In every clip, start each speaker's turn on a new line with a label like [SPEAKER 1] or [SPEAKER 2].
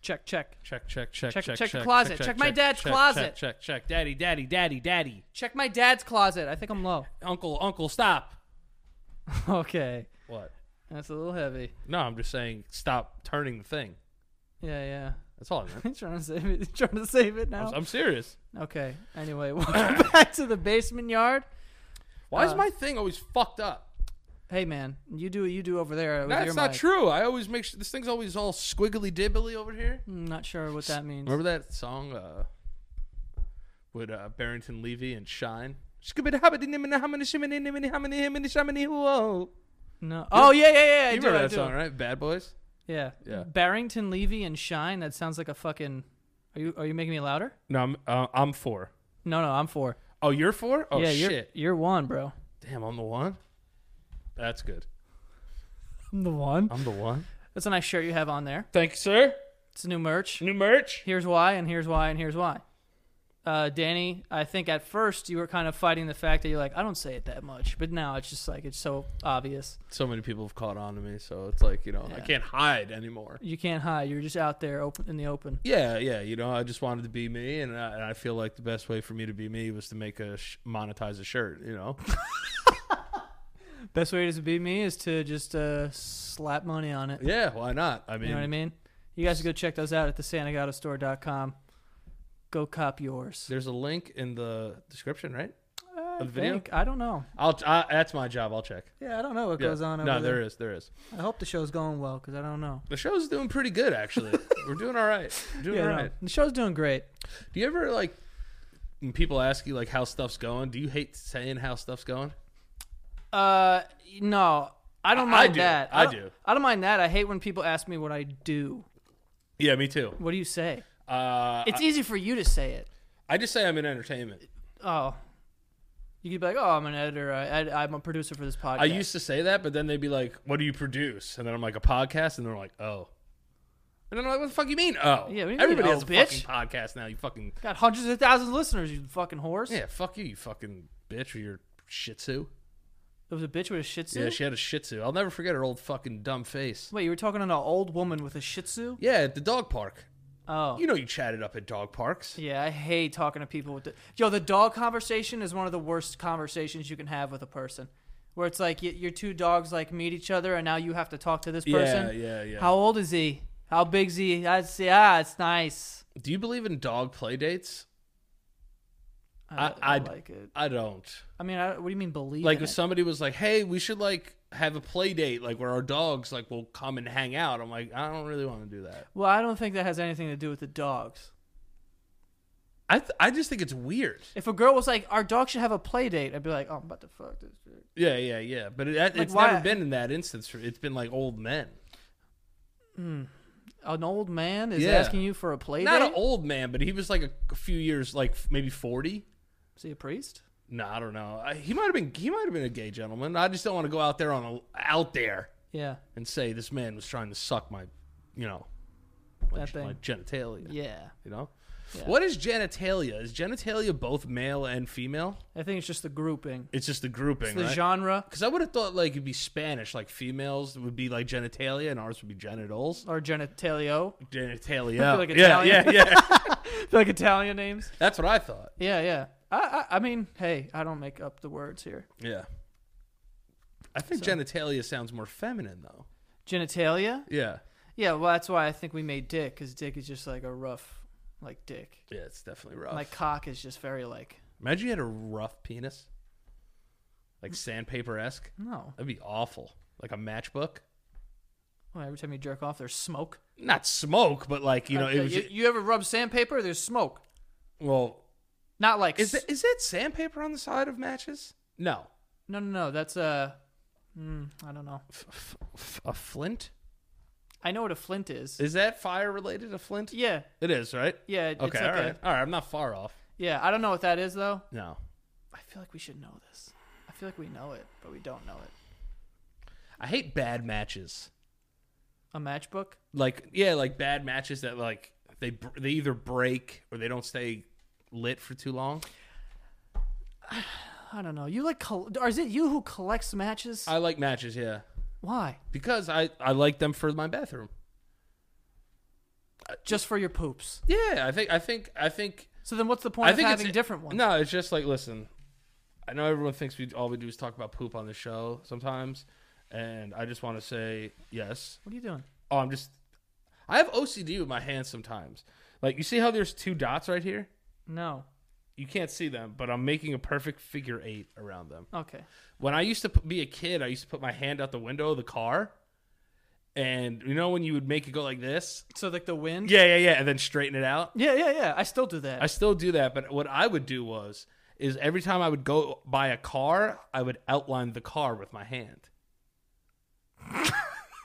[SPEAKER 1] Check, check.
[SPEAKER 2] Check, check, check,
[SPEAKER 1] Check-
[SPEAKER 2] check, check,
[SPEAKER 1] check the closet. Check my dad's closet.
[SPEAKER 2] Check, check, check. Daddy, daddy, daddy, daddy.
[SPEAKER 1] Check my dad's closet. I think I'm low.
[SPEAKER 2] Uncle, uncle, stop.
[SPEAKER 1] okay.
[SPEAKER 2] What?
[SPEAKER 1] That's a little heavy.
[SPEAKER 2] No, I'm just saying stop turning the thing.
[SPEAKER 1] Yeah, yeah.
[SPEAKER 2] That's all I meant.
[SPEAKER 1] He's trying to save it. trying to save it now.
[SPEAKER 2] I'm, I'm serious.
[SPEAKER 1] okay. Anyway, welcome back to the basement yard.
[SPEAKER 2] Why is
[SPEAKER 1] Uh,
[SPEAKER 2] my thing always fucked up?
[SPEAKER 1] Hey, man, you do what you do over there. With
[SPEAKER 2] That's
[SPEAKER 1] your
[SPEAKER 2] not
[SPEAKER 1] mic.
[SPEAKER 2] true. I always make sure this thing's always all squiggly dibbly over here.
[SPEAKER 1] I'm not sure what that means.
[SPEAKER 2] Remember that song uh, with uh, Barrington Levy and Shine? Whoa.
[SPEAKER 1] No. Oh yeah, yeah, yeah. I
[SPEAKER 2] You
[SPEAKER 1] do,
[SPEAKER 2] remember
[SPEAKER 1] I
[SPEAKER 2] that
[SPEAKER 1] do.
[SPEAKER 2] song, right? Bad Boys.
[SPEAKER 1] Yeah.
[SPEAKER 2] Yeah.
[SPEAKER 1] Barrington Levy and Shine. That sounds like a fucking. Are you are you making me louder?
[SPEAKER 2] No, I'm uh, I'm four.
[SPEAKER 1] No, no, I'm four.
[SPEAKER 2] Oh, you're four? Oh
[SPEAKER 1] yeah, you're
[SPEAKER 2] shit!
[SPEAKER 1] you're one, bro.
[SPEAKER 2] Damn, I'm the one. That's good.
[SPEAKER 1] I'm the one.
[SPEAKER 2] I'm the one.
[SPEAKER 1] That's a nice shirt you have on there.
[SPEAKER 2] Thank you, sir.
[SPEAKER 1] It's new merch.
[SPEAKER 2] New merch.
[SPEAKER 1] Here's why, and here's why, and here's why. Uh, Danny, I think at first you were kind of fighting the fact that you're like, I don't say it that much, but now it's just like it's so obvious.
[SPEAKER 2] So many people have caught on to me, so it's like you know I
[SPEAKER 1] Yeah.
[SPEAKER 2] can't hide anymore.
[SPEAKER 1] You can't hide. You're just out there, open in the open.
[SPEAKER 2] Yeah, yeah. You know, I just wanted to be me, and I, and I feel like the best way for me to be me was to make a sh- monetize a shirt. You know,
[SPEAKER 1] Best way to be me is to just uh, slap money on it.
[SPEAKER 2] yeah. Why not? I
[SPEAKER 1] You
[SPEAKER 2] mean,
[SPEAKER 1] know what I mean? You guys go check those out at thesantagatastore.com. Go cop yours.
[SPEAKER 2] there's a link in the description, right?
[SPEAKER 1] I
[SPEAKER 2] the video?
[SPEAKER 1] think- I don't know.
[SPEAKER 2] I'll. I, that's my job. I'll check.
[SPEAKER 1] Yeah, I don't know what
[SPEAKER 2] Yeah.
[SPEAKER 1] goes on over
[SPEAKER 2] no,
[SPEAKER 1] there.
[SPEAKER 2] there is. There is.
[SPEAKER 1] I hope the show's going well because I don't know.
[SPEAKER 2] The show's doing pretty good, actually. We're doing all right. We're doing
[SPEAKER 1] Yeah,
[SPEAKER 2] all
[SPEAKER 1] no,
[SPEAKER 2] right.
[SPEAKER 1] the show's doing great.
[SPEAKER 2] Do you ever like when people ask you like how stuff's going? Do you hate saying how stuff's going?
[SPEAKER 1] Uh, no, I don't
[SPEAKER 2] I- I
[SPEAKER 1] mind
[SPEAKER 2] do.
[SPEAKER 1] that.
[SPEAKER 2] I
[SPEAKER 1] don't-
[SPEAKER 2] do.
[SPEAKER 1] I don't mind that. I hate when people ask me what I do.
[SPEAKER 2] Yeah, me too.
[SPEAKER 1] What do you say?
[SPEAKER 2] Uh,
[SPEAKER 1] It's easy for you to say it.
[SPEAKER 2] I just say I'm in entertainment.
[SPEAKER 1] Oh, you could be like, oh, I'm an editor. I, I, I'm a producer for this podcast.
[SPEAKER 2] I used to say that, but then they'd be like, "What do you produce?" And then I'm like, "A podcast," and they're like, "Oh." And then I'm like, "What the fuck you mean? Oh,
[SPEAKER 1] Yeah, what do you mean,
[SPEAKER 2] everybody
[SPEAKER 1] oh,
[SPEAKER 2] has a
[SPEAKER 1] bitch?
[SPEAKER 2] fucking podcast now. You fucking
[SPEAKER 1] got hundreds of thousands of listeners. You fucking horse.
[SPEAKER 2] yeah, fuck you, you fucking bitch, or your Shih Tzu.
[SPEAKER 1] There was a bitch with a Shih Tzu.
[SPEAKER 2] Yeah, she had a Shih Tzu. I'll never forget her old fucking dumb face.
[SPEAKER 1] Wait, you were talking to an old woman with a Shih Tzu?
[SPEAKER 2] Yeah, at the dog park.
[SPEAKER 1] Oh.
[SPEAKER 2] You know you chatted up at dog parks.
[SPEAKER 1] Yeah, I hate talking to people with the yo. The dog conversation is one of the worst conversations you can have with a person, where it's like y- your two dogs like meet each other, and now you have to talk to this
[SPEAKER 2] Yeah,
[SPEAKER 1] person.
[SPEAKER 2] yeah, yeah.
[SPEAKER 1] How old is he? How big's he? That's yeah, it's nice.
[SPEAKER 2] Do you believe in dog play dates?
[SPEAKER 1] I,
[SPEAKER 2] I-
[SPEAKER 1] don't- I
[SPEAKER 2] I'd-
[SPEAKER 1] like it.
[SPEAKER 2] I don't.
[SPEAKER 1] I mean, I, what do you mean believe?
[SPEAKER 2] Like
[SPEAKER 1] in
[SPEAKER 2] if
[SPEAKER 1] it?
[SPEAKER 2] somebody was like, "Hey, we should like have a play date, like where our dogs like will come and hang out." I'm like, I don't really want to do that.
[SPEAKER 1] well, I don't think that has anything to do with the dogs.
[SPEAKER 2] I th- I just think it's weird.
[SPEAKER 1] If a girl was like, "Our dog should have a play date," I'd be like, "Oh, I'm about to fuck this." Dude.
[SPEAKER 2] Yeah, yeah, yeah. But it, it's
[SPEAKER 1] why-
[SPEAKER 2] never been in that instance. For, it's been like old men.
[SPEAKER 1] An old man is
[SPEAKER 2] Yeah.
[SPEAKER 1] asking you for a play
[SPEAKER 2] Not
[SPEAKER 1] date.
[SPEAKER 2] an old man, but he was like a, a few years, like f- maybe forty.
[SPEAKER 1] is he a priest?
[SPEAKER 2] No, I don't know. I, he might have been. He might have been a gay gentleman. I just don't want to go out there on a, out there
[SPEAKER 1] Yeah,
[SPEAKER 2] and say this man was trying to suck my, you know, my,
[SPEAKER 1] That thing.
[SPEAKER 2] my genitalia.
[SPEAKER 1] yeah.
[SPEAKER 2] You know,
[SPEAKER 1] Yeah.
[SPEAKER 2] what is genitalia? Is genitalia both male and female?
[SPEAKER 1] I think it's just the grouping,
[SPEAKER 2] It's just the grouping,
[SPEAKER 1] it's the
[SPEAKER 2] right?
[SPEAKER 1] genre.
[SPEAKER 2] Because I would have thought like it'd be Spanish, like females would be like genitalia and ours would be genitals.
[SPEAKER 1] or genitalio.
[SPEAKER 2] Genitalia.
[SPEAKER 1] Like
[SPEAKER 2] yeah, yeah,
[SPEAKER 1] Italian.
[SPEAKER 2] yeah.
[SPEAKER 1] like Italian names.
[SPEAKER 2] That's what I thought.
[SPEAKER 1] Yeah, yeah. I, I, I mean, hey, I don't make up the words here.
[SPEAKER 2] Yeah. I think genitalia sounds more feminine though.
[SPEAKER 1] Genitalia.
[SPEAKER 2] Yeah.
[SPEAKER 1] Yeah, well, that's why I think we made dick, because dick is just like a rough, like dick.
[SPEAKER 2] Yeah, it's definitely rough.
[SPEAKER 1] Like cock is just very like
[SPEAKER 2] Imagine you had a rough penis, like sandpaper esque.
[SPEAKER 1] no.
[SPEAKER 2] That'd be awful. Like a matchbook.
[SPEAKER 1] Well, every time you jerk off, there's smoke.
[SPEAKER 2] Not smoke, but like you know,
[SPEAKER 1] Yeah,
[SPEAKER 2] it was.
[SPEAKER 1] you, you ever rub sandpaper? There's smoke.
[SPEAKER 2] well,
[SPEAKER 1] Not like
[SPEAKER 2] Is
[SPEAKER 1] s-
[SPEAKER 2] that, is that sandpaper on the side of matches? No.
[SPEAKER 1] no, no, no. That's uh, mm, I don't know.
[SPEAKER 2] F- f- a flint?
[SPEAKER 1] I know what a flint is.
[SPEAKER 2] Is that fire related, a flint?
[SPEAKER 1] yeah,
[SPEAKER 2] It is, right?
[SPEAKER 1] yeah. it-
[SPEAKER 2] Okay,
[SPEAKER 1] it's like
[SPEAKER 2] all right.
[SPEAKER 1] a,
[SPEAKER 2] all right, I'm not far off.
[SPEAKER 1] yeah. I don't know what that is though.
[SPEAKER 2] No.
[SPEAKER 1] I feel like we should know this. I feel like we know it, but we don't know it.
[SPEAKER 2] I hate bad matches.
[SPEAKER 1] A matchbook?
[SPEAKER 2] Like, yeah, like bad matches that, like, they, br- they either break or they don't stay lit for too long.
[SPEAKER 1] I don't know. You like, col- or is it you who collects matches?
[SPEAKER 2] I like matches, yeah.
[SPEAKER 1] Why?
[SPEAKER 2] Because I, I like them for my bathroom. I-
[SPEAKER 1] just for your poops.
[SPEAKER 2] Yeah, I think I think I think
[SPEAKER 1] So then, what's the point
[SPEAKER 2] I think
[SPEAKER 1] of
[SPEAKER 2] it's-
[SPEAKER 1] having different ones?
[SPEAKER 2] No, it's just like listen. I know everyone thinks we all we do is talk about poop on the show sometimes, and I just want to say yes.
[SPEAKER 1] What are you doing?
[SPEAKER 2] Oh, I'm just I have OCD with my hands sometimes. Like you see how there's two dots right here?
[SPEAKER 1] No.
[SPEAKER 2] You can't see them, but I'm making a perfect figure eight around them.
[SPEAKER 1] Okay.
[SPEAKER 2] When I used to p- be a kid, I used to put my hand out the window of the car, and you know when you would make it go like this?
[SPEAKER 1] So like the wind.
[SPEAKER 2] Yeah, yeah, yeah, and then straighten it out.
[SPEAKER 1] Yeah, yeah, yeah. I still do that.
[SPEAKER 2] I still do that, but what I would do was is every time I would go buy a car, I would outline the car with my hand.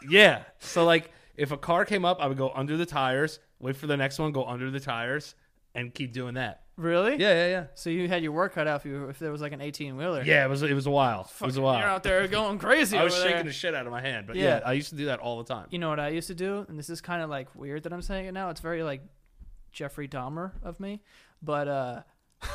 [SPEAKER 2] yeah. So like if a car came up, I would go under the tires, wait for the next one, go under the tires, and keep doing that.
[SPEAKER 1] really?
[SPEAKER 2] Yeah, yeah, yeah.
[SPEAKER 1] So you had your work cut out if, you, if there was like an eighteen wheeler.
[SPEAKER 2] Yeah, it was it was a while. it was a
[SPEAKER 1] You're
[SPEAKER 2] while.
[SPEAKER 1] out there going crazy.
[SPEAKER 2] I was
[SPEAKER 1] over
[SPEAKER 2] shaking
[SPEAKER 1] there.
[SPEAKER 2] the shit out of my hand, but
[SPEAKER 1] Yeah.
[SPEAKER 2] yeah. I used to do that all the time.
[SPEAKER 1] You know what I used to do, and this is kind of like weird that I'm saying it now. It's very like Jeffrey Dahmer of me, but uh,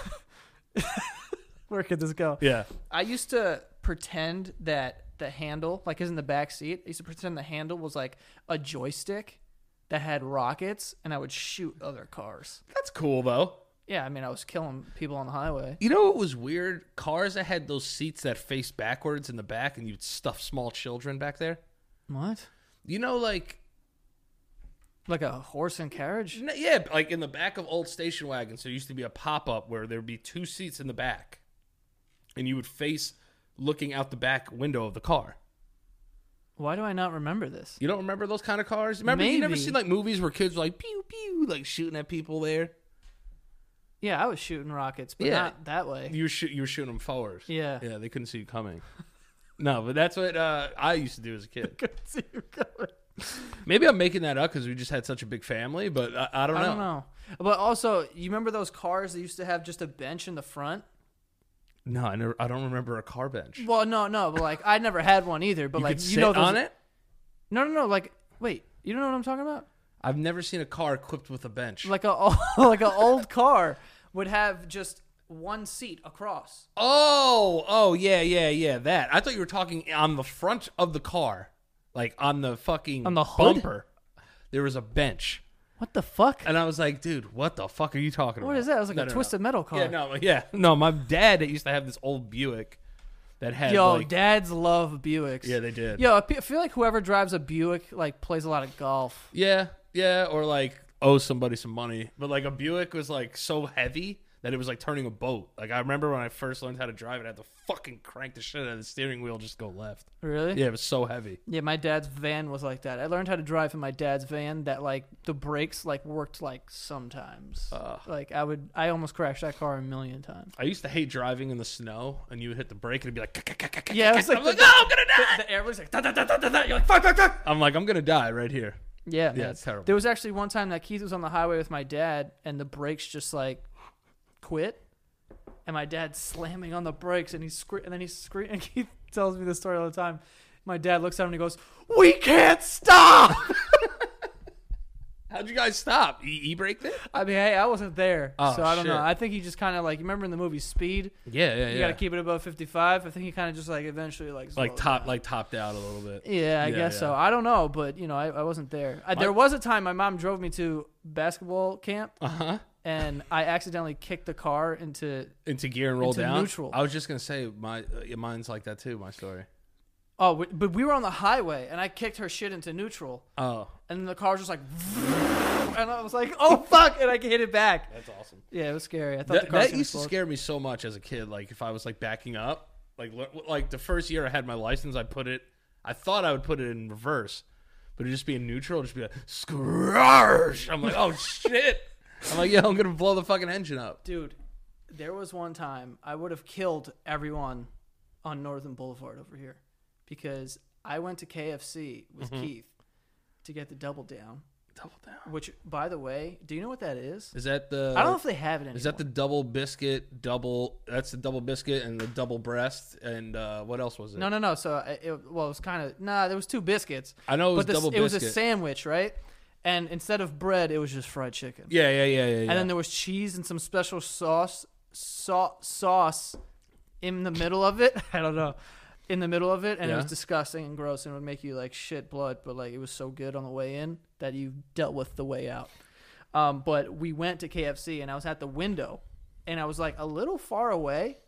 [SPEAKER 1] where could this go?
[SPEAKER 2] Yeah.
[SPEAKER 1] I used to pretend that the handle, like, is in the back seat. I used to pretend the handle was like a joystick that had rockets, and I would shoot other cars.
[SPEAKER 2] That's cool though.
[SPEAKER 1] Yeah, I mean, I was killing people on the highway.
[SPEAKER 2] You know what was weird? Cars that had those seats that face backwards in the back and you'd stuff small children back there.
[SPEAKER 1] What?
[SPEAKER 2] You know, like
[SPEAKER 1] Like a horse and carriage?
[SPEAKER 2] n- yeah, but, like in the back of old station wagons, there used to be a pop up where there'd be two seats in the back, and you would face looking out the back window of the car.
[SPEAKER 1] Why do I not remember this?
[SPEAKER 2] You don't remember those kind of cars? Remember you never
[SPEAKER 1] Maybe.
[SPEAKER 2] seen like movies where kids were like pew pew, like shooting at people there.
[SPEAKER 1] Yeah, I was shooting rockets, but
[SPEAKER 2] Yeah.
[SPEAKER 1] not that way.
[SPEAKER 2] You were shoot, you were shooting them forward.
[SPEAKER 1] Yeah.
[SPEAKER 2] yeah, they couldn't see you coming. No, but that's what uh, I used to do as a kid.
[SPEAKER 1] see you going.
[SPEAKER 2] Maybe I'm making that up because we just had such a big family, but I, I don't know.
[SPEAKER 1] I don't know. But also, you remember those cars that used to have just a bench in the front?
[SPEAKER 2] No, I never. I don't remember a car bench.
[SPEAKER 1] Well, no, no, but like I never had one either. But
[SPEAKER 2] you
[SPEAKER 1] like
[SPEAKER 2] could
[SPEAKER 1] you
[SPEAKER 2] sit
[SPEAKER 1] know those,
[SPEAKER 2] on it.
[SPEAKER 1] No, no, no. Like, wait, you don't know what I'm talking about?
[SPEAKER 2] I've never seen a car equipped with a bench.
[SPEAKER 1] Like a like an old car would have just one seat across.
[SPEAKER 2] Oh, oh, yeah, yeah, yeah. That. I thought you were talking on the front of the car, like on the fucking
[SPEAKER 1] On the hood?
[SPEAKER 2] bumper. There was a bench,
[SPEAKER 1] What the fuck?
[SPEAKER 2] and I was like, "Dude, what the fuck are you talking about?"
[SPEAKER 1] What is that? It was like
[SPEAKER 2] No,
[SPEAKER 1] a
[SPEAKER 2] no, no.
[SPEAKER 1] twisted metal car.
[SPEAKER 2] Yeah, no, yeah, no. My dad used to have this old Buick that had
[SPEAKER 1] Yo,
[SPEAKER 2] like,
[SPEAKER 1] dads love Buicks.
[SPEAKER 2] Yeah, they did.
[SPEAKER 1] Yo, I pe- I feel like whoever drives a Buick like plays a lot of golf.
[SPEAKER 2] yeah, yeah, or like owe somebody some money. But like a Buick was like so heavy that it was like turning a boat. Like I remember when I first learned how to drive it, I had to fucking crank the shit out of the steering wheel just go left.
[SPEAKER 1] Really?
[SPEAKER 2] Yeah, it was so heavy.
[SPEAKER 1] Yeah, my dad's van was like that. I learned how to drive in my dad's van that like the brakes like worked like sometimes. Like I would I almost crashed that car a million times.
[SPEAKER 2] I used to hate driving in the snow, and you would hit the brake and it'd be like,
[SPEAKER 1] Yeah, it was like
[SPEAKER 2] I'm
[SPEAKER 1] the-
[SPEAKER 2] like, no, I'm gonna die.
[SPEAKER 1] The air was like
[SPEAKER 2] Da, da, da, da, da, da. You're like, fuck, fuck, fuck. I'm like, I'm gonna die right here.
[SPEAKER 1] Yeah, man.
[SPEAKER 2] it's terrible.
[SPEAKER 1] There was actually one time that Keith was on the highway with my dad, and the brakes just like quit, and my dad's slamming on the brakes, and he's scre- and then he's screaming. And Keith tells me this story all the time. My dad looks at him and he goes, "We can't stop."
[SPEAKER 2] How'd you guys stop? E, e brake it?
[SPEAKER 1] I mean, hey, I wasn't there,
[SPEAKER 2] Oh,
[SPEAKER 1] so I don't know.
[SPEAKER 2] shit.
[SPEAKER 1] I think he just kind of like you remember in the movie Speed,
[SPEAKER 2] Yeah, yeah, yeah.
[SPEAKER 1] you got to keep it above fifty-five. I think he kind of just like eventually like
[SPEAKER 2] like
[SPEAKER 1] slowed
[SPEAKER 2] top,
[SPEAKER 1] down.
[SPEAKER 2] like topped out a little bit.
[SPEAKER 1] Yeah, I
[SPEAKER 2] Yeah,
[SPEAKER 1] guess
[SPEAKER 2] yeah.
[SPEAKER 1] so. I don't know, but you know, I, I wasn't there. I, there was a time my mom drove me to basketball camp,
[SPEAKER 2] Uh huh.
[SPEAKER 1] and I accidentally kicked the car into.
[SPEAKER 2] Into gear and roll
[SPEAKER 1] Into
[SPEAKER 2] down.
[SPEAKER 1] neutral.
[SPEAKER 2] I was just gonna say my uh, mine's like that too. My story.
[SPEAKER 1] Oh, we- but we were on the highway, and I kicked her shit into neutral,
[SPEAKER 2] Oh,
[SPEAKER 1] and the car was just like, and I was like, "Oh fuck!" and I hit it back.
[SPEAKER 2] that's awesome.
[SPEAKER 1] Yeah, it was scary. I thought
[SPEAKER 2] That,
[SPEAKER 1] the car was
[SPEAKER 2] that
[SPEAKER 1] gonna
[SPEAKER 2] used to
[SPEAKER 1] explode.
[SPEAKER 2] scare me so much as a kid. Like if I was like backing up, like le- like the first year I had my license, I put it. I thought I would put it in reverse, but it just be in neutral. It'd just be like scratch. I'm like, oh shit. I'm like, yo, I'm gonna blow the fucking engine up.
[SPEAKER 1] Dude, there was one time I would have killed everyone on Northern Boulevard over here because I went to KFC with
[SPEAKER 2] Mm-hmm.
[SPEAKER 1] Keith to get the double down.
[SPEAKER 2] Double down.
[SPEAKER 1] Which, by the way, do you know what that is?
[SPEAKER 2] Is that the?
[SPEAKER 1] I don't know if they have it anymore.
[SPEAKER 2] Is that the double biscuit? Double. That's the double biscuit and the double breast and uh, what else was it?
[SPEAKER 1] No, no, no. So I- it, well, it was kind of nah. There was two biscuits.
[SPEAKER 2] I know it was
[SPEAKER 1] but the,
[SPEAKER 2] double
[SPEAKER 1] It was a
[SPEAKER 2] biscuit.
[SPEAKER 1] sandwich, right? And instead of bread, it was just fried chicken.
[SPEAKER 2] Yeah, yeah, yeah, yeah. yeah.
[SPEAKER 1] And then there was cheese and some special sauce, sau- sauce in the middle of it. I don't know. In the middle of it, and it was
[SPEAKER 2] Yeah.
[SPEAKER 1] disgusting and gross, and it would make you like shit blood. But like, it was so good on the way in that you dealt with the way out. Um, but we went to KFC and I was at the window and I was like a little far away.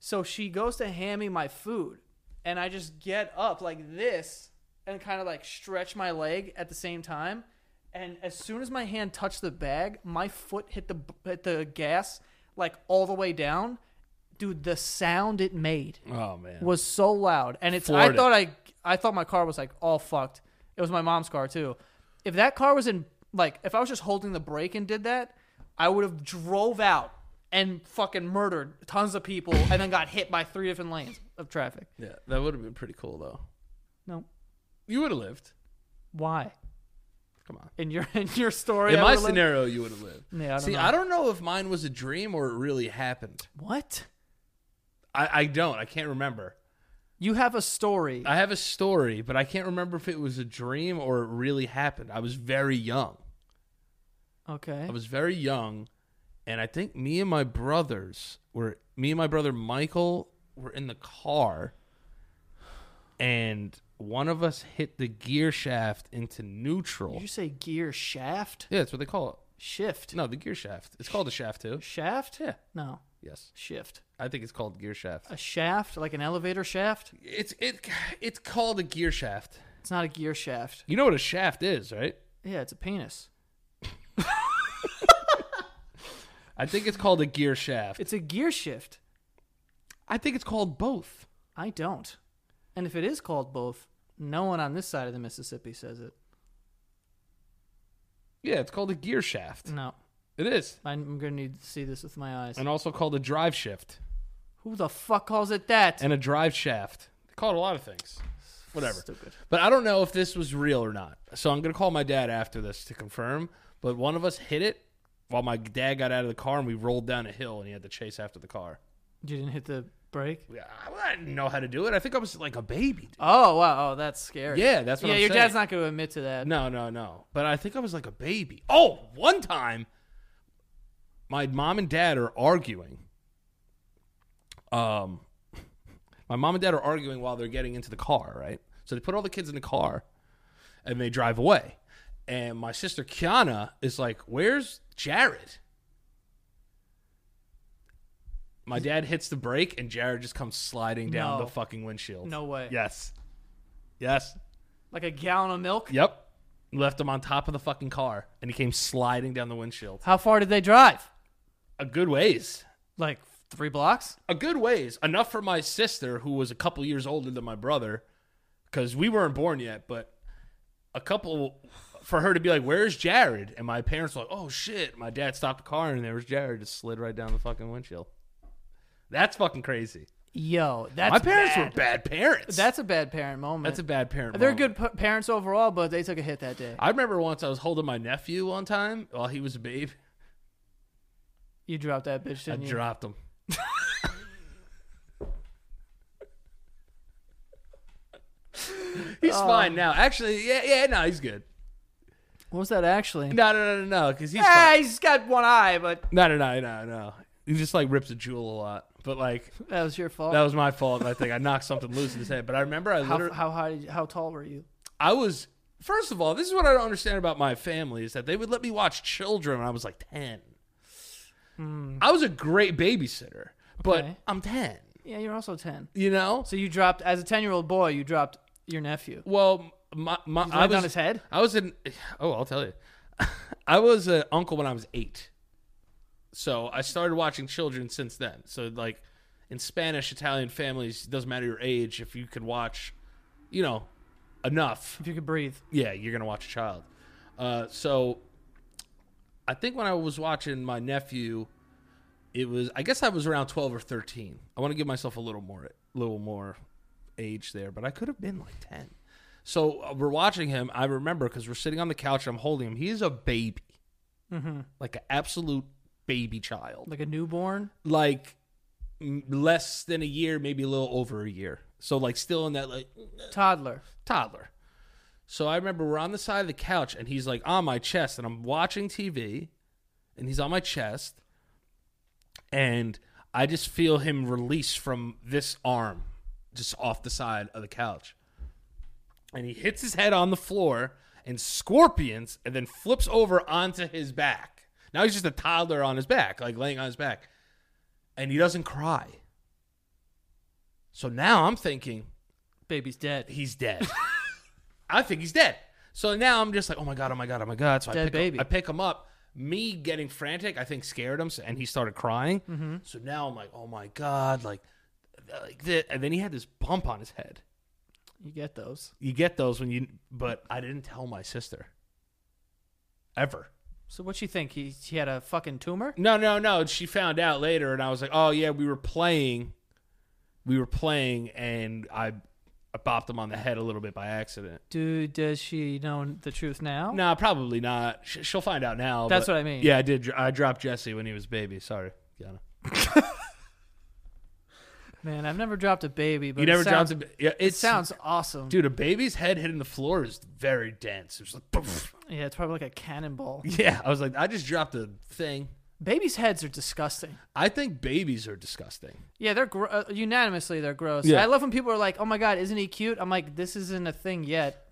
[SPEAKER 1] So she goes to hand me my food and I just get up like this and kind of like stretch my leg at the same time. And as soon as my hand touched the bag, my foot hit the hit the gas like all the way down. Dude, the sound it made
[SPEAKER 2] Oh man.
[SPEAKER 1] was so loud, and it's.
[SPEAKER 2] Floored
[SPEAKER 1] I
[SPEAKER 2] it.
[SPEAKER 1] thought I, I thought my car was like all fucked. It was my mom's car too. If that car was in, like, if I was just holding the brake and did that, I would have drove out and fucking murdered tons of people, and then got hit by three different lanes of traffic.
[SPEAKER 2] Yeah, that would have been pretty cool though.
[SPEAKER 1] No,
[SPEAKER 2] You would have lived.
[SPEAKER 1] why?
[SPEAKER 2] Come on.
[SPEAKER 1] In your in your story,
[SPEAKER 2] In
[SPEAKER 1] I
[SPEAKER 2] my
[SPEAKER 1] would've lived-
[SPEAKER 2] scenario, you would have lived.
[SPEAKER 1] Yeah, I don't
[SPEAKER 2] See,
[SPEAKER 1] know.
[SPEAKER 2] I don't know if mine was a dream or it really happened.
[SPEAKER 1] what?
[SPEAKER 2] I, I don't. I can't remember.
[SPEAKER 1] You have a story.
[SPEAKER 2] I have a story, but I can't remember if it was a dream or it really happened. I was very young.
[SPEAKER 1] Okay.
[SPEAKER 2] I was very young, and I think me and my brothers were me and my brother Michael were in the car, and one of us hit the gear shaft into neutral.
[SPEAKER 1] Did you say gear shaft?
[SPEAKER 2] Yeah, that's what they call it.
[SPEAKER 1] Shift.
[SPEAKER 2] No, the gear shaft. It's called a shaft too.
[SPEAKER 1] Shaft?
[SPEAKER 2] Yeah.
[SPEAKER 1] No.
[SPEAKER 2] Yes,
[SPEAKER 1] Shift.
[SPEAKER 2] I think it's called gear shaft.
[SPEAKER 1] A shaft, like an elevator shaft?
[SPEAKER 2] It's it it's called a gear shaft.
[SPEAKER 1] It's not a gear shaft.
[SPEAKER 2] You know what a shaft is, right?
[SPEAKER 1] Yeah, it's a penis.
[SPEAKER 2] I think it's called a gear shaft.
[SPEAKER 1] It's a gear shift.
[SPEAKER 2] I think it's called both.
[SPEAKER 1] I don't. And if it is called both, no one on this side of the Mississippi says it.
[SPEAKER 2] Yeah, it's called a gear shaft.
[SPEAKER 1] No.
[SPEAKER 2] It is,
[SPEAKER 1] I'm going to need to see this with my eyes.
[SPEAKER 2] and also called a drive shift.
[SPEAKER 1] Who the fuck calls it that?
[SPEAKER 2] and a drive shaft. They call it a lot of things. Whatever.
[SPEAKER 1] Stupid.
[SPEAKER 2] But I don't know if this was real or not. So I'm going to call my dad after this to confirm. But one of us hit it while my dad got out of the car and we rolled down a hill and he had to chase after the car.
[SPEAKER 1] You didn't hit the brake?
[SPEAKER 2] We- I I didn't know how to do it. I think I was like a baby. dude.
[SPEAKER 1] Oh, wow. Oh, that's scary.
[SPEAKER 2] Yeah, that's what
[SPEAKER 1] yeah,
[SPEAKER 2] I'm
[SPEAKER 1] your
[SPEAKER 2] saying.
[SPEAKER 1] dad's not going to admit to that.
[SPEAKER 2] No, no, no. But I think I was like a baby. Oh, one time, my mom and dad are arguing. Um, my mom and dad are arguing while they're getting into the car, right? So they put all the kids in the car, and they drive away. And my sister Kiana is like, "Where's Jared?" My dad hits the brake, and Jared just comes sliding down
[SPEAKER 1] No.
[SPEAKER 2] the fucking windshield.
[SPEAKER 1] No way.
[SPEAKER 2] Yes. Yes.
[SPEAKER 1] Like a gallon of milk?
[SPEAKER 2] Yep. Left him on top of the fucking car, and he came sliding down the windshield.
[SPEAKER 1] How far did they drive?
[SPEAKER 2] A good ways.
[SPEAKER 1] Like three blocks?
[SPEAKER 2] A good ways. Enough for my sister, who was a couple years older than my brother, because we weren't born yet, but a couple for her to be like, Where's Jared? And my parents were like, Oh shit. My dad stopped the car, and there was Jared just slid right down the fucking windshield. That's fucking crazy.
[SPEAKER 1] Yo, that's
[SPEAKER 2] my parents
[SPEAKER 1] bad.
[SPEAKER 2] were bad parents.
[SPEAKER 1] That's a bad parent moment.
[SPEAKER 2] That's a bad parent.
[SPEAKER 1] They're
[SPEAKER 2] moment.
[SPEAKER 1] good p- parents overall, but they took a hit that day.
[SPEAKER 2] I remember once I was holding my nephew one time while he was a babe.
[SPEAKER 1] You dropped that bitch,
[SPEAKER 2] I
[SPEAKER 1] didn't you?
[SPEAKER 2] dropped him. he's fine now. Actually, yeah, yeah, no, he's good.
[SPEAKER 1] what was that actually?
[SPEAKER 2] No, no, no, no, no, because he's
[SPEAKER 1] Ah,
[SPEAKER 2] fine.
[SPEAKER 1] he's got one eye, but
[SPEAKER 2] No, no, no, no, no. He just like rips a jewel a lot, but like
[SPEAKER 1] that was your fault.
[SPEAKER 2] that was my fault. I think I knocked something loose in his head. But I remember I
[SPEAKER 1] how,
[SPEAKER 2] literally,
[SPEAKER 1] how high? How tall were you?
[SPEAKER 2] I was. First of all, this is what I don't understand about my family is that they would let me watch children when I was like ten. I was a great babysitter, but
[SPEAKER 1] Okay.
[SPEAKER 2] I'm ten.
[SPEAKER 1] Yeah, you're also ten.
[SPEAKER 2] You know,
[SPEAKER 1] So you dropped as a ten-year-old boy. You dropped your nephew.
[SPEAKER 2] Well, my, my I
[SPEAKER 1] landed
[SPEAKER 2] was
[SPEAKER 1] on his head?
[SPEAKER 2] I was an oh, I'll tell you. I was an uncle when I was eight, so I started watching children since then. So like in Spanish, Italian families, it doesn't matter your age if you could watch, you know, enough.
[SPEAKER 1] If you could breathe,
[SPEAKER 2] Yeah, you're gonna watch a child. Uh, so I think when I was watching my nephew, it was I guess I was around twelve or thirteen. I want to give myself a little more little more age there, but I could have been like ten. So uh, we're watching him. I remember because we're sitting on the couch. I'm holding him. He's a baby, like an absolute baby child,
[SPEAKER 1] like a newborn.
[SPEAKER 2] like m- less than a year, maybe a little over a year. So like still in that like
[SPEAKER 1] Toddler.
[SPEAKER 2] toddler. So I remember we're on the side of the couch and he's like on my chest and I'm watching TV and he's on my chest and I just feel him release from this arm just off the side of the couch. And he hits his head on the floor and scorpions and then flips over onto his back. Now he's just a toddler on his back, like laying on his back. And he doesn't cry. So now I'm thinking
[SPEAKER 1] Baby's dead.
[SPEAKER 2] he's dead. I think he's dead. So now I'm just like, oh my god, oh my god, oh my god. So I
[SPEAKER 1] Dead
[SPEAKER 2] pick
[SPEAKER 1] baby.
[SPEAKER 2] Him, I pick him up. Me getting frantic, I think scared him, so- and he started crying.
[SPEAKER 1] Mm-hmm.
[SPEAKER 2] So now I'm like, oh my god, like, like this. And then he had this bump on his head.
[SPEAKER 1] You get those.
[SPEAKER 2] You get those when you, but I didn't tell my sister. Ever.
[SPEAKER 1] So what you think? He he had a fucking tumor?
[SPEAKER 2] No, no, no. She found out later, and I was like, "Oh yeah, we were playing, we were playing, and I, I bopped him on the head a little bit by accident."
[SPEAKER 1] Dude, does she know the truth now?
[SPEAKER 2] No, nah, probably not. Sh- She'll find out now.
[SPEAKER 1] Oh. That's
[SPEAKER 2] but-
[SPEAKER 1] what I mean.
[SPEAKER 2] Yeah, I did. dr- I dropped Jesse when he was a baby. Sorry, Gianna.
[SPEAKER 1] Man, I've never dropped a baby, but
[SPEAKER 2] You never
[SPEAKER 1] it sounds,
[SPEAKER 2] dropped a. ba- Yeah,
[SPEAKER 1] It sounds awesome.
[SPEAKER 2] Dude, a baby's head hitting the floor is very dense. It was like, poof.
[SPEAKER 1] Yeah, it's probably like a cannonball.
[SPEAKER 2] yeah. I was like, I just dropped a thing.
[SPEAKER 1] Babies' heads are disgusting.
[SPEAKER 2] I think babies are disgusting.
[SPEAKER 1] Yeah, they're gr- uh, unanimously they're gross.
[SPEAKER 2] Yeah.
[SPEAKER 1] I love when people are like, "Oh my god, isn't he cute?" I'm like, "This isn't a thing yet.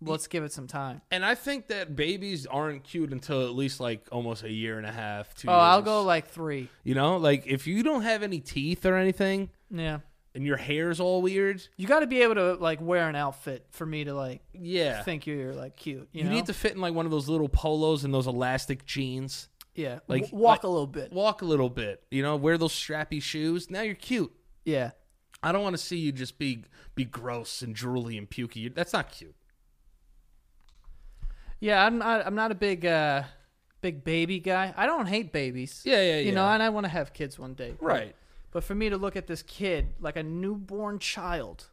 [SPEAKER 1] Let's give it some time."
[SPEAKER 2] And I think that babies aren't cute until at least like almost a year and a half. Two
[SPEAKER 1] Oh, I'll
[SPEAKER 2] years.
[SPEAKER 1] go like three.
[SPEAKER 2] You know, like if you don't have any teeth or anything,
[SPEAKER 1] Yeah,
[SPEAKER 2] and your hair's all weird,
[SPEAKER 1] you got to be able to like wear an outfit for me to like
[SPEAKER 2] yeah,
[SPEAKER 1] think you're like cute. You,
[SPEAKER 2] you
[SPEAKER 1] know?
[SPEAKER 2] need to fit in like one of those little polos and those elastic jeans.
[SPEAKER 1] yeah,
[SPEAKER 2] like-
[SPEAKER 1] like walk
[SPEAKER 2] like-
[SPEAKER 1] a little bit.
[SPEAKER 2] Walk a little bit, you know, wear those strappy shoes. Now you're cute.
[SPEAKER 1] Yeah,
[SPEAKER 2] I don't want to see you just be be gross and drooly and pukey. That's not cute.
[SPEAKER 1] yeah. I'm not. I'm not a big, uh big baby guy. I don't hate babies.
[SPEAKER 2] Yeah, yeah,
[SPEAKER 1] You
[SPEAKER 2] yeah.
[SPEAKER 1] know, and I want to have kids one day. But for me to look at this kid like a newborn child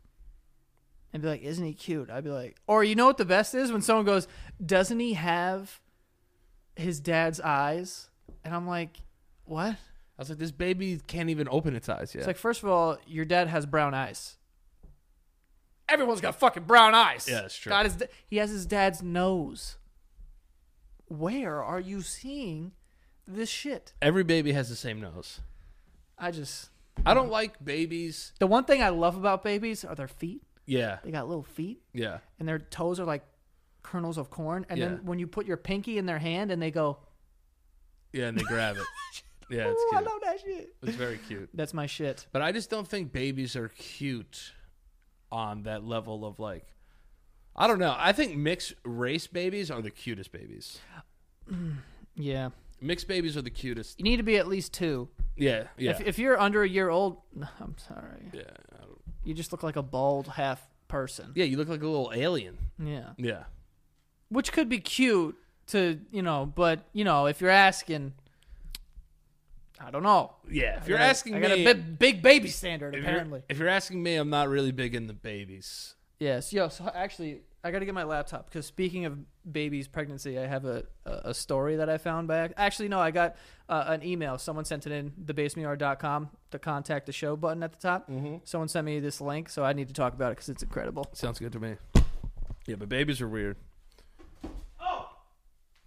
[SPEAKER 1] and be like, isn't he cute? I'd be like, or you know what the best is when someone goes, doesn't he have his dad's eyes? And I'm like, what?
[SPEAKER 2] I was like, this baby can't even open its eyes yet.
[SPEAKER 1] It's like, first of all, your dad has brown eyes. Everyone's got fucking brown eyes.
[SPEAKER 2] Yeah, that's true.
[SPEAKER 1] God, his da- he has his dad's nose. Where are you seeing this shit?
[SPEAKER 2] Every baby has the same nose.
[SPEAKER 1] I just.
[SPEAKER 2] I don't like babies.
[SPEAKER 1] The one thing I love about babies are their feet.
[SPEAKER 2] Yeah,
[SPEAKER 1] They got little feet.
[SPEAKER 2] yeah.
[SPEAKER 1] and their toes are like kernels of corn. And
[SPEAKER 2] Yeah.
[SPEAKER 1] then when you put your pinky in their hand and they go,
[SPEAKER 2] Yeah, and they grab it. Yeah, it's
[SPEAKER 1] "Ooh, Oh, I
[SPEAKER 2] cute.
[SPEAKER 1] love that shit.
[SPEAKER 2] It's very cute.
[SPEAKER 1] That's my shit.
[SPEAKER 2] But I just don't think babies are cute on that level of like I don't know. I think mixed race babies are the cutest babies.
[SPEAKER 1] Yeah.
[SPEAKER 2] Mixed babies are the cutest.
[SPEAKER 1] You need to be at least two.
[SPEAKER 2] Yeah, yeah.
[SPEAKER 1] If, if you're under a year old, I'm sorry.
[SPEAKER 2] yeah, I don't-
[SPEAKER 1] You just look like a bald half person.
[SPEAKER 2] yeah, you look like a little alien.
[SPEAKER 1] Yeah.
[SPEAKER 2] Yeah.
[SPEAKER 1] Which could be cute to, you know, but, you know, if you're asking, I don't know.
[SPEAKER 2] Yeah. If
[SPEAKER 1] I
[SPEAKER 2] you're
[SPEAKER 1] got a-
[SPEAKER 2] asking
[SPEAKER 1] I
[SPEAKER 2] me
[SPEAKER 1] got a big, big baby standard,
[SPEAKER 2] if,
[SPEAKER 1] apparently.
[SPEAKER 2] you're, if you're asking me, I'm not really big into babies.
[SPEAKER 1] Yes. Yo. So actually, I got to get my laptop because speaking of babies' pregnancy, I have a, a, a story that I found by ac- actually no, I got uh, an email. Someone sent it in thebasemear.com, the contact the show button at the top. Someone sent me this link, so I need to talk about it because it's incredible.
[SPEAKER 2] Sounds good to me. Yeah, but babies are weird.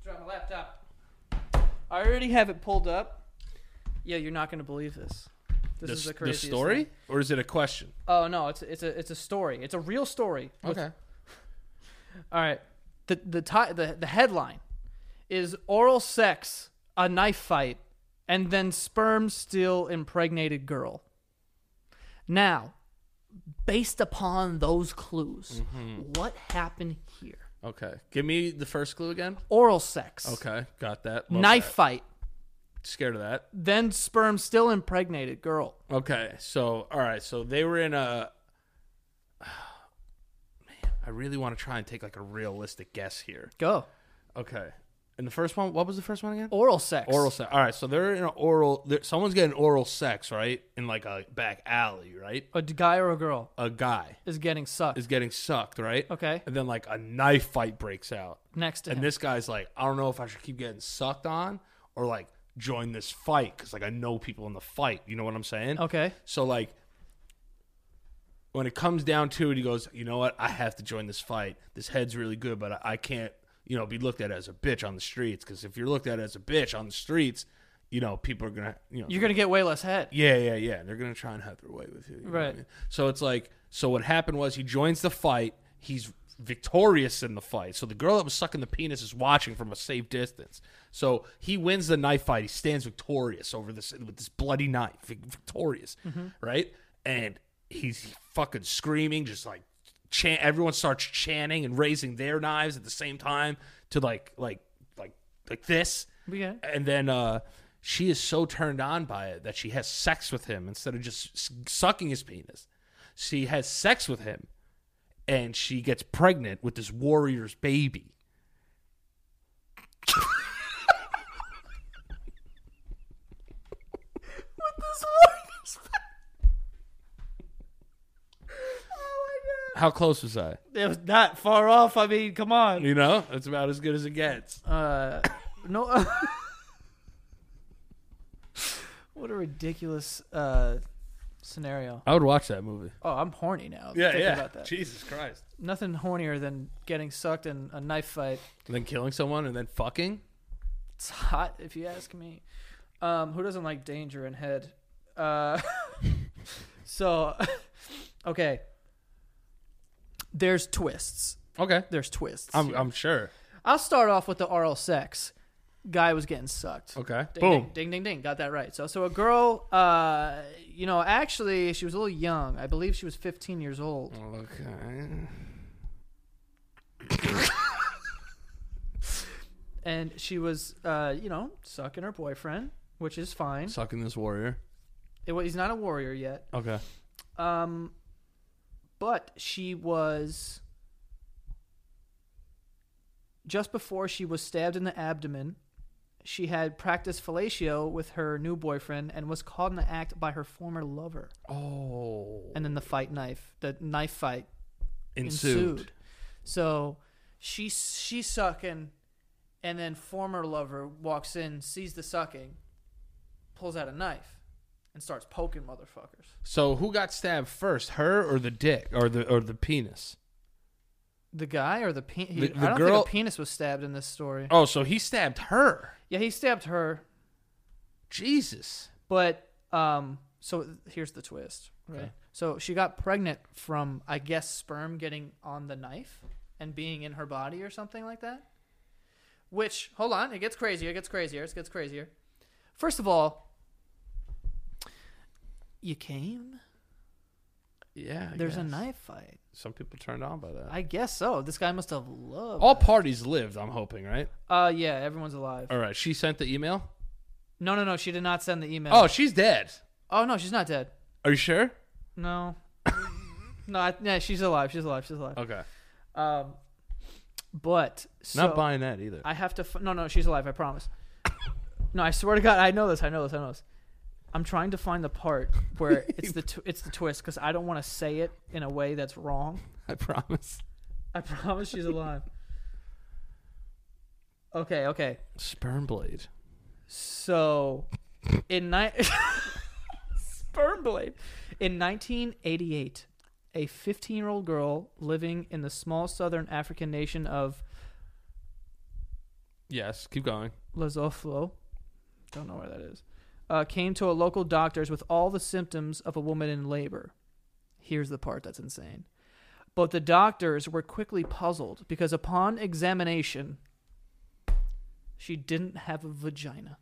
[SPEAKER 1] Drop my laptop. I already have it pulled up. Yeah, you're not gonna believe this. This
[SPEAKER 2] The,
[SPEAKER 1] is the
[SPEAKER 2] the
[SPEAKER 1] craziest
[SPEAKER 2] story?
[SPEAKER 1] thing.
[SPEAKER 2] Or is it a question?
[SPEAKER 1] Oh no, it's it's a it's a story. It's a real story. with All right. The the ti- the the headline is oral sex, a knife fight, and then sperm still impregnated girl. Now, based upon those clues,
[SPEAKER 2] Mm-hmm.
[SPEAKER 1] what happened here?
[SPEAKER 2] Okay. Give me the first clue again.
[SPEAKER 1] Oral sex,
[SPEAKER 2] Okay. Got that. Love
[SPEAKER 1] knife fight,
[SPEAKER 2] that. Scared of that.
[SPEAKER 1] then sperm still impregnated girl.
[SPEAKER 2] Okay, so all right, so they were in a. Man, I really want to try and take like a realistic guess here.
[SPEAKER 1] Go.
[SPEAKER 2] Okay, and the first one, what was the first one again?
[SPEAKER 1] Oral sex.
[SPEAKER 2] Oral sex. All right, so they're in an oral. there- Someone's getting oral sex, right? In like a back alley, right?
[SPEAKER 1] A d- guy or a girl
[SPEAKER 2] A guy
[SPEAKER 1] is getting sucked.
[SPEAKER 2] is getting sucked, right?
[SPEAKER 1] okay.
[SPEAKER 2] And then like a knife fight breaks out,
[SPEAKER 1] Next to him.
[SPEAKER 2] and this guy's like, I don't know if I should keep getting sucked on or like join this fight because like I know people in the fight. You know what I'm saying?
[SPEAKER 1] okay.
[SPEAKER 2] So like when it comes down to it, he goes, you know what? I have to join this fight. This head's really good, but I, I can't, you know, be looked at as a bitch on the streets. Because if you're looked at as a bitch on the streets, you know, people are gonna, you know,
[SPEAKER 1] You're gonna get way less head.
[SPEAKER 2] yeah, yeah, yeah. They're gonna try and have their way with you, you know what I
[SPEAKER 1] Right.
[SPEAKER 2] mean? So it's like, so what happened was he joins the fight. He's victorious in the fight. So the girl that was sucking the penis is watching from a safe distance. So he wins the knife fight. He stands victorious over this with this bloody knife, vic- victorious, right? And he's fucking screaming, just like chant. Everyone starts chanting and raising their knives at the same time to like, like, like, like this.
[SPEAKER 1] Yeah.
[SPEAKER 2] And then uh, she is so turned on by it that she has sex with him instead of just s- sucking his penis. She has sex with him and she gets pregnant with this warrior's baby.
[SPEAKER 1] Oh
[SPEAKER 2] How close was I?
[SPEAKER 1] It was not far off. I mean, come on.
[SPEAKER 2] You know, that's about as good as it gets.
[SPEAKER 1] Uh, no. what a ridiculous uh, scenario.
[SPEAKER 2] I would watch that movie.
[SPEAKER 1] Oh, I'm horny now.
[SPEAKER 2] Yeah,
[SPEAKER 1] Think
[SPEAKER 2] yeah.
[SPEAKER 1] About that.
[SPEAKER 2] Jesus Christ.
[SPEAKER 1] Nothing hornier than getting sucked in a knife fight.
[SPEAKER 2] And then killing someone and then fucking.
[SPEAKER 1] It's hot, if you ask me. Um, who doesn't like danger and head? Uh, so, okay. There's twists.
[SPEAKER 2] Okay.
[SPEAKER 1] There's twists.
[SPEAKER 2] I'm, I'm sure.
[SPEAKER 1] I'll start off with the oral sex. Guy was getting sucked.
[SPEAKER 2] Okay.
[SPEAKER 1] Ding,
[SPEAKER 2] Boom.
[SPEAKER 1] Ding, ding, ding, ding. Got that right. So, so a girl, uh, you know, actually, she was a little young. I believe she was 15 years
[SPEAKER 2] Mm.
[SPEAKER 1] old.
[SPEAKER 2] Okay.
[SPEAKER 1] And she was, uh, you know, sucking her boyfriend, which is fine.
[SPEAKER 2] Sucking this warrior.
[SPEAKER 1] It, wa- he's not a warrior yet.
[SPEAKER 2] Okay.
[SPEAKER 1] Um, but she was just before she was stabbed in the abdomen. She had practiced fellatio with her new boyfriend and was caught in the act by her former lover.
[SPEAKER 2] Oh.
[SPEAKER 1] And then the fight knife, the knife fight
[SPEAKER 2] Ensued.
[SPEAKER 1] ensued. So she's she's sucking, and then former lover walks in, sees the sucking, pulls out a knife, and starts poking motherfuckers.
[SPEAKER 2] So who got stabbed first, her or the dick or the or the penis?
[SPEAKER 1] The guy or the penis?
[SPEAKER 2] The- the
[SPEAKER 1] I don't
[SPEAKER 2] girl-
[SPEAKER 1] think a penis was stabbed in this story.
[SPEAKER 2] Oh, so he stabbed her.
[SPEAKER 1] Yeah, he stabbed her,
[SPEAKER 2] Jesus.
[SPEAKER 1] but um. So th- here's the twist, right?
[SPEAKER 2] Okay.
[SPEAKER 1] So she got pregnant from, I guess, sperm getting on the knife and being in her body or something like that. Which, hold on, it gets crazier, it gets crazier, it gets crazier. First of all, you came.
[SPEAKER 2] Yeah. I
[SPEAKER 1] There's a
[SPEAKER 2] guess.
[SPEAKER 1] knife fight.
[SPEAKER 2] Some people turned on by that.
[SPEAKER 1] I guess so. This guy must have loved.
[SPEAKER 2] All parties lived. I'm hoping, right?
[SPEAKER 1] Uh, yeah, everyone's alive.
[SPEAKER 2] All right. She sent the email.
[SPEAKER 1] No, no, no. She did not send the email.
[SPEAKER 2] Oh, she's dead.
[SPEAKER 1] Oh no, she's not dead.
[SPEAKER 2] Are you sure?
[SPEAKER 1] No. no, I, yeah, she's alive. She's alive. She's alive.
[SPEAKER 2] Okay.
[SPEAKER 1] Um, but so
[SPEAKER 2] Not buying that either.
[SPEAKER 1] I have to. F- no, no, she's alive. I promise. no, I swear to God, I know this. I know this. I know this. I'm trying to find the part where it's the tw- it's the twist because I don't want to say it in a way that's wrong.
[SPEAKER 2] I promise.
[SPEAKER 1] I promise she's alive. okay, okay.
[SPEAKER 2] Sperm blade.
[SPEAKER 1] So, in ni- sperm blade. In 1988, a 15-year-old girl living in the small southern African nation of
[SPEAKER 2] Yes. Keep going.
[SPEAKER 1] Lesotho, don't know where that is, uh, came to a local doctor's with all the symptoms of a woman in labor. Here's the part that's insane. But the doctors were quickly puzzled because upon examination, she didn't have a vagina.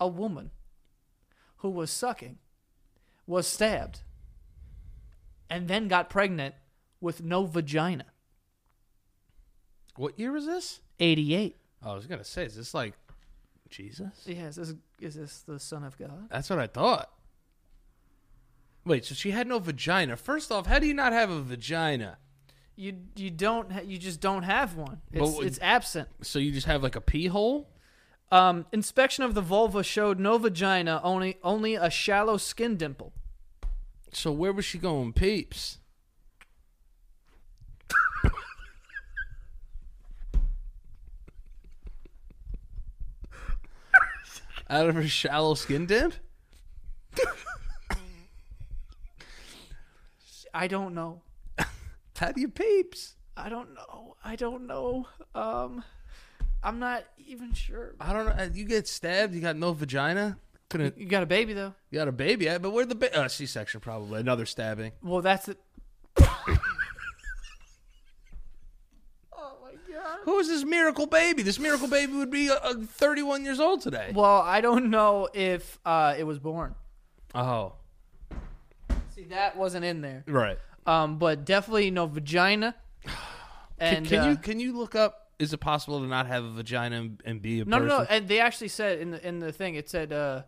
[SPEAKER 1] A woman who was sucking was stabbed and then got pregnant with no vagina.
[SPEAKER 2] What year was this?
[SPEAKER 1] 88.
[SPEAKER 2] Oh, I was gonna say, is this like Jesus?
[SPEAKER 1] Yeah, is this, is this the Son of God?
[SPEAKER 2] That's what I thought. Wait, so she had no vagina. First off, how do you not have a vagina?
[SPEAKER 1] You you don't ha- you just don't have one.
[SPEAKER 2] But
[SPEAKER 1] It's,
[SPEAKER 2] what-
[SPEAKER 1] it's absent.
[SPEAKER 2] So you just have like a pee hole?
[SPEAKER 1] Um, inspection of the vulva showed no vagina, only only a shallow skin dimple.
[SPEAKER 2] So where was she going, peeps? Out of her shallow skin dip?
[SPEAKER 1] I don't know.
[SPEAKER 2] How do you peeps?
[SPEAKER 1] I don't know. I don't know. Um, I'm not even sure.
[SPEAKER 2] uh, I don't know. You get stabbed, you got no vagina? Couldn't.
[SPEAKER 1] You got a baby though.
[SPEAKER 2] You got a baby, eh? but where the ba- uh, C-section probably another stabbing.
[SPEAKER 1] Well, that's it.
[SPEAKER 2] Who is this miracle baby? This miracle baby would be uh, uh, 31 years old today.
[SPEAKER 1] Well, I don't know if uh, it was born.
[SPEAKER 2] Oh,
[SPEAKER 1] See, that wasn't in there.
[SPEAKER 2] right.
[SPEAKER 1] Um, but definitely no vagina. And
[SPEAKER 2] can
[SPEAKER 1] uh,
[SPEAKER 2] you can you look up? Is it possible to not have a vagina and, and be a
[SPEAKER 1] no, no,
[SPEAKER 2] person?
[SPEAKER 1] no. And they actually said in the in the thing it said uh,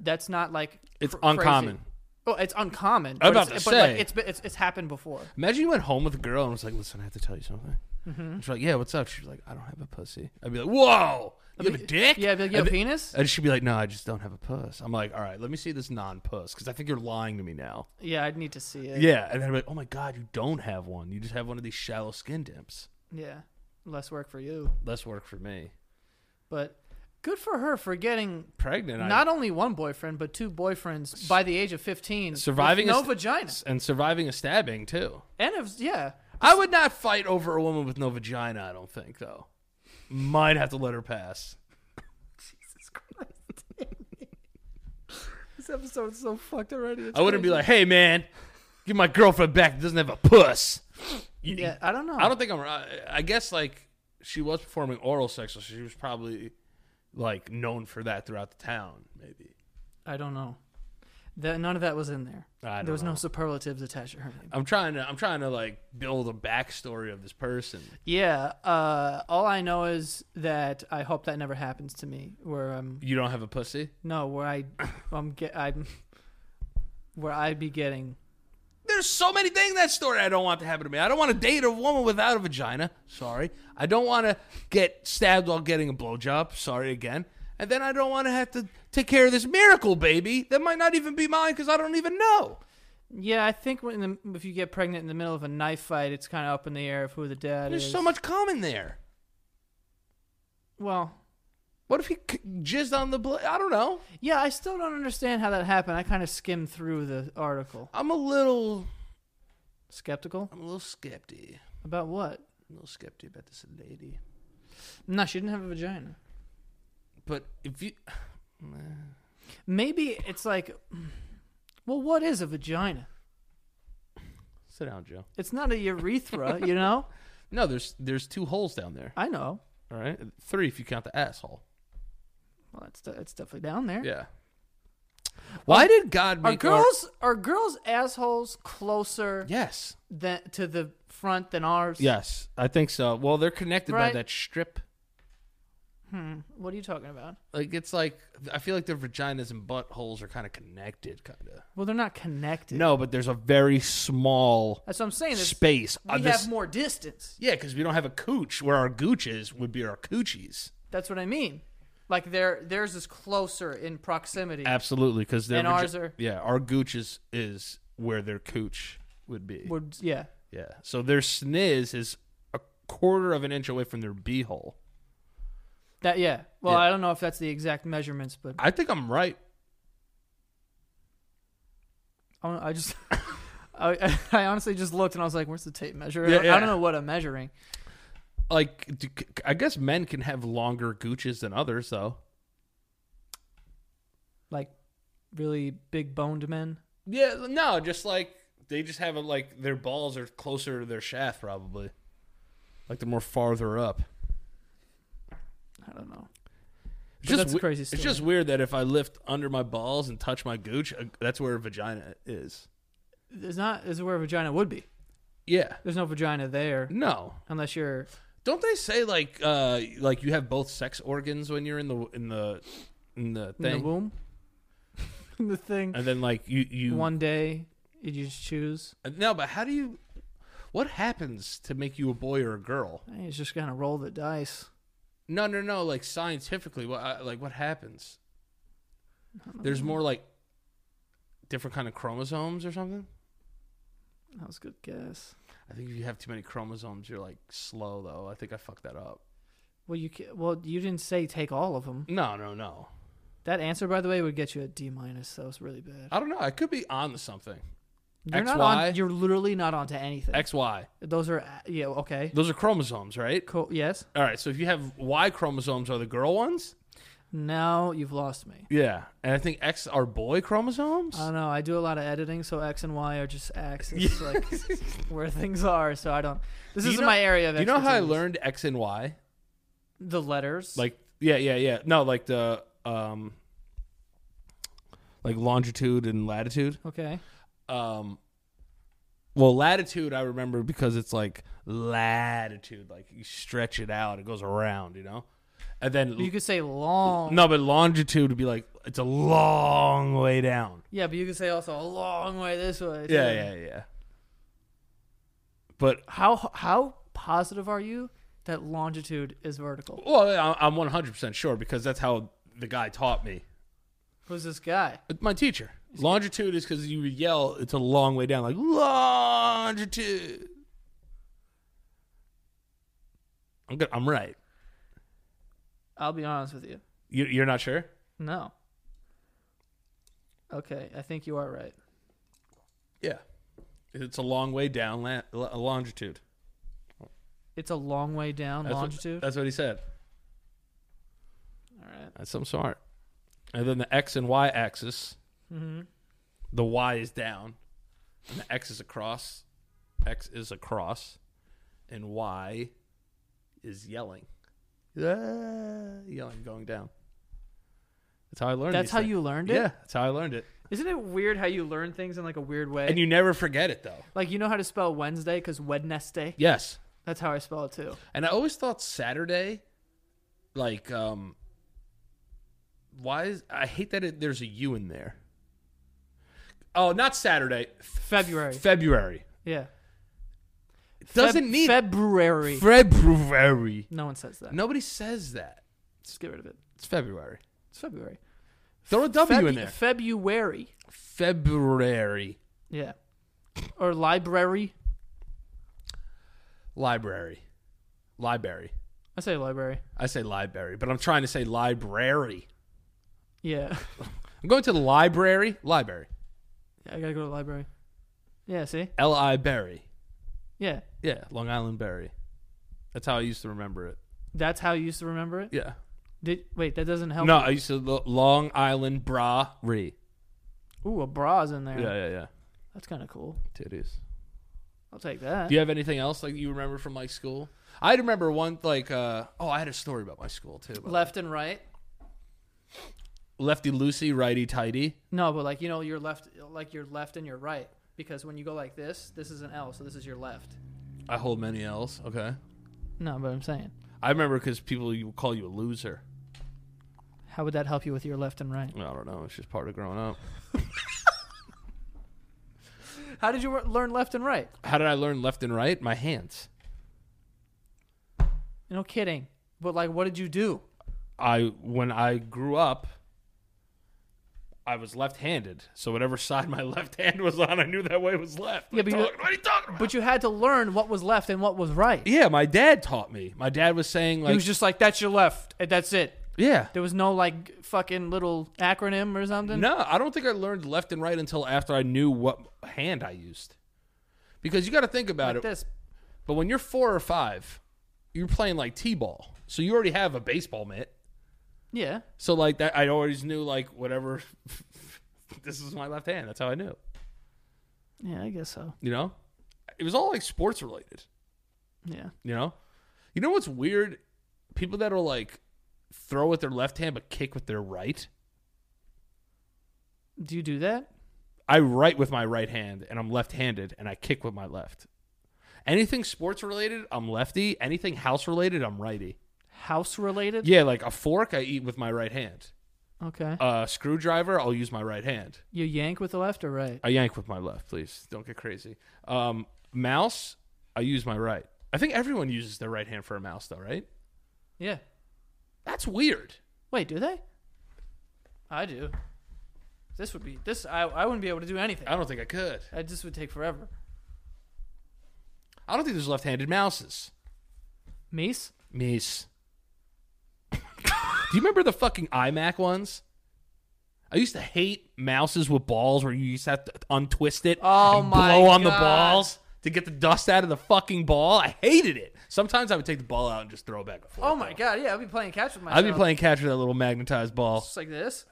[SPEAKER 1] that's not like
[SPEAKER 2] It's
[SPEAKER 1] cr- crazy.
[SPEAKER 2] uncommon.
[SPEAKER 1] Oh, it's uncommon.
[SPEAKER 2] I'm
[SPEAKER 1] but
[SPEAKER 2] about
[SPEAKER 1] it's,
[SPEAKER 2] to
[SPEAKER 1] but like,
[SPEAKER 2] say.
[SPEAKER 1] it's, been- it's it's happened before.
[SPEAKER 2] Imagine you went home with a girl and was like, "Listen, I have to tell you something."
[SPEAKER 1] Mm-hmm.
[SPEAKER 2] She's like, "Yeah, what's up?" She's like, "I don't have a pussy." I'd be like, "Whoa, you have a dick?"
[SPEAKER 1] Yeah, I'd be like, you have
[SPEAKER 2] And
[SPEAKER 1] a
[SPEAKER 2] th-
[SPEAKER 1] penis?
[SPEAKER 2] And she'd be like, "No, I just don't have a puss." I'm like, "All right, let me see this non-puss because I think you're lying to me now."
[SPEAKER 1] Yeah, I'd need to see it.
[SPEAKER 2] Yeah, and then I'd be like, "Oh my god, you don't have one. You just have one of these shallow skin dimps."
[SPEAKER 1] yeah. Less work for you,
[SPEAKER 2] Less work for me.
[SPEAKER 1] but good for her for getting
[SPEAKER 2] Pregnant, I-
[SPEAKER 1] not only one boyfriend but two boyfriends by the age of 15
[SPEAKER 2] surviving
[SPEAKER 1] with
[SPEAKER 2] a
[SPEAKER 1] no
[SPEAKER 2] st-
[SPEAKER 1] vagina
[SPEAKER 2] and surviving a stabbing too.
[SPEAKER 1] and it was, yeah
[SPEAKER 2] I would not fight over a woman with no vagina. I don't think though. Might have to let her pass.
[SPEAKER 1] this episode's so fucked already
[SPEAKER 2] I wouldn't be like, "Hey, man, give my girlfriend back. that doesn't have a puss." You-
[SPEAKER 1] yeah i don't know
[SPEAKER 2] I don't think I'm. I I guess like she was performing oral sex, so she was probably like known for that throughout the town. Maybe
[SPEAKER 1] i don't know that none of that was in there
[SPEAKER 2] I don't
[SPEAKER 1] there was
[SPEAKER 2] know.
[SPEAKER 1] no superlatives attached to her name
[SPEAKER 2] I'm trying to. I'm trying to like build a backstory of this person.
[SPEAKER 1] yeah uh all i know is that i hope that never happens to me where i'm
[SPEAKER 2] You don't have a pussy.
[SPEAKER 1] no where i i'm get i'm where i'd be getting
[SPEAKER 2] There's so many things in that story I don't want to happen to me. I don't want to date a woman without a vagina. Sorry. I don't want to get stabbed while getting a blowjob. Sorry again. And then I don't want to have to take care of this miracle baby that might not even be mine because I don't even know.
[SPEAKER 1] yeah, I think when the, if you get pregnant in the middle of a knife fight, it's kind of up in the air of who the dad
[SPEAKER 2] There's
[SPEAKER 1] is.
[SPEAKER 2] so much common there.
[SPEAKER 1] Well,
[SPEAKER 2] What if he c- jizzed on the blood? I don't know.
[SPEAKER 1] Yeah, I still don't understand how that happened. I kind of skimmed through the article.
[SPEAKER 2] I'm a little,
[SPEAKER 1] Skeptical
[SPEAKER 2] I'm a little skeptic.
[SPEAKER 1] about what?
[SPEAKER 2] I'm a little skeptic about this lady.
[SPEAKER 1] No, she didn't have a vagina.
[SPEAKER 2] But if you,
[SPEAKER 1] Maybe it's like, well, what is a vagina?
[SPEAKER 2] sit down, Joe.
[SPEAKER 1] It's not a urethra, you know.
[SPEAKER 2] No, there's there's two holes down there.
[SPEAKER 1] I know.
[SPEAKER 2] All right, three if you count the asshole.
[SPEAKER 1] Well, it's de- it's definitely down there.
[SPEAKER 2] Yeah. Why did God
[SPEAKER 1] Are
[SPEAKER 2] make our-
[SPEAKER 1] girls are girls assholes closer
[SPEAKER 2] yes,
[SPEAKER 1] than to the front than ours?
[SPEAKER 2] yes, I think so. Well, they're connected
[SPEAKER 1] Right.
[SPEAKER 2] by that strip.
[SPEAKER 1] What are you talking about?
[SPEAKER 2] Like it's like I feel like their vaginas and buttholes are kind of connected, kind of.
[SPEAKER 1] Well, they're not connected.
[SPEAKER 2] No, but there's a very small
[SPEAKER 1] that's what I'm saying. This,
[SPEAKER 2] space.
[SPEAKER 1] we
[SPEAKER 2] Uh, this-
[SPEAKER 1] have more distance.
[SPEAKER 2] yeah, because we don't have a cooch. Where our gooches would be our coochies.
[SPEAKER 1] That's what I mean. Like their theirs is closer in proximity.
[SPEAKER 2] Absolutely, because
[SPEAKER 1] And ours are-
[SPEAKER 2] yeah, our gooch is is where their cooch would be.
[SPEAKER 1] Would yeah.
[SPEAKER 2] Yeah. So their sniz is a quarter of an inch away from their beehole.
[SPEAKER 1] That yeah. Well,
[SPEAKER 2] Yeah.
[SPEAKER 1] I don't know if that's the exact measurements, but
[SPEAKER 2] I think I'm right.
[SPEAKER 1] I, don't- I just I, I honestly just looked and I was like, "Where's the tape measure?"
[SPEAKER 2] Yeah,
[SPEAKER 1] I,
[SPEAKER 2] yeah.
[SPEAKER 1] don't know what I'm measuring.
[SPEAKER 2] Like, do, I guess men can have longer gooches than others, though.
[SPEAKER 1] Like really big boned men.
[SPEAKER 2] Yeah. No, just like they just have a, like their balls are closer to their shaft, probably. Like they're more farther up.
[SPEAKER 1] I don't know.
[SPEAKER 2] It's
[SPEAKER 1] But that's a
[SPEAKER 2] we-
[SPEAKER 1] crazy
[SPEAKER 2] It's
[SPEAKER 1] story.
[SPEAKER 2] just weird that if I lift under my balls and touch my gooch, uh, that's where vagina is.
[SPEAKER 1] There's not is where a vagina would be.
[SPEAKER 2] Yeah.
[SPEAKER 1] There's no vagina there
[SPEAKER 2] No,
[SPEAKER 1] unless you're
[SPEAKER 2] Don't they say like uh like you have both sex organs when you're in the in the in the
[SPEAKER 1] in
[SPEAKER 2] thing
[SPEAKER 1] the womb. in the thing.
[SPEAKER 2] and then like you you
[SPEAKER 1] One day you just choose.
[SPEAKER 2] no but how do you what happens to make you a boy or a girl
[SPEAKER 1] I think it's just gonna roll the dice.
[SPEAKER 2] no no no like scientifically what I- like what happens there's more like different kind of chromosomes or something
[SPEAKER 1] That was a good guess.
[SPEAKER 2] I think if you have too many chromosomes you're like slow though I think I fucked that up
[SPEAKER 1] Well, you ca- well you didn't say take all of them.
[SPEAKER 2] no no no
[SPEAKER 1] That answer, by the way, would get you a D minus. That was really bad.
[SPEAKER 2] I don't know I could be on to something
[SPEAKER 1] You're not
[SPEAKER 2] XY?
[SPEAKER 1] on. You're literally not onto anything.
[SPEAKER 2] X Y
[SPEAKER 1] Those are yeah okay.
[SPEAKER 2] those are chromosomes right
[SPEAKER 1] Cool. Yes.
[SPEAKER 2] all right so if you have Y chromosomes are the girl ones
[SPEAKER 1] now you've lost me.
[SPEAKER 2] Yeah, and I think X are boy chromosomes.
[SPEAKER 1] I don't know. I do a lot of editing, so X and Y are just axes, like where things are. So I don't. This
[SPEAKER 2] Do you
[SPEAKER 1] isn't
[SPEAKER 2] know-
[SPEAKER 1] my area of.
[SPEAKER 2] you know how I
[SPEAKER 1] expertise.
[SPEAKER 2] learned X and Y?
[SPEAKER 1] the letters?
[SPEAKER 2] Like yeah, yeah, yeah. No, like the um, like longitude and latitude.
[SPEAKER 1] okay,
[SPEAKER 2] Um, well, latitude I remember because it's like latitude, like you stretch it out, it goes around, you know. And then
[SPEAKER 1] you could say long.
[SPEAKER 2] no, but longitude would be like it's a long way down.
[SPEAKER 1] Yeah, but you could say also a long way this way.
[SPEAKER 2] Yeah,
[SPEAKER 1] too.
[SPEAKER 2] yeah, yeah. But
[SPEAKER 1] How how positive are you that longitude is vertical?
[SPEAKER 2] well, I- I'm 100 percent sure because that's how the guy taught me.
[SPEAKER 1] Who's this guy?
[SPEAKER 2] My teacher. Longitude is because you would yell, it's a long way down, like, longitude. I'm, good. I'm right.
[SPEAKER 1] I'll be honest with you.
[SPEAKER 2] You, you're not sure?
[SPEAKER 1] No. Okay, I think you are right.
[SPEAKER 2] Yeah. It's a long way down, la- lo- longitude.
[SPEAKER 1] It's a long way down
[SPEAKER 2] That's what-
[SPEAKER 1] longitude.
[SPEAKER 2] that's what he said.
[SPEAKER 1] All right.
[SPEAKER 2] That's some smart. And then the X and Y axis,
[SPEAKER 1] Mm-hmm.
[SPEAKER 2] the Y is down, and the X is across. X is across, and Y is yelling. Yeah, yelling, going down. That's how I learned.
[SPEAKER 1] That's
[SPEAKER 2] these
[SPEAKER 1] how
[SPEAKER 2] things.
[SPEAKER 1] you learned it.
[SPEAKER 2] Yeah, that's how I learned it.
[SPEAKER 1] Isn't it weird how you learn things in like a weird way?
[SPEAKER 2] And you never forget it though.
[SPEAKER 1] like you know how to spell Wednesday because Wednesday.
[SPEAKER 2] Yes,
[SPEAKER 1] That's how I spell it too.
[SPEAKER 2] and I always thought Saturday, like, um, why is I hate that it, there's a U in there. Oh, not Saturday.
[SPEAKER 1] February.
[SPEAKER 2] February.
[SPEAKER 1] Yeah.
[SPEAKER 2] Doesn't
[SPEAKER 1] Feb-
[SPEAKER 2] need
[SPEAKER 1] February.
[SPEAKER 2] February.
[SPEAKER 1] no one says that.
[SPEAKER 2] Nobody says that.
[SPEAKER 1] Just get rid of it.
[SPEAKER 2] It's February.
[SPEAKER 1] It's February.
[SPEAKER 2] Throw a W
[SPEAKER 1] Febu-
[SPEAKER 2] in there.
[SPEAKER 1] February.
[SPEAKER 2] February
[SPEAKER 1] Yeah. Or library.
[SPEAKER 2] library, library.
[SPEAKER 1] I say library.
[SPEAKER 2] I say library, but I'm trying to say library.
[SPEAKER 1] Yeah.
[SPEAKER 2] I'm going to the library. Library.
[SPEAKER 1] yeah I gotta go to the library. Yeah, see?
[SPEAKER 2] L I Berry.
[SPEAKER 1] Yeah.
[SPEAKER 2] Yeah, Long Island Berry. That's how I used to remember it.
[SPEAKER 1] That's how you used to remember it?
[SPEAKER 2] Yeah.
[SPEAKER 1] Did wait, that doesn't help.
[SPEAKER 2] No, I used to lo- Long Island Bra Re.
[SPEAKER 1] Ooh, a bra's in there.
[SPEAKER 2] Yeah, yeah, yeah.
[SPEAKER 1] That's kinda cool.
[SPEAKER 2] Titties.
[SPEAKER 1] I'll take that.
[SPEAKER 2] Do you have anything else like you remember from like school? I remember one like uh oh I had a story about my school too. about-
[SPEAKER 1] Left and right.
[SPEAKER 2] lefty loosey, righty tighty.
[SPEAKER 1] No, but like you know, your left like your left and your right. Because when you go like this, this is an L, so this is your left.
[SPEAKER 2] I hold many L's. Okay.
[SPEAKER 1] No, but I'm saying.
[SPEAKER 2] I remember because people you call you a loser.
[SPEAKER 1] How would that help you with your left and right?
[SPEAKER 2] I don't know. It's just part of growing up.
[SPEAKER 1] How did you wor- learn left and right?
[SPEAKER 2] How did I learn left and right? My hands.
[SPEAKER 1] No kidding. But like, what did you do?
[SPEAKER 2] I when I grew up, I was left-handed. So whatever side my left hand was on, I knew that way was left.
[SPEAKER 1] Yeah,
[SPEAKER 2] What
[SPEAKER 1] but
[SPEAKER 2] you
[SPEAKER 1] you-
[SPEAKER 2] talking- what are you talking about?
[SPEAKER 1] But you had to learn what was left and what was right.
[SPEAKER 2] yeah, my dad taught me. My dad was saying
[SPEAKER 1] he
[SPEAKER 2] like,
[SPEAKER 1] was just like, "That's your left. and That's it."
[SPEAKER 2] yeah.
[SPEAKER 1] There was no like fucking little acronym or something.
[SPEAKER 2] No, I don't think I learned left and right until after I knew what hand I used. Because you got to think about
[SPEAKER 1] like
[SPEAKER 2] it.
[SPEAKER 1] this.
[SPEAKER 2] But when you're four or five, you're playing like t-ball, so you already have a baseball mitt.
[SPEAKER 1] Yeah.
[SPEAKER 2] So like that, I always knew like whatever. this is my left hand. That's how I knew.
[SPEAKER 1] Yeah, I guess so.
[SPEAKER 2] You know, it was all like sports related.
[SPEAKER 1] Yeah.
[SPEAKER 2] You know, you know what's weird? People that will like throw with their left hand but kick with their right.
[SPEAKER 1] Do you do that?
[SPEAKER 2] I write with my right hand and I'm left-handed and I kick with my left. Anything sports related, I'm lefty. Anything house related, I'm righty.
[SPEAKER 1] House related?
[SPEAKER 2] Yeah, like a fork, I eat with my right hand.
[SPEAKER 1] Okay.
[SPEAKER 2] a screwdriver, I'll use my right hand.
[SPEAKER 1] You yank with the left or right?
[SPEAKER 2] I yank with my left, please. Don't get crazy. Um, mouse, I use my right. I think everyone uses their right hand for a mouse, though, right?
[SPEAKER 1] Yeah.
[SPEAKER 2] That's weird.
[SPEAKER 1] Wait, do they? I do. This would be this. I I wouldn't be able to do anything.
[SPEAKER 2] I don't think I could.
[SPEAKER 1] I just would take forever.
[SPEAKER 2] I don't think there's left-handed mouses.
[SPEAKER 1] Mace?
[SPEAKER 2] Meese. Do you remember the fucking iMac ones? I used to hate mouses with balls where you used to have to untwist it
[SPEAKER 1] Oh
[SPEAKER 2] and
[SPEAKER 1] my
[SPEAKER 2] blow on the
[SPEAKER 1] God.
[SPEAKER 2] balls. to get the dust out of the fucking ball. I hated it. Sometimes I would take the ball out and just throw it back. and forth,
[SPEAKER 1] Oh my
[SPEAKER 2] though.
[SPEAKER 1] god, yeah, I'll be playing catch with myself.
[SPEAKER 2] I'd be playing catch with that little magnetized ball.
[SPEAKER 1] just like this.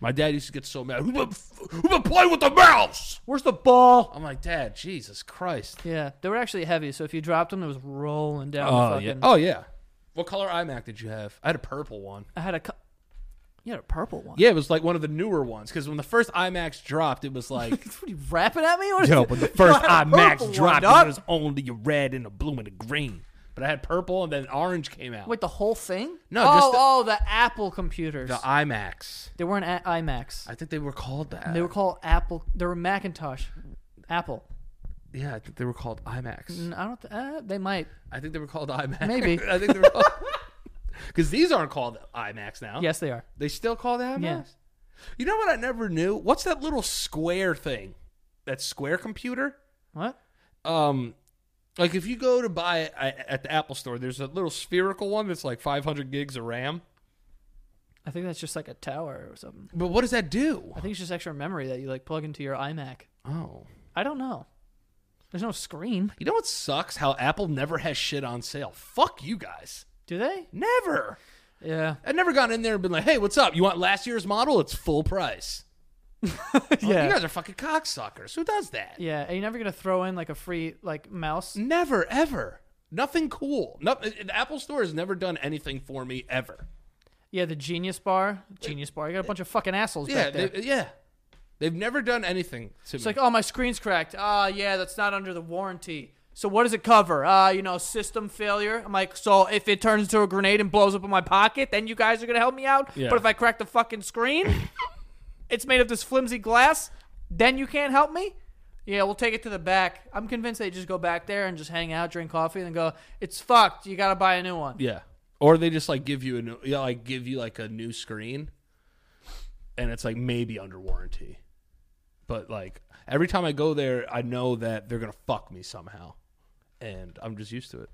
[SPEAKER 2] My dad used to get so mad. Who been, who been playing with the mouse?
[SPEAKER 1] Where's the ball?
[SPEAKER 2] I'm like, Dad, Jesus Christ.
[SPEAKER 1] Yeah, they were actually heavy, so if you dropped them, it was rolling down. the
[SPEAKER 2] Oh
[SPEAKER 1] fucking,
[SPEAKER 2] yeah. Oh yeah. What color iMac did you have? I had a purple one.
[SPEAKER 1] I had a, cu- you had a purple one.
[SPEAKER 2] Yeah, it was like one of the newer ones because when the first iMacs dropped, it was like
[SPEAKER 1] What are you rapping at me? What is
[SPEAKER 2] Yo,
[SPEAKER 1] it?
[SPEAKER 2] but the first
[SPEAKER 1] I had a
[SPEAKER 2] IMAX
[SPEAKER 1] purple one,
[SPEAKER 2] dropped,
[SPEAKER 1] dog.
[SPEAKER 2] it was only a red and a blue and a green. But I had purple and then orange came out.
[SPEAKER 1] Wait, the whole thing?
[SPEAKER 2] No,
[SPEAKER 1] oh,
[SPEAKER 2] just the-
[SPEAKER 1] oh, the Apple computers.
[SPEAKER 2] the IMAX.
[SPEAKER 1] they weren't a- IMAX.
[SPEAKER 2] I think they were called that.
[SPEAKER 1] they were called Apple. They were Macintosh, Apple.
[SPEAKER 2] yeah, I think they were called IMAX.
[SPEAKER 1] Mm, I don't. Th- uh, they might.
[SPEAKER 2] I think they were called IMAX.
[SPEAKER 1] Maybe.
[SPEAKER 2] I think they were called. Because these aren't called IMAX now.
[SPEAKER 1] Yes, they are.
[SPEAKER 2] They still called IMAX?
[SPEAKER 1] Yeah.
[SPEAKER 2] You know what I never knew? What's that little square thing? That square computer?
[SPEAKER 1] What?
[SPEAKER 2] um like if you go to buy it a- at the Apple store, there's a little spherical one that's like 500 gigs of RAM.
[SPEAKER 1] I think that's just like a tower or something.
[SPEAKER 2] But what does that do?
[SPEAKER 1] I think it's just extra memory that you like plug into your iMac.
[SPEAKER 2] Oh.
[SPEAKER 1] I don't know. There's no screen.
[SPEAKER 2] You know what sucks? How Apple never has shit on sale. Fuck you guys.
[SPEAKER 1] Do they?
[SPEAKER 2] Never.
[SPEAKER 1] Yeah.
[SPEAKER 2] I've never gone in there and been like, "Hey, what's up? You want last year's model? It's full price." You
[SPEAKER 1] yeah.
[SPEAKER 2] guys are fucking cocksuckers. Who does that?
[SPEAKER 1] Yeah. And you're never gonna throw in like a free like mouse.
[SPEAKER 2] Never ever. Nothing cool. No, the Apple store has never done anything for me ever.
[SPEAKER 1] Yeah, the Genius Bar. Genius Bar. You got a bunch of fucking assholes
[SPEAKER 2] Yeah,
[SPEAKER 1] back there.
[SPEAKER 2] they, yeah. They've never done anything to me.
[SPEAKER 1] It's like, oh, my screen's cracked. Ah, yeah, that's not under the warranty. So what does it cover? Uh, you know, system failure. I'm like, so if it turns into a grenade and blows up in my pocket, then you guys are gonna help me out.
[SPEAKER 2] Yeah.
[SPEAKER 1] But if I crack the fucking screen, it's made of this flimsy glass. Then you can't help me. Yeah, we'll take it to the back. I'm convinced they just go back there and just hang out, drink coffee, and then go. It's fucked. You gotta buy a new one.
[SPEAKER 2] Yeah. Or they just like give you a new, yeah, like give you like a new screen, and it's like maybe under warranty, but like every time I go there, I know that they're gonna fuck me somehow, and I'm just used to it.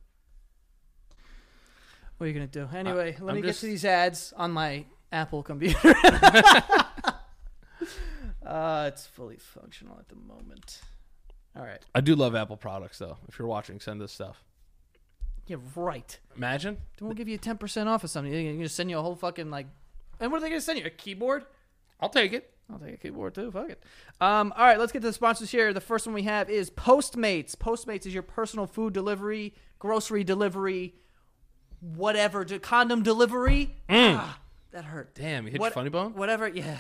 [SPEAKER 1] What are you gonna do? Anyway, let
[SPEAKER 2] I'm
[SPEAKER 1] me
[SPEAKER 2] just-
[SPEAKER 1] get to these ads on my Apple computer. uh, it's fully functional at the moment. All right.
[SPEAKER 2] I do love Apple products though. If you're watching, send us stuff.
[SPEAKER 1] Yeah, right.
[SPEAKER 2] Imagine
[SPEAKER 1] They won't give you ten percent off of something. They're gonna send you a whole fucking like. And what are they gonna send you? A keyboard?
[SPEAKER 2] I'll take it.
[SPEAKER 1] I'll take a keyboard too. Fuck it. Um, all right, let's get to the sponsors here. The first one we have is Postmates. Postmates is your personal food delivery, grocery delivery, whatever, de- condom delivery.
[SPEAKER 2] Mm.
[SPEAKER 1] Ah, that hurt.
[SPEAKER 2] Damn, you hit
[SPEAKER 1] What-
[SPEAKER 2] your funny bone.
[SPEAKER 1] Whatever, yeah.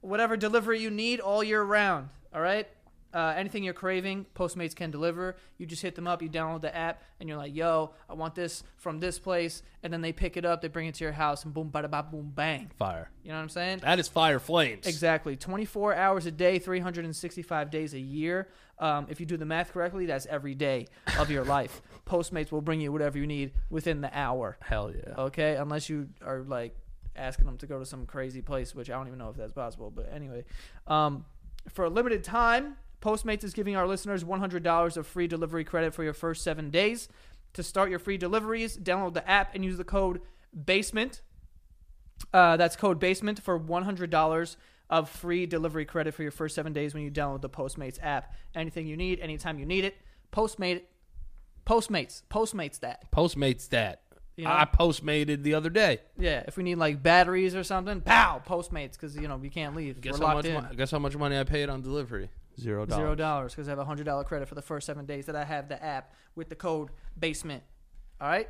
[SPEAKER 1] Whatever delivery you need all year round, all right? Uh, anything you're craving, Postmates can deliver. You just hit them up, you download the app, and you're like, yo, I want this from this place. And then they pick it up, they bring it to your house, and boom, bada, ba, boom, bang.
[SPEAKER 2] Fire.
[SPEAKER 1] You know what I'm saying?
[SPEAKER 2] That is fire flames.
[SPEAKER 1] Exactly. 24 hours a day, 365 days a year. Um, if you do the math correctly, that's every day of your life. Postmates will bring you whatever you need within the hour.
[SPEAKER 2] Hell yeah.
[SPEAKER 1] Okay, unless you are like asking them to go to some crazy place, which I don't even know if that's possible. But anyway, um, for a limited time, Postmates is giving our listeners $100 of free delivery credit for your first seven days. To start your free deliveries, download the app and use the code BASEMENT. Uh, that's code BASEMENT for $100 of free delivery credit for your first seven days when you download the Postmates app. Anything you need, anytime you need it, Postmate, Postmates, Postmates that.
[SPEAKER 2] Postmates that.
[SPEAKER 1] know?
[SPEAKER 2] I postmated the other day.
[SPEAKER 1] Yeah, if we need like batteries or something, pow, Postmates, because you know we can't leave.
[SPEAKER 2] Guess
[SPEAKER 1] We're
[SPEAKER 2] how
[SPEAKER 1] locked
[SPEAKER 2] much?
[SPEAKER 1] in.
[SPEAKER 2] Mo- guess how much money I paid on delivery? Zero dollars.
[SPEAKER 1] Zero dollars because I have a hundred dollar credit for the first seven days that I have the app with the code basement. All right.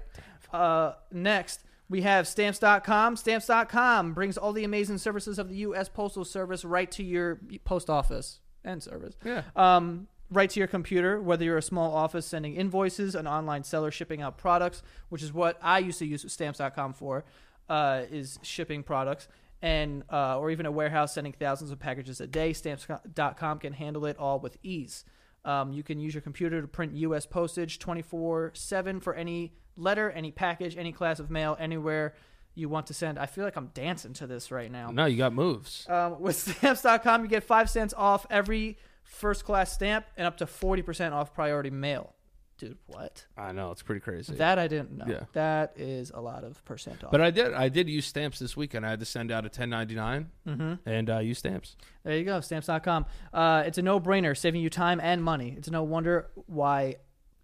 [SPEAKER 1] Uh, next, we have stamps.com. Stamps.com brings all the amazing services of the U.S. Postal Service right to your post office and service.
[SPEAKER 2] Yeah.
[SPEAKER 1] Um, right to your computer, whether you're a small office sending invoices, an online seller shipping out products, which is what I used to use stamps.com for, uh, is shipping products. And uh, or even a warehouse sending thousands of packages a day, stamps.com can handle it all with ease. Um, you can use your computer to print U.S. postage 24 7 for any letter, any package, any class of mail, anywhere you want to send. I feel like I'm dancing to this right now.
[SPEAKER 2] No, you got moves.
[SPEAKER 1] Um, with stamps.com, you get five cents off every first class stamp and up to 40% off priority mail. dude, what?
[SPEAKER 2] I know it's pretty crazy.
[SPEAKER 1] That I didn't know.
[SPEAKER 2] Yeah.
[SPEAKER 1] That is a lot of percent off.
[SPEAKER 2] but I did. I did use stamps this weekend. I had to send out a 1099
[SPEAKER 1] Mm-hmm.
[SPEAKER 2] and uh, use stamps.
[SPEAKER 1] There you go, stamps.com. Uh, it's a no brainer, saving you time and money. It's no wonder why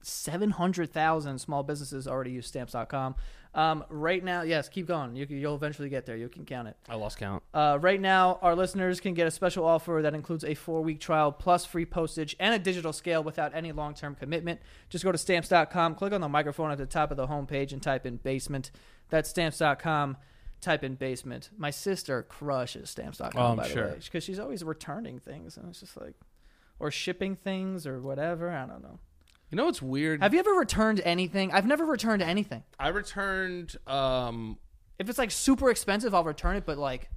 [SPEAKER 1] 700,000 small businesses already use stamps.com. Um, right now, yes, keep going. You, can- you'll eventually get there. You can count it.
[SPEAKER 2] I lost count.
[SPEAKER 1] Uh, right now, our listeners can get a special offer that includes a four week trial plus free postage and a digital scale without any long term commitment. Just go to stamps.com, click on the microphone at the top of the homepage, and type in basement. That's stamps.com. Type in basement. My sister crushes stamps.com,
[SPEAKER 2] Oh, I'm
[SPEAKER 1] by
[SPEAKER 2] sure.
[SPEAKER 1] the way, because she's always returning things. And it's just like, or shipping things or whatever. I don't know.
[SPEAKER 2] You know what's weird?
[SPEAKER 1] Have you ever returned anything? I've never returned anything.
[SPEAKER 2] I returned. Um,
[SPEAKER 1] If it's like super expensive, I'll return it, but like,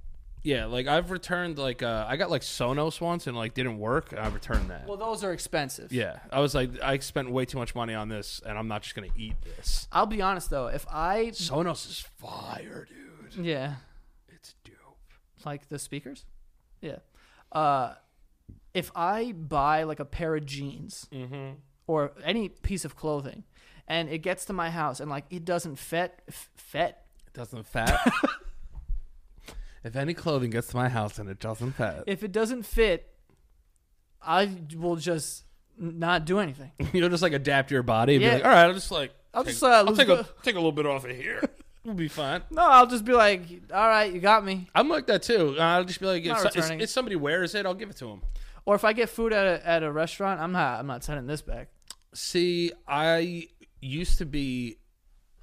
[SPEAKER 2] yeah, like I've returned. Like uh, I got like Sonos once and like didn't work. And I returned that.
[SPEAKER 1] well, those are expensive.
[SPEAKER 2] yeah, I was like, I spent way too much money on this, and I'm not just gonna eat this.
[SPEAKER 1] I'll be honest though, if I
[SPEAKER 2] Sonos is fire, dude.
[SPEAKER 1] Yeah,
[SPEAKER 2] It's dope.
[SPEAKER 1] like the speakers. Yeah. Uh, if I buy like a pair of jeans
[SPEAKER 2] Mm-hmm.
[SPEAKER 1] or any piece of clothing, and it gets to my house and like it doesn't fit, f- fit.
[SPEAKER 2] It doesn't fat. if any clothing gets to my house and it doesn't fat,
[SPEAKER 1] If it doesn't fit, I will just n- not do anything.
[SPEAKER 2] you'll just like adapt your body. And
[SPEAKER 1] Yeah.
[SPEAKER 2] Be like, all right, I'll just like,
[SPEAKER 1] I'll
[SPEAKER 2] take-
[SPEAKER 1] just, uh,
[SPEAKER 2] I'll
[SPEAKER 1] lose
[SPEAKER 2] take a
[SPEAKER 1] the-
[SPEAKER 2] take a little bit off of here. we'll be fine.
[SPEAKER 1] No, I'll just be like, all right, you got me.
[SPEAKER 2] I'm like that too. I'll just be like, if,
[SPEAKER 1] Not
[SPEAKER 2] so- if,
[SPEAKER 1] returning.
[SPEAKER 2] if somebody wears it, I'll give it to them.
[SPEAKER 1] Or if I get food at a, at a restaurant, I'm not I'm not sending this back.
[SPEAKER 2] See, I used to be,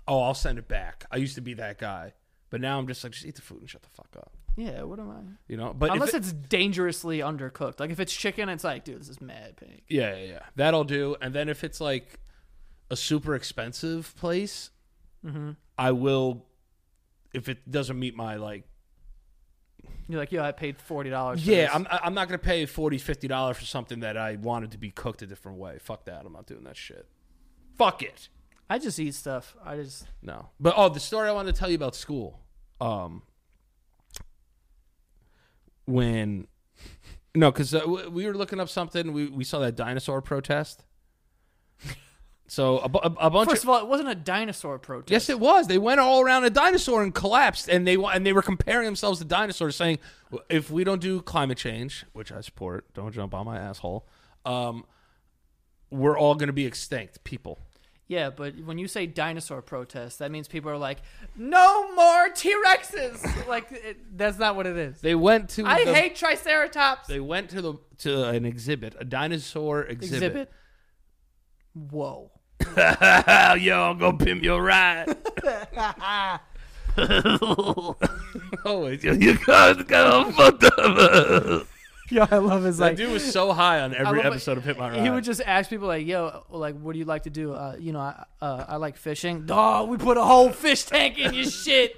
[SPEAKER 2] oh, I'll send it back. I used to be that guy, but now I'm just like, just eat the food and shut the fuck up.
[SPEAKER 1] Yeah, what am I?
[SPEAKER 2] You know, but if
[SPEAKER 1] Unless
[SPEAKER 2] it-
[SPEAKER 1] it's dangerously undercooked. Like if it's chicken, it's like, dude, this is mad pink.
[SPEAKER 2] yeah, yeah, yeah, that'll do. And then if it's like a super expensive place,
[SPEAKER 1] Mm-hmm.
[SPEAKER 2] I will. If it doesn't meet my like,
[SPEAKER 1] You're like, yo, I paid forty dollars.
[SPEAKER 2] yeah, I'm I- I'm not gonna pay 40 50 dollars for something that I wanted to be cooked a different way. Fuck that. I'm not doing that shit. Fuck it.
[SPEAKER 1] I just eat stuff. I just
[SPEAKER 2] No. But oh, the story I wanted to tell you about school. Um when no, cuz uh, w- we were looking up something, we we saw that dinosaur protest. So a, bu- a, a bunch
[SPEAKER 1] first
[SPEAKER 2] of
[SPEAKER 1] of all, it wasn't a dinosaur protest.
[SPEAKER 2] Yes, it was. They went all around a dinosaur and collapsed, and they wa- and they were comparing themselves to dinosaurs, saying, "Well, "If we don't do climate change, which I support, don't jump on my asshole, um, we're all going to be extinct people."
[SPEAKER 1] yeah, but when you say dinosaur protest, that means people are like, no more T Rexes. like it, that's not what it is.
[SPEAKER 2] They went to
[SPEAKER 1] I
[SPEAKER 2] the-
[SPEAKER 1] hate Triceratops.
[SPEAKER 2] They went to the to an exhibit, a dinosaur
[SPEAKER 1] Exhibit.
[SPEAKER 2] exhibit.
[SPEAKER 1] Whoa.
[SPEAKER 2] Yo, I'm gonna pimp your ride. oh, you you guys got fucked up.
[SPEAKER 1] Yeah, I love his
[SPEAKER 2] That dude was so high on every
[SPEAKER 1] love it.
[SPEAKER 2] episode of Hit My Ride.
[SPEAKER 1] He would just ask people like, "Yo, like, what do you like to do? Uh, you know, I, uh, I like fishing. Dog, we put a whole fish tank in your shit.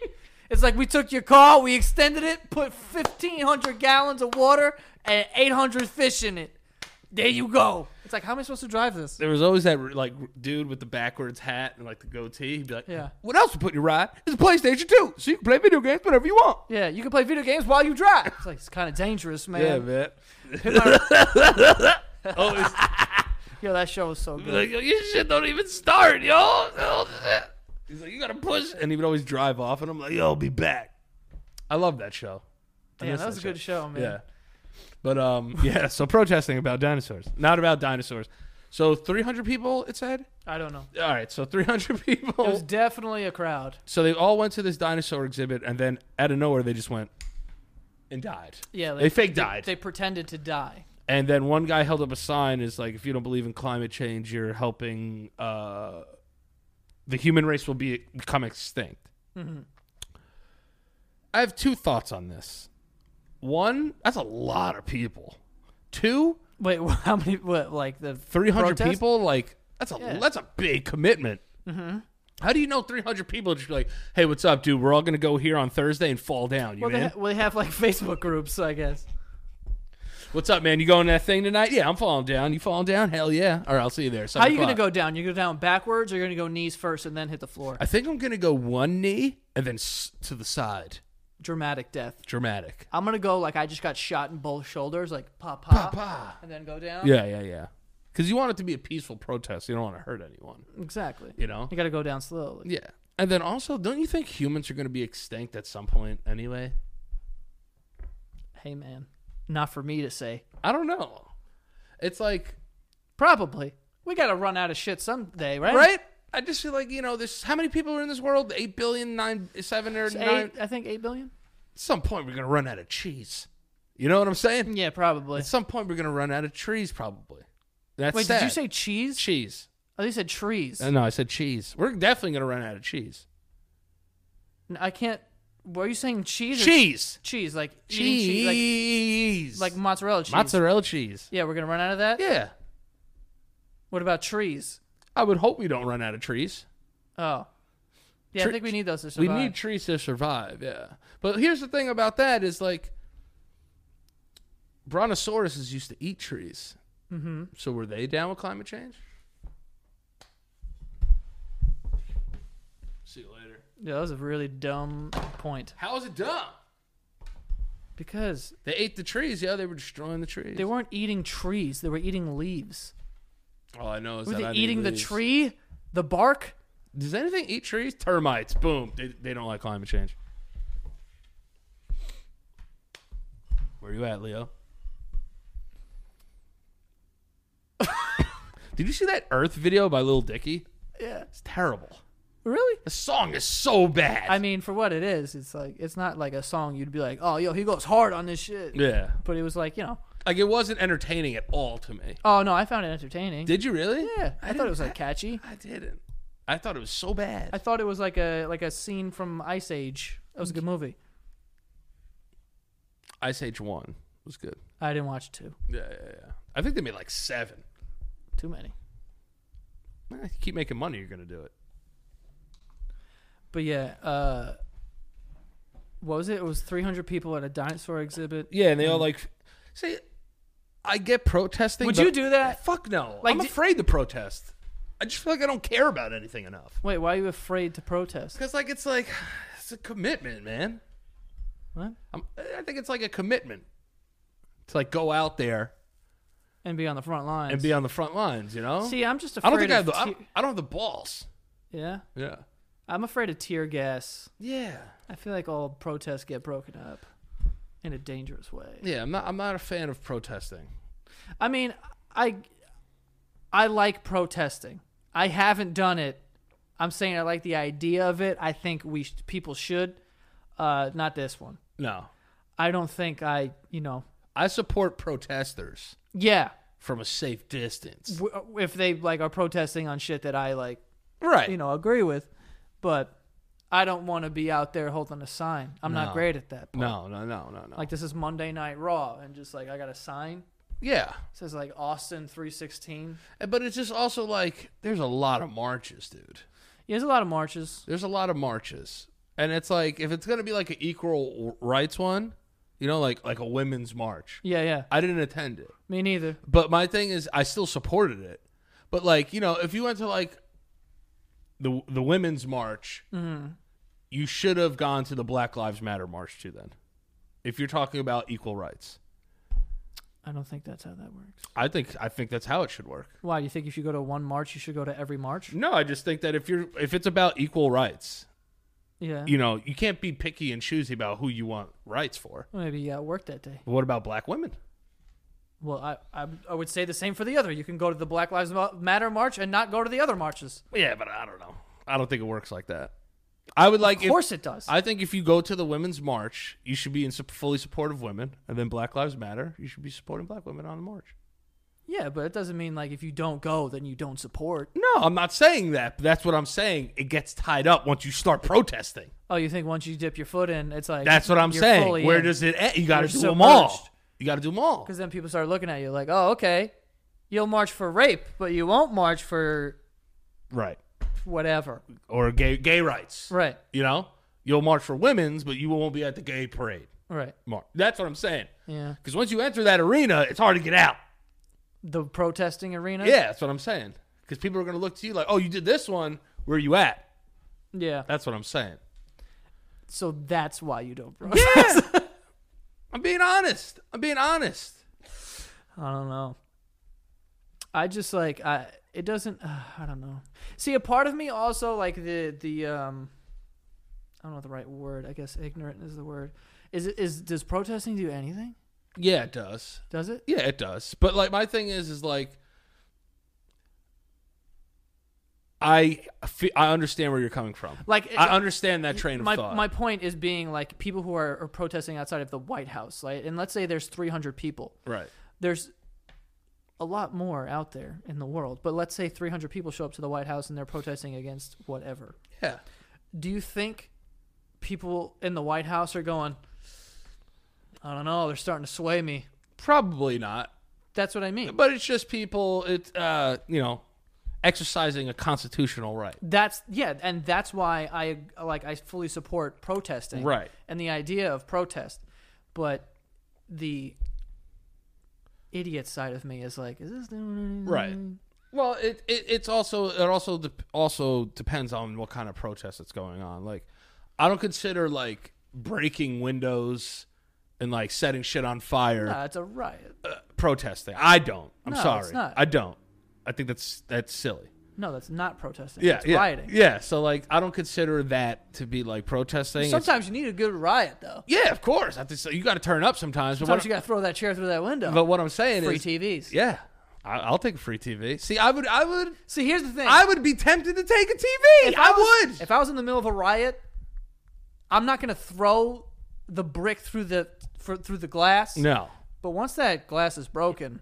[SPEAKER 1] It's like we took your car, we extended it, put fifteen hundred gallons of water and eight hundred fish in it. There you go. It's like, how am I supposed to drive this?
[SPEAKER 2] there was always that like dude with the backwards hat and like the goatee. He'd be like,
[SPEAKER 1] Yeah.
[SPEAKER 2] What else to put in your ride? It's a PlayStation 2, so you can play video games whenever you want.
[SPEAKER 1] Yeah, you can play video games while you drive. It's like it's kind of dangerous, man.
[SPEAKER 2] Yeah, man. oh, it's
[SPEAKER 1] Yo, that show was so good.
[SPEAKER 2] Like, yo, your shit don't even start, yo. Oh, shit. He's like, you gotta push. And he would always drive off, and I'm like, yo, I'll be back. I love that show. I
[SPEAKER 1] Damn,
[SPEAKER 2] miss
[SPEAKER 1] that was a good show, man.
[SPEAKER 2] Yeah. But, um, yeah, so protesting about dinosaurs. Not about dinosaurs. So 300 people, it said?
[SPEAKER 1] I don't know.
[SPEAKER 2] All right, so
[SPEAKER 1] It
[SPEAKER 2] 300
[SPEAKER 1] was
[SPEAKER 2] people.
[SPEAKER 1] definitely a crowd.
[SPEAKER 2] So they all went to this dinosaur exhibit, and then out of nowhere, they just went and died.
[SPEAKER 1] Yeah, like,
[SPEAKER 2] They fake died.
[SPEAKER 1] They pretended to die.
[SPEAKER 2] And then one guy held up a sign is like, if you don't believe in climate change, you're helping uh, the human race will be become extinct. Mm-hmm. I have two thoughts on this. One, that's a lot of people. Two,
[SPEAKER 1] Wait, how many? What, like the
[SPEAKER 2] three hundred
[SPEAKER 1] Protest?
[SPEAKER 2] people. Like that's a
[SPEAKER 1] Yeah. Mm-hmm.
[SPEAKER 2] that's a big commitment. How do you know three hundred people? Just be like, hey, what's up, dude? We're all gonna go here on Thursday and fall down. You
[SPEAKER 1] Well,
[SPEAKER 2] man,
[SPEAKER 1] they, ha- well, they have like Facebook groups, so I guess.
[SPEAKER 2] what's up, man? You going to that thing tonight? Yeah, I'm falling down. You falling down? Hell yeah! All right, I'll see you there.
[SPEAKER 1] How are you going
[SPEAKER 2] gonna
[SPEAKER 1] to go down? You're going to go down backwards, or you're going to go knees first and then hit the floor?
[SPEAKER 2] I think I'm gonna go one knee and then s- to the side.
[SPEAKER 1] Dramatic death.
[SPEAKER 2] Dramatic.
[SPEAKER 1] I'm going to go like I just got shot in both shoulders, like pop, pop,
[SPEAKER 2] Bah.
[SPEAKER 1] and then go down.
[SPEAKER 2] Yeah, yeah, yeah. because you want it to be a peaceful protest. You don't want to hurt anyone.
[SPEAKER 1] Exactly.
[SPEAKER 2] You know.
[SPEAKER 1] You got to go down slowly.
[SPEAKER 2] Yeah. And then also, don't you think humans are going to be extinct at some point anyway?
[SPEAKER 1] Hey, man. Not for me to say.
[SPEAKER 2] I don't know. It's like,
[SPEAKER 1] Probably. We got to run out of shit someday, right?
[SPEAKER 2] right? I just feel like, you know, there's how many people are in this world? 8 billion, 9, 7 or
[SPEAKER 1] It's
[SPEAKER 2] 9.
[SPEAKER 1] Eight, I think 8 billion?
[SPEAKER 2] At some point, we're going to run out of cheese. You know what I'm saying?
[SPEAKER 1] Yeah, probably.
[SPEAKER 2] At some point, we're going to run out of trees, probably. That's
[SPEAKER 1] Wait,
[SPEAKER 2] sad.
[SPEAKER 1] did you say cheese?
[SPEAKER 2] cheese?
[SPEAKER 1] oh, you said trees.
[SPEAKER 2] Uh, no, I said cheese. We're definitely going to run out of cheese.
[SPEAKER 1] N- I can't. Were you saying cheese? or-
[SPEAKER 2] Cheese!
[SPEAKER 1] cheese, like eating cheese, like,
[SPEAKER 2] Cheese!
[SPEAKER 1] like mozzarella cheese.
[SPEAKER 2] mozzarella cheese.
[SPEAKER 1] Yeah, we're gonna run out of that.
[SPEAKER 2] Yeah.
[SPEAKER 1] What about trees?
[SPEAKER 2] I would hope we don't run out of trees.
[SPEAKER 1] Oh, yeah,
[SPEAKER 2] Tre-
[SPEAKER 1] I think we need those to
[SPEAKER 2] We
[SPEAKER 1] survive.
[SPEAKER 2] need trees to survive, yeah. But here's the thing about that is like brontosauruses used to eat trees. Mm-hmm. So were they down with climate change? See you later.
[SPEAKER 1] Yeah, that was a really dumb point
[SPEAKER 2] How is it dumb?
[SPEAKER 1] because
[SPEAKER 2] They ate the trees. Yeah, they were destroying the trees.
[SPEAKER 1] they weren't eating trees; they were eating leaves.
[SPEAKER 2] All I know is
[SPEAKER 1] Were
[SPEAKER 2] that
[SPEAKER 1] they
[SPEAKER 2] I need
[SPEAKER 1] eating the
[SPEAKER 2] leaves.
[SPEAKER 1] tree, the bark?
[SPEAKER 2] Does anything eat trees? Termites. Boom. They, they don't like climate change. Where you at, Leo? Did you see that Earth video by Lil Dicky?
[SPEAKER 1] Yeah,
[SPEAKER 2] It's terrible.
[SPEAKER 1] really.
[SPEAKER 2] The song is so bad.
[SPEAKER 1] I mean, for what it is, it's like it's not like a song you'd be like, "Oh, yo, he goes hard on this shit."
[SPEAKER 2] yeah.
[SPEAKER 1] But it was like, you know,
[SPEAKER 2] Like it wasn't entertaining at all to me.
[SPEAKER 1] oh no, I found it entertaining.
[SPEAKER 2] Did you really?
[SPEAKER 1] yeah, I, thought
[SPEAKER 2] didn't-
[SPEAKER 1] it was like catchy.
[SPEAKER 2] I didn't. I thought it was so bad.
[SPEAKER 1] I thought it was like a like a scene from Ice Age. That was a good movie.
[SPEAKER 2] Ice Age 1 was good.
[SPEAKER 1] I didn't watch two.
[SPEAKER 2] Yeah, yeah, yeah. I think they made like seven.
[SPEAKER 1] Too many.
[SPEAKER 2] Eh, you keep making money, you're going to do it.
[SPEAKER 1] But yeah, uh what was it? It was 300 people at a dinosaur exhibit.
[SPEAKER 2] Yeah, and they all like, see, I get protesting.
[SPEAKER 1] Mm. Would
[SPEAKER 2] but-
[SPEAKER 1] you do that?
[SPEAKER 2] Fuck no.
[SPEAKER 1] Like,
[SPEAKER 2] I'm
[SPEAKER 1] d-
[SPEAKER 2] afraid to protest. I just feel like I don't care about anything enough.
[SPEAKER 1] Wait, why are you afraid to protest?
[SPEAKER 2] Because like it's like it's a commitment, man.
[SPEAKER 1] What?
[SPEAKER 2] I'm, I think it's like a commitment to like go out there
[SPEAKER 1] And be on the front lines.
[SPEAKER 2] and be on the front lines. You know,
[SPEAKER 1] See, I'm just afraid
[SPEAKER 2] I don't think I have
[SPEAKER 1] of
[SPEAKER 2] the I don't,
[SPEAKER 1] tear-
[SPEAKER 2] I don't have the balls.
[SPEAKER 1] Yeah.
[SPEAKER 2] Yeah,
[SPEAKER 1] I'm afraid of tear gas.
[SPEAKER 2] yeah,
[SPEAKER 1] I feel like all protests get broken up in a dangerous way.
[SPEAKER 2] yeah. I'm not I'm not a fan of protesting.
[SPEAKER 1] I mean, I I like protesting. I haven't done it. I'm saying I like the idea of it. I think we sh- people should uh not this one.
[SPEAKER 2] No,
[SPEAKER 1] I don't think I, you know.
[SPEAKER 2] I support protesters
[SPEAKER 1] Yeah.
[SPEAKER 2] from a safe distance.
[SPEAKER 1] w- uh, if they like are protesting on shit that I like,
[SPEAKER 2] Right.
[SPEAKER 1] you know, agree with, but I don't want to be out there holding a sign. I'm
[SPEAKER 2] No.
[SPEAKER 1] not great at that. Part.
[SPEAKER 2] no, no, no, no, no.
[SPEAKER 1] Like this is Monday Night Raw, and just like I got a sign
[SPEAKER 2] yeah.
[SPEAKER 1] It says like Austin 316.
[SPEAKER 2] But it's just also like there's a lot of marches, dude.
[SPEAKER 1] Yeah, there's a lot of marches.
[SPEAKER 2] There's a lot of marches, and it's like if it's gonna be like an equal rights one, you know, like like a women's march.
[SPEAKER 1] Yeah, yeah.
[SPEAKER 2] I didn't attend it,
[SPEAKER 1] Me neither.
[SPEAKER 2] but my thing is I still supported it. But like you know, if you went to like the the women's march, you should have gone to the Black Lives Matter march too. Then, if you're talking about equal rights,
[SPEAKER 1] I don't think that's how that works.
[SPEAKER 2] I think I think that's how it should work.
[SPEAKER 1] Why do you think if you go to one march, you should go to every march?
[SPEAKER 2] No, I just think that if you're if it's about equal rights,
[SPEAKER 1] Yeah.
[SPEAKER 2] you know, you can't be picky and choosy about who you want rights for.
[SPEAKER 1] Well, Maybe you got work that day.
[SPEAKER 2] But what about black women?
[SPEAKER 1] Well, I, I I would say the same for the other. You can go to the Black Lives Matter march and not go to the other marches.
[SPEAKER 2] Yeah, but I don't know. I don't think it works like that. I would like.
[SPEAKER 1] Of course it does.
[SPEAKER 2] If, I think if you go to the women's march, you should be in sup- fully support of women, and then Black Lives Matter, you should be supporting black women on the march.
[SPEAKER 1] Yeah, but it doesn't mean like if you don't go, then you don't support.
[SPEAKER 2] No, I'm not saying that. But that's what I'm saying. It gets tied up once you start protesting.
[SPEAKER 1] Oh, you think once you dip your foot in, it's like
[SPEAKER 2] That's what I'm
[SPEAKER 1] you're fully
[SPEAKER 2] saying. Where
[SPEAKER 1] in.
[SPEAKER 2] does it? End? You got to
[SPEAKER 1] You're
[SPEAKER 2] do
[SPEAKER 1] so
[SPEAKER 2] them all.
[SPEAKER 1] urged.
[SPEAKER 2] You got to do them all.
[SPEAKER 1] because then people start looking at you like, oh, okay, you'll march for rape, but you won't march for
[SPEAKER 2] Right.
[SPEAKER 1] whatever,
[SPEAKER 2] Or gay gay rights.
[SPEAKER 1] right?
[SPEAKER 2] You know, you'll march for women's, but you won't be at the gay parade.
[SPEAKER 1] Right.
[SPEAKER 2] March. That's what I'm saying.
[SPEAKER 1] Yeah.
[SPEAKER 2] Because once you enter that arena, it's hard to get out.
[SPEAKER 1] The protesting arena.
[SPEAKER 2] Yeah, that's what I'm saying. Because people are going to look to you like, oh, you did this one. Where you at?
[SPEAKER 1] Yeah.
[SPEAKER 2] That's what I'm saying.
[SPEAKER 1] So that's why you don't. Bro-
[SPEAKER 2] Yeah. I'm being honest. I'm being honest.
[SPEAKER 1] I don't know. I just like I it doesn't uh, I don't know. See, a part of me also like the the um I don't know the right word. I guess ignorant is the word. Is it is does protesting do anything?
[SPEAKER 2] Yeah, it does.
[SPEAKER 1] Does it?
[SPEAKER 2] Yeah, it does. But like my thing is is like I fe- I understand where you're coming from.
[SPEAKER 1] Like
[SPEAKER 2] I understand that train of
[SPEAKER 1] my
[SPEAKER 2] thought.
[SPEAKER 1] my point is being like people who are, are protesting outside of the White House, right? And let's say there's 300 people.
[SPEAKER 2] right.
[SPEAKER 1] There's a lot more out there in the world, but let's say 300 people show up to the White House and they're protesting against whatever.
[SPEAKER 2] Yeah.
[SPEAKER 1] do you think people in the White House are going, I don't know, they're starting to sway me?
[SPEAKER 2] Probably not.
[SPEAKER 1] That's what I mean.
[SPEAKER 2] But it's just people it's uh, you know, exercising a constitutional right.
[SPEAKER 1] That's yeah, and that's why I like I fully support protesting.
[SPEAKER 2] Right.
[SPEAKER 1] And the idea of protest. But the idiot side of me is like, is this doing anything?
[SPEAKER 2] Right. Well, it, it it's also it also de- also depends on what kind of protest that's going on. Like, I don't consider like breaking windows and like setting shit on fire
[SPEAKER 1] Nah, it's a riot.
[SPEAKER 2] protesting. I don't. I'm
[SPEAKER 1] No,
[SPEAKER 2] sorry.
[SPEAKER 1] it's not.
[SPEAKER 2] I don't. I think that's that's silly.
[SPEAKER 1] No, that's not protesting.
[SPEAKER 2] Yeah,
[SPEAKER 1] it's
[SPEAKER 2] yeah,
[SPEAKER 1] rioting.
[SPEAKER 2] yeah. So like, I don't consider that to be like protesting. It's-
[SPEAKER 1] Sometimes you need a good riot though.
[SPEAKER 2] yeah, of course. I think so. You got to turn up sometimes. But
[SPEAKER 1] Sometimes
[SPEAKER 2] what,
[SPEAKER 1] you gotta throw that chair through that window.
[SPEAKER 2] but what I'm saying
[SPEAKER 1] Free
[SPEAKER 2] is,
[SPEAKER 1] TVs.
[SPEAKER 2] yeah, I, I'll take a free TV. See, I would, I would,
[SPEAKER 1] See here's the thing.
[SPEAKER 2] I would be tempted to take a TV. I,
[SPEAKER 1] was-
[SPEAKER 2] would.
[SPEAKER 1] If I was in the middle of a riot, I'm not going to throw the brick through the for, through the glass.
[SPEAKER 2] No.
[SPEAKER 1] But once that glass is broken,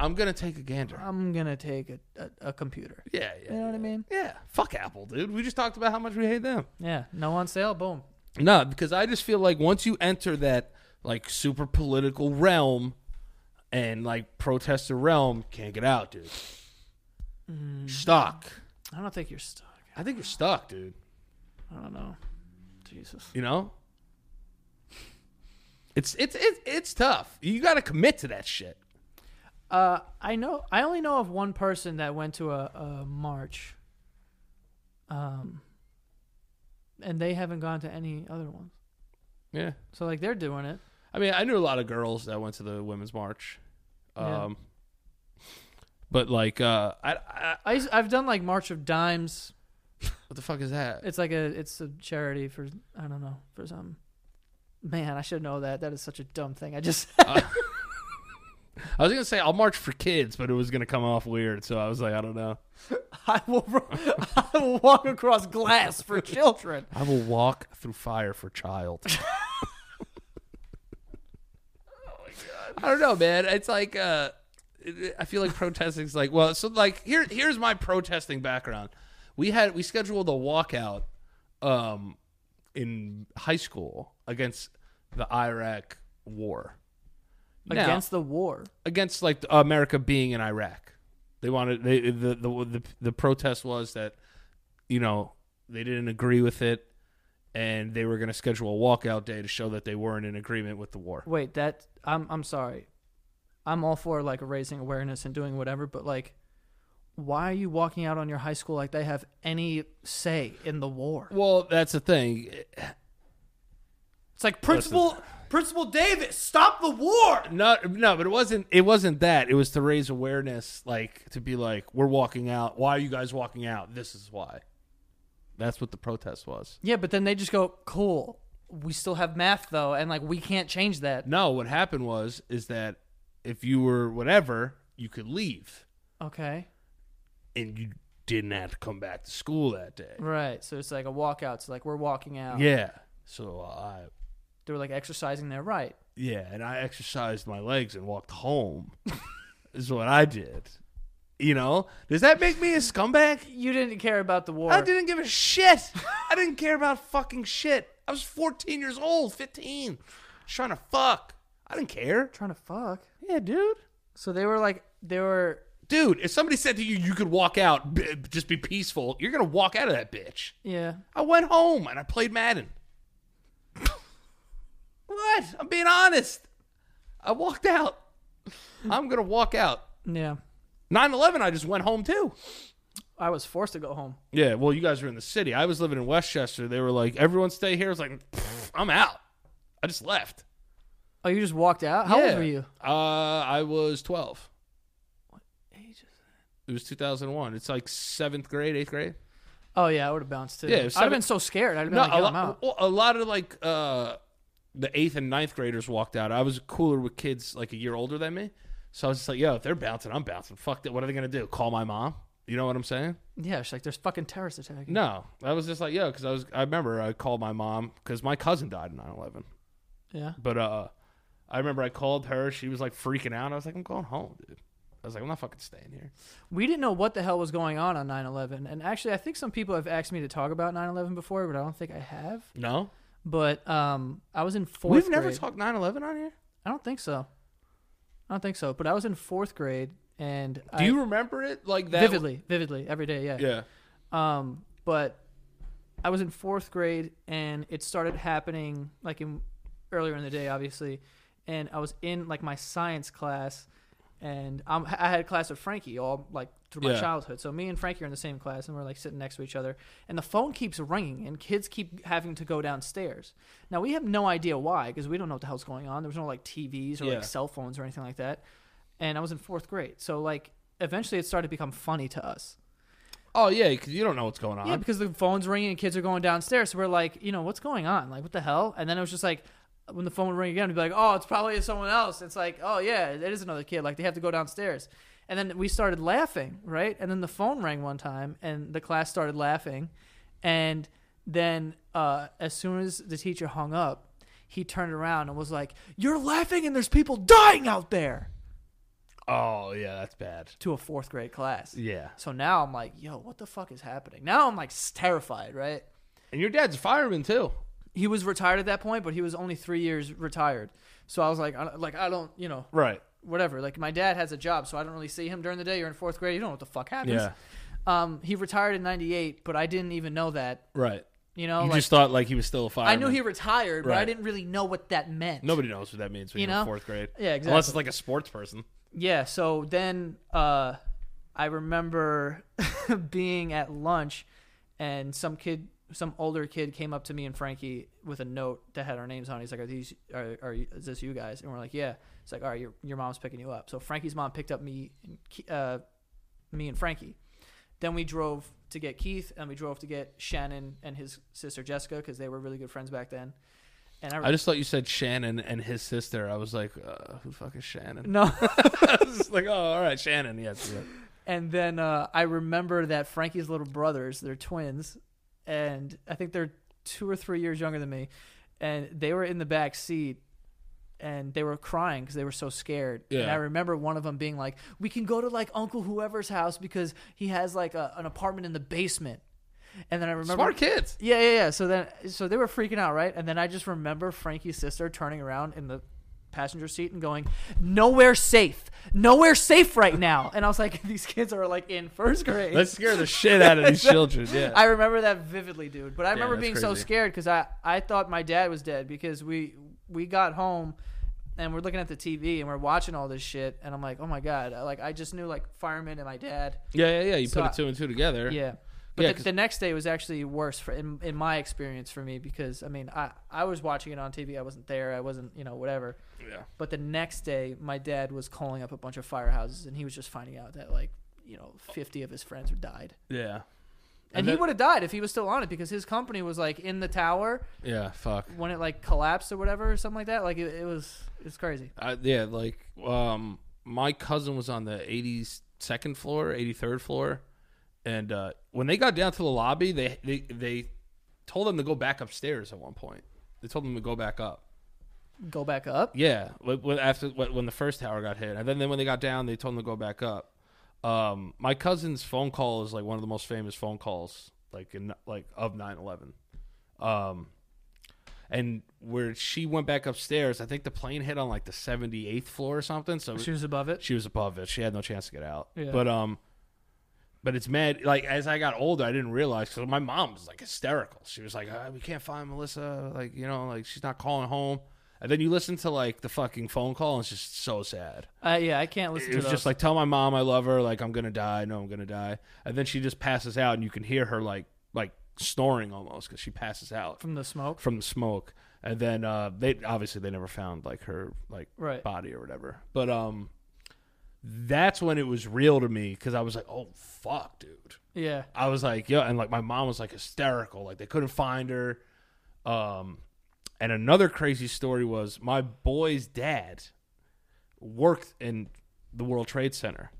[SPEAKER 2] I'm gonna take a gander.
[SPEAKER 1] I'm going to take a, a, a computer.
[SPEAKER 2] yeah, yeah.
[SPEAKER 1] You know what I mean?
[SPEAKER 2] Yeah. Fuck Apple, dude. We just talked about how much we hate them.
[SPEAKER 1] Yeah. No on sale. Boom.
[SPEAKER 2] No, because I just feel like once you enter that like super political realm and like protester realm, can't get out, dude. Mm. Stuck.
[SPEAKER 1] I don't think you're stuck.
[SPEAKER 2] I think you're stuck, dude.
[SPEAKER 1] I don't know. Jesus.
[SPEAKER 2] You know? It's it's it's, it's tough. You gotta commit to that shit.
[SPEAKER 1] Uh, I know. I only know of one person that went to a, a march. Um. And they haven't gone to any other ones.
[SPEAKER 2] Yeah.
[SPEAKER 1] So like they're doing it.
[SPEAKER 2] I mean, I knew a lot of girls that went to the women's march. Um
[SPEAKER 1] Yeah.
[SPEAKER 2] But like uh I, I
[SPEAKER 1] I used- I've done like March of Dimes.
[SPEAKER 2] What the fuck is that?
[SPEAKER 1] It's like a it's a charity for I don't know for some. Man, I should know that. That is such a dumb thing. I just
[SPEAKER 2] I was gonna say I'll march for kids, but it was gonna come off weird, so I was like, I don't know.
[SPEAKER 1] I will I will walk across glass for children.
[SPEAKER 2] I will walk through fire for child. I don't know, man. It's like uh, it- I feel like protesting's like well, so like here here's my protesting background. We had we scheduled a walkout um, in high school against the Iraq war. Now-
[SPEAKER 1] Against the war.
[SPEAKER 2] against like America being in Iraq. They wanted they the the the, the protest was that you know they didn't agree with it, and they were going to schedule a walkout day to show that they weren't in agreement with the war.
[SPEAKER 1] Wait, that I'm I'm sorry. I'm all for like raising awareness and doing whatever, but like why are you walking out on your high school like they have any say in the war?
[SPEAKER 2] Well, that's the thing.
[SPEAKER 1] It's like Principal Principal Davis, stop the war.
[SPEAKER 2] No, no, but it wasn't. It wasn't that. It was to raise awareness, like to be like, we're walking out. Why are you guys walking out? This is why. That's what the protest was.
[SPEAKER 1] Yeah, but then they just go, "Cool, we still have math though, and like we can't change that."
[SPEAKER 2] No, what happened was is that if you were whatever, you could leave.
[SPEAKER 1] Okay,
[SPEAKER 2] and you didn't have to come back to school that day.
[SPEAKER 1] right. So it's like a walkout. So like we're walking out.
[SPEAKER 2] Yeah. So uh, I
[SPEAKER 1] They were like exercising their right.
[SPEAKER 2] yeah, and I exercised my legs and walked home. is what I did. You know? Does that make me a scumbag?
[SPEAKER 1] You didn't care about the war.
[SPEAKER 2] I didn't give a shit. I didn't care about fucking shit. I was 14 years old, 15, trying to fuck. I didn't care.
[SPEAKER 1] Trying to fuck.
[SPEAKER 2] Yeah, dude.
[SPEAKER 1] So they were like, they were.
[SPEAKER 2] Dude, if somebody said to you you could walk out, b- just be peaceful, you're going to walk out of that bitch.
[SPEAKER 1] Yeah.
[SPEAKER 2] I went home and I played Madden. what? I'm being honest. I walked out. I'm going to walk out.
[SPEAKER 1] Yeah.
[SPEAKER 2] 9 11, I just went home too.
[SPEAKER 1] I was forced to go home.
[SPEAKER 2] Yeah, well, you guys were in the city. I was living in Westchester. They were like, everyone stay here. I was like, "Pfft, I'm out. I just left.
[SPEAKER 1] Oh, you just walked out. How
[SPEAKER 2] Yeah.
[SPEAKER 1] old were you?
[SPEAKER 2] Uh, I was 12.
[SPEAKER 1] What age
[SPEAKER 2] It was 2001. It's like seventh grade, eighth grade.
[SPEAKER 1] Oh yeah, I would have bounced too.
[SPEAKER 2] Yeah,
[SPEAKER 1] I'd
[SPEAKER 2] if
[SPEAKER 1] have
[SPEAKER 2] seven-
[SPEAKER 1] been so scared. I'd have been
[SPEAKER 2] No,
[SPEAKER 1] like,
[SPEAKER 2] a,
[SPEAKER 1] "Yo,
[SPEAKER 2] lot,
[SPEAKER 1] I'm out."
[SPEAKER 2] well, a lot of like uh, the eighth and ninth graders walked out. I was cooler with kids like a year older than me, so I was just like, "Yo, if they're bouncing, I'm bouncing. Fuck that. What are they gonna do? Call my mom? You know what I'm saying?"
[SPEAKER 1] Yeah, she's like, "There's fucking terrorist attack."
[SPEAKER 2] No, I was just like, "Yo," because I was. I remember I called my mom because my cousin died in 9/11,
[SPEAKER 1] Yeah.
[SPEAKER 2] but uh, I remember I called her. She was like freaking out. I was like, "I'm going home, dude." I was like, "I'm not fucking staying here."
[SPEAKER 1] We didn't know what the hell was going on on 9/11, and actually, I think some people have asked me to talk about 9/11 before, but I don't think I have.
[SPEAKER 2] No,
[SPEAKER 1] But um, I was in 4th
[SPEAKER 2] we've
[SPEAKER 1] grade.
[SPEAKER 2] never talked 9/11 on here.
[SPEAKER 1] I don't think so. I don't think so. But I was in fourth grade, and
[SPEAKER 2] Do
[SPEAKER 1] I,
[SPEAKER 2] you remember it like that?
[SPEAKER 1] vividly, vividly every day. Yeah.
[SPEAKER 2] Yeah.
[SPEAKER 1] Um, but I was in fourth grade, and it started happening like in earlier in the day, obviously. And I was in like my science class, and I'm, I had a class with Frankie all like through my
[SPEAKER 2] Yeah.
[SPEAKER 1] childhood. So me and Frankie are in the same class, and we're like sitting next to each other. And the phone keeps ringing, and kids keep having to go downstairs. Now we have no idea why, because we don't know what the hell's going on. There was no like TVs or
[SPEAKER 2] Yeah.
[SPEAKER 1] like cell phones or anything like that. And I was in fourth grade, so like eventually it started to become funny to us.
[SPEAKER 2] Oh yeah, because you don't know what's going on.
[SPEAKER 1] Yeah, because the phone's ringing and kids are going downstairs. So we're like, you know, what's going on? Like, what the hell? And then it was just like, when the phone would ring again, we'd be like, oh, it's probably someone else. It's like, oh, yeah, it is another kid. Like, they have to go downstairs. And then we started laughing, right? And then the phone rang one time and the class started laughing. And then uh, as soon as the teacher hung up, he turned around and was like, you're laughing and there's people dying out there
[SPEAKER 2] Oh yeah, that's bad.
[SPEAKER 1] to a fourth grade class.
[SPEAKER 2] Yeah.
[SPEAKER 1] So now I'm like, yo, what the fuck is happening? Now I'm like terrified, right?
[SPEAKER 2] And your dad's a fireman too.
[SPEAKER 1] he was retired at that point, but he was only three years retired. So I was like, I, like I don't, you know,
[SPEAKER 2] Right.
[SPEAKER 1] whatever. Like my dad has a job, so I don't really see him during the day. You're in fourth grade, you don't know what the fuck happens.
[SPEAKER 2] Yeah.
[SPEAKER 1] Um, he retired in '98, but I didn't even know that.
[SPEAKER 2] Right.
[SPEAKER 1] You know,
[SPEAKER 2] you
[SPEAKER 1] like
[SPEAKER 2] just thought Oh, like he was still a
[SPEAKER 1] I
[SPEAKER 2] fireman.
[SPEAKER 1] knew he retired, but I
[SPEAKER 2] Right.
[SPEAKER 1] didn't really know what that meant.
[SPEAKER 2] Nobody knows what that means when
[SPEAKER 1] You
[SPEAKER 2] you are
[SPEAKER 1] know?
[SPEAKER 2] in fourth grade.
[SPEAKER 1] Yeah,
[SPEAKER 2] Unless
[SPEAKER 1] exactly.
[SPEAKER 2] it's like a sports person.
[SPEAKER 1] Yeah, so then uh, I remember being at lunch, and some kid, some older kid, came up to me and Frankie with a note that had our names on. it. He's like, "Are these? Are, are you- is this you guys?" And we're like, "Yeah." It's like, "All right, your your mom's picking you up." So Frankie's mom picked up me, and Ke- uh, me and Frankie. Then we drove to get Keith, and we drove to get Shannon and his sister Jessica because they were really good friends back then. And I,
[SPEAKER 2] I just thought you said Shannon and his sister. I was like, uh, who the fuck is Shannon?
[SPEAKER 1] no.
[SPEAKER 2] I was just like, oh, all right, Shannon. Yes. Yeah.
[SPEAKER 1] And then uh, I remember that Frankie's little brothers, they're twins, and I think they're two or three years younger than me, and they were in the back seat, and they were crying because they were so scared. And
[SPEAKER 2] Yeah.
[SPEAKER 1] I remember one of them being like, "We can go to like Uncle whoever's house because he has like a, an apartment in the basement." And then I remember
[SPEAKER 2] Smart kids.
[SPEAKER 1] yeah, yeah, yeah. So then, so they were freaking out, right? And then I just remember Frankie's sister turning around in the passenger seat and going, "Nowhere safe, nowhere safe right now." And I was like, "These kids are like in first grade."
[SPEAKER 2] Let's scare the shit out of these children. Yeah.
[SPEAKER 1] I remember that vividly, dude. But I remember
[SPEAKER 2] that's
[SPEAKER 1] being so
[SPEAKER 2] crazy.
[SPEAKER 1] scared because I I thought my dad was dead because we we got home and we're looking at the TV and we're watching all this shit and I'm like, "Oh my god!" Like I just knew like firemen and my dad.
[SPEAKER 2] yeah, yeah, yeah. You
[SPEAKER 1] So I-
[SPEAKER 2] put it two and two together.
[SPEAKER 1] Yeah. But
[SPEAKER 2] Yeah,
[SPEAKER 1] the,
[SPEAKER 2] 'cause-
[SPEAKER 1] the next day was actually worse for in, in my experience for me because I mean I, I was watching it on TV I wasn't there I wasn't you know whatever
[SPEAKER 2] Yeah.
[SPEAKER 1] but the next day my dad was calling up a bunch of firehouses and he was just finding out that like you know 50 of his friends had died
[SPEAKER 2] Yeah.
[SPEAKER 1] and,
[SPEAKER 2] And
[SPEAKER 1] he
[SPEAKER 2] that-
[SPEAKER 1] would have died if he was still on it because his company was like in the tower
[SPEAKER 2] Yeah. Fuck.
[SPEAKER 1] when it like collapsed or whatever or something like that like it, it was it's crazy
[SPEAKER 2] I, yeah, like um, my cousin was on the 82nd floor, 83rd floor, and uh, when they got down to the lobby, they, they they told them to go back upstairs at one point. They told them to go back up.
[SPEAKER 1] go back up
[SPEAKER 2] Yeah, when- when- after when when the first tower got hit, and then, then when they got down, they told them to go back up. Um, my cousin's phone call is like one of the most famous phone calls, like in like of 9-11. Um, and where she went back upstairs, I think the plane hit on like the seventy eighth floor or something. So
[SPEAKER 1] she was above it
[SPEAKER 2] she was above it. She had no chance to get out.
[SPEAKER 1] Yeah.
[SPEAKER 2] But um, but it's mad. Like as I got older, I didn't realize because my mom was like hysterical. She was like, "Ah, "We can't find Melissa. Like you know, like she's not calling home." And then you listen to like the fucking phone call, and it's just so sad.
[SPEAKER 1] uh, yeah I can't listen
[SPEAKER 2] It
[SPEAKER 1] to
[SPEAKER 2] was
[SPEAKER 1] those.
[SPEAKER 2] just like, "Tell my mom I love her. Like I'm gonna die. No, I'm gonna die." And then she just passes out, and you can hear her like like snoring almost because she passes out
[SPEAKER 1] from the smoke
[SPEAKER 2] from the smoke. And then uh, they obviously they never found like her like
[SPEAKER 1] Right.
[SPEAKER 2] body or whatever. But um, That's when it was real to me because I was like, oh fuck, dude.
[SPEAKER 1] Yeah.
[SPEAKER 2] I was like, yeah, and like my mom was like hysterical, like they couldn't find her. Um, and another crazy story was my boy's dad worked in the World Trade Center,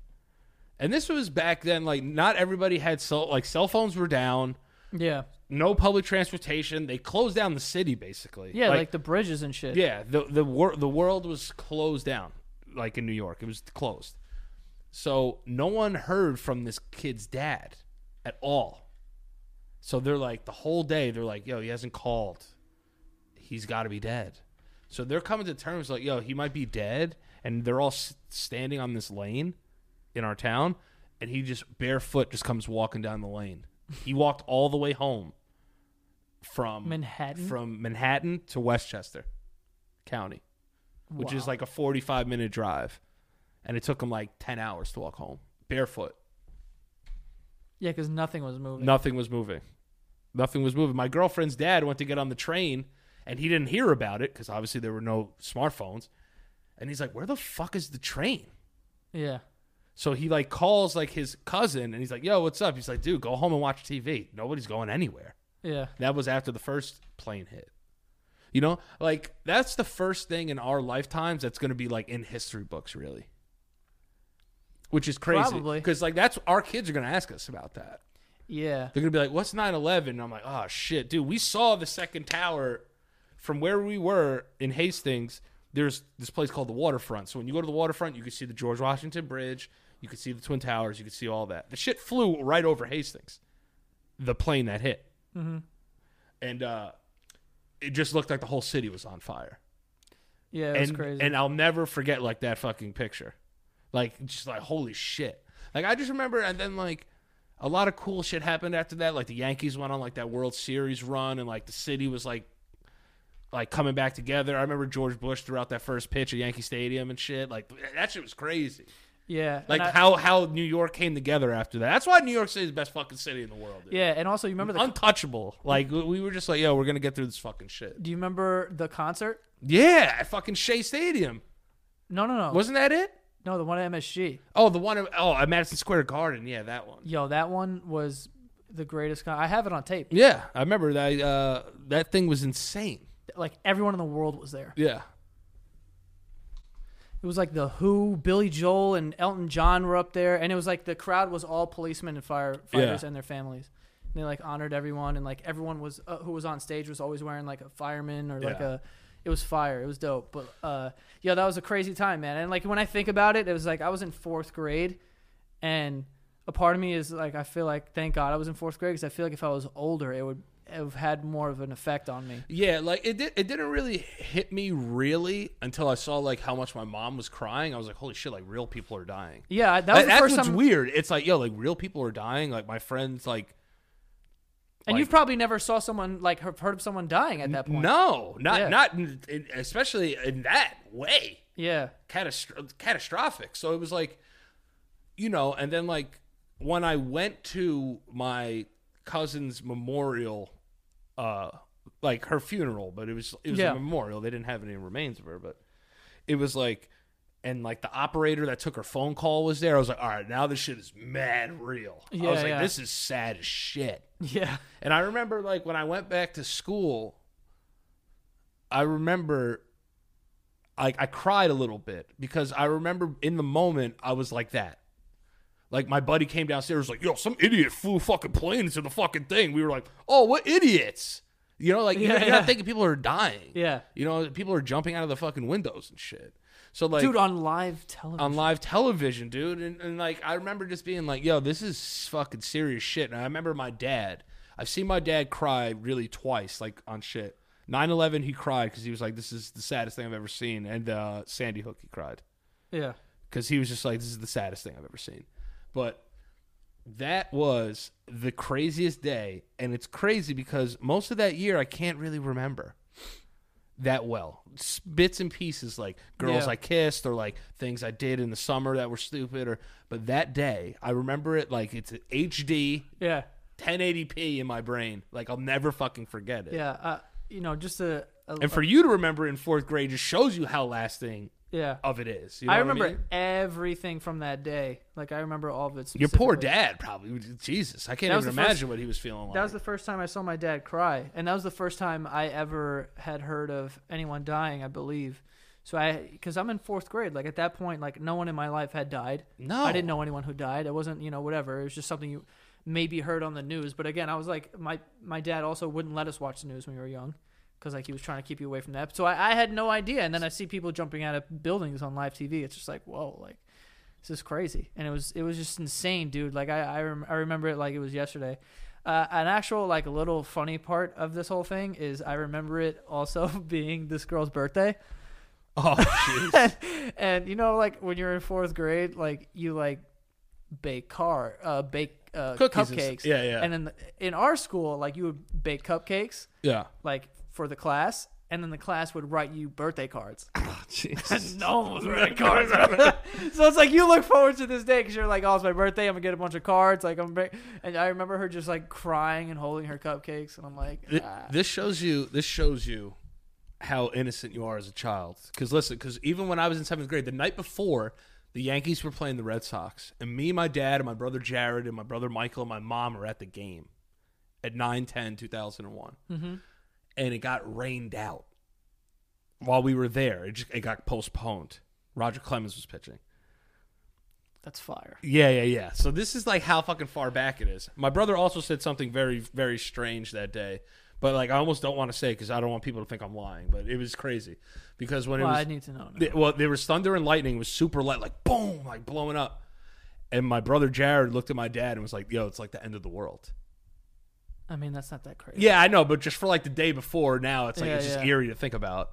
[SPEAKER 2] and this was back then. Like, not everybody had cell like cell phones were down,
[SPEAKER 1] Yeah.
[SPEAKER 2] no public transportation. They closed down the city basically.
[SPEAKER 1] Yeah, like, the bridges and shit.
[SPEAKER 2] yeah, the the wor- the world was closed down, like in New York, it was closed. So no one heard from this kid's dad at all. So they're like the whole day they're like, "Yo, he hasn't called. He's got to be dead." So they're coming to terms like, "Yo, he might be dead," and they're all s- standing on this lane in our town, and he just barefoot just comes walking down the lane. He walked all the way home from
[SPEAKER 1] Manhattan?
[SPEAKER 2] from Manhattan to Westchester County, which is
[SPEAKER 1] Wow.
[SPEAKER 2] like a 45 minute drive. And it took him like 10 hours to walk home barefoot.
[SPEAKER 1] Yeah, because nothing was moving.
[SPEAKER 2] Nothing was moving. Nothing was moving. My girlfriend's dad went to get on the train and he didn't hear about it because obviously there were no smartphones. And he's like, Where the fuck is the train?
[SPEAKER 1] Yeah.
[SPEAKER 2] So he like calls like his cousin and he's like, Yo, what's up? He's like, Dude, go home and watch TV. Nobody's going anywhere.
[SPEAKER 1] Yeah.
[SPEAKER 2] That was after the first plane hit. You know, like that's the first thing in our lifetimes that's going to be like in history books, really. Which is crazy.
[SPEAKER 1] Probably.
[SPEAKER 2] Because, like, that's our kids are going to ask us about that.
[SPEAKER 1] Yeah.
[SPEAKER 2] They're going to be like, what's 9 11? And I'm like, oh, shit, dude, we saw the second tower from where we were in Hastings. There's this place called the waterfront. So when you go to the waterfront, you can see the George Washington Bridge, you can see the Twin Towers, you can see all that. The shit flew right over Hastings, the plane that hit. Mm-hmm. And uh, it just looked like the whole city was on fire
[SPEAKER 1] Yeah, it was
[SPEAKER 2] and,
[SPEAKER 1] crazy.
[SPEAKER 2] And I'll never forget like that fucking picture. Like just like holy shit. Like I just remember and then like a lot of cool shit happened after that. Like the Yankees went on like that World Series run and like the city was like like coming back together. I remember George Bush threw out that first pitch at Yankee Stadium and shit. Like that shit was crazy.
[SPEAKER 1] yeah. and
[SPEAKER 2] Like
[SPEAKER 1] I-
[SPEAKER 2] how how New York came together after that. That's why New York City is the best fucking city in the world. dude.
[SPEAKER 1] Yeah, and also you remember the
[SPEAKER 2] Untouchable. Like we- we were just like, yo, we're gonna get through this fucking shit.
[SPEAKER 1] Do you remember the concert?
[SPEAKER 2] Yeah, at fucking Shea Stadium.
[SPEAKER 1] No, no, no.
[SPEAKER 2] Wasn't that it?
[SPEAKER 1] no, the one at MSG.
[SPEAKER 2] Oh, the one oh at Madison Square Garden, yeah, that one.
[SPEAKER 1] Yo, that one was the greatest con- I have it on tape.
[SPEAKER 2] Yeah, I remember that. Uh, that thing was insane.
[SPEAKER 1] Like everyone in the world was there.
[SPEAKER 2] Yeah,
[SPEAKER 1] It was like the Who, Billy Joel, and Elton John were up there, and it was like the crowd was all policemen and firefighters
[SPEAKER 2] Yeah.
[SPEAKER 1] and their families. And they like honored everyone, and like everyone was uh, who was on stage was always wearing like a fireman or like
[SPEAKER 2] Yeah.
[SPEAKER 1] a. It was fire. It was dope. But uh, yeah, that was a crazy time, man. And like when I think about it, it was like I was in fourth grade, and a part of me is like I feel like thank God I was in fourth grade because I feel like if I was older, it would have had more of an effect on me.
[SPEAKER 2] yeah. Like it did. It didn't really hit me really until I saw like how much my mom was crying. I was like, holy shit! Like real people are dying.
[SPEAKER 1] Yeah, I- that was
[SPEAKER 2] That-
[SPEAKER 1] the
[SPEAKER 2] that's
[SPEAKER 1] first
[SPEAKER 2] what's
[SPEAKER 1] time.
[SPEAKER 2] weird. It's like yo, like real people are dying. Like my friends, like
[SPEAKER 1] and
[SPEAKER 2] like-
[SPEAKER 1] you've probably never saw someone like he- heard of someone dying at that point.
[SPEAKER 2] no, not
[SPEAKER 1] Yeah.
[SPEAKER 2] not in, in, especially in that way.
[SPEAKER 1] Yeah.
[SPEAKER 2] catastro- catastrophic. So it was like, you know, and then like when I went to my cousin's memorial, uh, like her funeral, but it was it was
[SPEAKER 1] Yeah.
[SPEAKER 2] a memorial. They didn't have any remains of her, but it was like, and like the operator that took her phone call was there. I was like, all right, now this shit is mad real. I
[SPEAKER 1] Yeah,
[SPEAKER 2] was like,
[SPEAKER 1] yeah.
[SPEAKER 2] this is sad as shit.
[SPEAKER 1] Yeah.
[SPEAKER 2] And I remember like when I went back to school, I remember like I cried a little bit because I remember in the moment I was like that. Like my buddy came downstairs like, "Yo, some idiot flew a fucking plane into the fucking thing." We were like, "Oh, what idiots?" You know, like you're,
[SPEAKER 1] Yeah,
[SPEAKER 2] you're not
[SPEAKER 1] yeah.
[SPEAKER 2] thinking people are dying.
[SPEAKER 1] Yeah.
[SPEAKER 2] You know, people are jumping out of the fucking windows and shit. So like
[SPEAKER 1] Dude, on live television.
[SPEAKER 2] on live television, dude. And, and like, I remember just being like, yo, this is fucking serious shit. And I remember my dad, I've seen my dad cry really twice, like on shit. 9 11, he cried because he was like, this is the saddest thing I've ever seen. And uh, Sandy Hook, he cried
[SPEAKER 1] yeah.
[SPEAKER 2] because he was just like, this is the saddest thing I've ever seen. But that was the craziest day. And it's crazy because most of that year, I can't really remember that well. S- Bits and pieces, like girls
[SPEAKER 1] Yeah.
[SPEAKER 2] I kissed or like things I did in the summer that were stupid. or But that day, I remember it like it's HD,
[SPEAKER 1] Yeah.
[SPEAKER 2] 1080p in my brain. Like I'll never fucking forget it.
[SPEAKER 1] Yeah. Uh, you know, just a. a
[SPEAKER 2] And for you to remember in fourth grade just shows you how lasting
[SPEAKER 1] Yeah.
[SPEAKER 2] of it is. Oh, You know
[SPEAKER 1] I
[SPEAKER 2] what
[SPEAKER 1] remember
[SPEAKER 2] mean?
[SPEAKER 1] everything from that day. Like I remember all of it.
[SPEAKER 2] your poor
[SPEAKER 1] specifically.
[SPEAKER 2] dad probably. Jesus, I can't
[SPEAKER 1] That
[SPEAKER 2] even
[SPEAKER 1] was the first-
[SPEAKER 2] imagine what he was feeling.
[SPEAKER 1] That
[SPEAKER 2] like.
[SPEAKER 1] was the first time I saw my dad cry, and that was the first time I ever had heard of anyone dying. I believe. So I, because I'm in fourth grade, like at that point, like no one in my life had died.
[SPEAKER 2] No.
[SPEAKER 1] I didn't know anyone who died. It wasn't, you know, whatever. It was just something you maybe heard on the news. But again, I was like, my my dad also wouldn't let us watch the news when we were young, because like he was trying to keep you away from that. So I, I had no idea. And then I see people jumping out of buildings on live TV. It's just like, whoa, like this is crazy and it was it was just insane dude like i i, rem- I remember it like it was yesterday uh, an actual like little funny part of this whole thing is i remember it also being this girl's birthday
[SPEAKER 2] Oh, jeez.
[SPEAKER 1] and you know like when you're in fourth grade like you like bake car uh bake uh,
[SPEAKER 2] Cookies and
[SPEAKER 1] cupcakes
[SPEAKER 2] s- yeah, yeah.
[SPEAKER 1] and in the, in our school like you would bake cupcakes
[SPEAKER 2] yeah.
[SPEAKER 1] like for the class and then the class would write you birthday cards
[SPEAKER 2] Jesus.
[SPEAKER 1] no one was writing cards. so it's like you look forward to this day because you're like, oh, it's my birthday. I'm gonna get a bunch of cards. Like I'm, bring-. and I remember her just like crying and holding her cupcakes, and I'm like,
[SPEAKER 2] Th-
[SPEAKER 1] ah.
[SPEAKER 2] this shows you this shows you how innocent you are as a child because listen because even when i was in seventh grade the night before the yankees were playing the red sox and me my dad and my brother jared and my brother michael and my mom are at the game at 9 10 2001
[SPEAKER 1] Mm-hmm.
[SPEAKER 2] and it got rained out while we were there it, just, it got postponed roger clemens was pitching
[SPEAKER 1] that's fire.
[SPEAKER 2] yeah, yeah, yeah. So this is like how fucking far back it is. My brother also said something very, very strange that day, but like I almost don't want to say because I don't want people to think I'm lying. But it was crazy because when
[SPEAKER 1] Well, I
[SPEAKER 2] it was
[SPEAKER 1] need to know. Now.
[SPEAKER 2] th- well, there was thunder and lightning, it was super light, like boom, like blowing up. And my brother Jared looked at my dad and was like, "Yo, it's like the end of the world."
[SPEAKER 1] I mean, that's not that crazy.
[SPEAKER 2] Yeah, I know, but just for like the day before, now it's like
[SPEAKER 1] Yeah,
[SPEAKER 2] it's just
[SPEAKER 1] yeah.
[SPEAKER 2] eerie to think about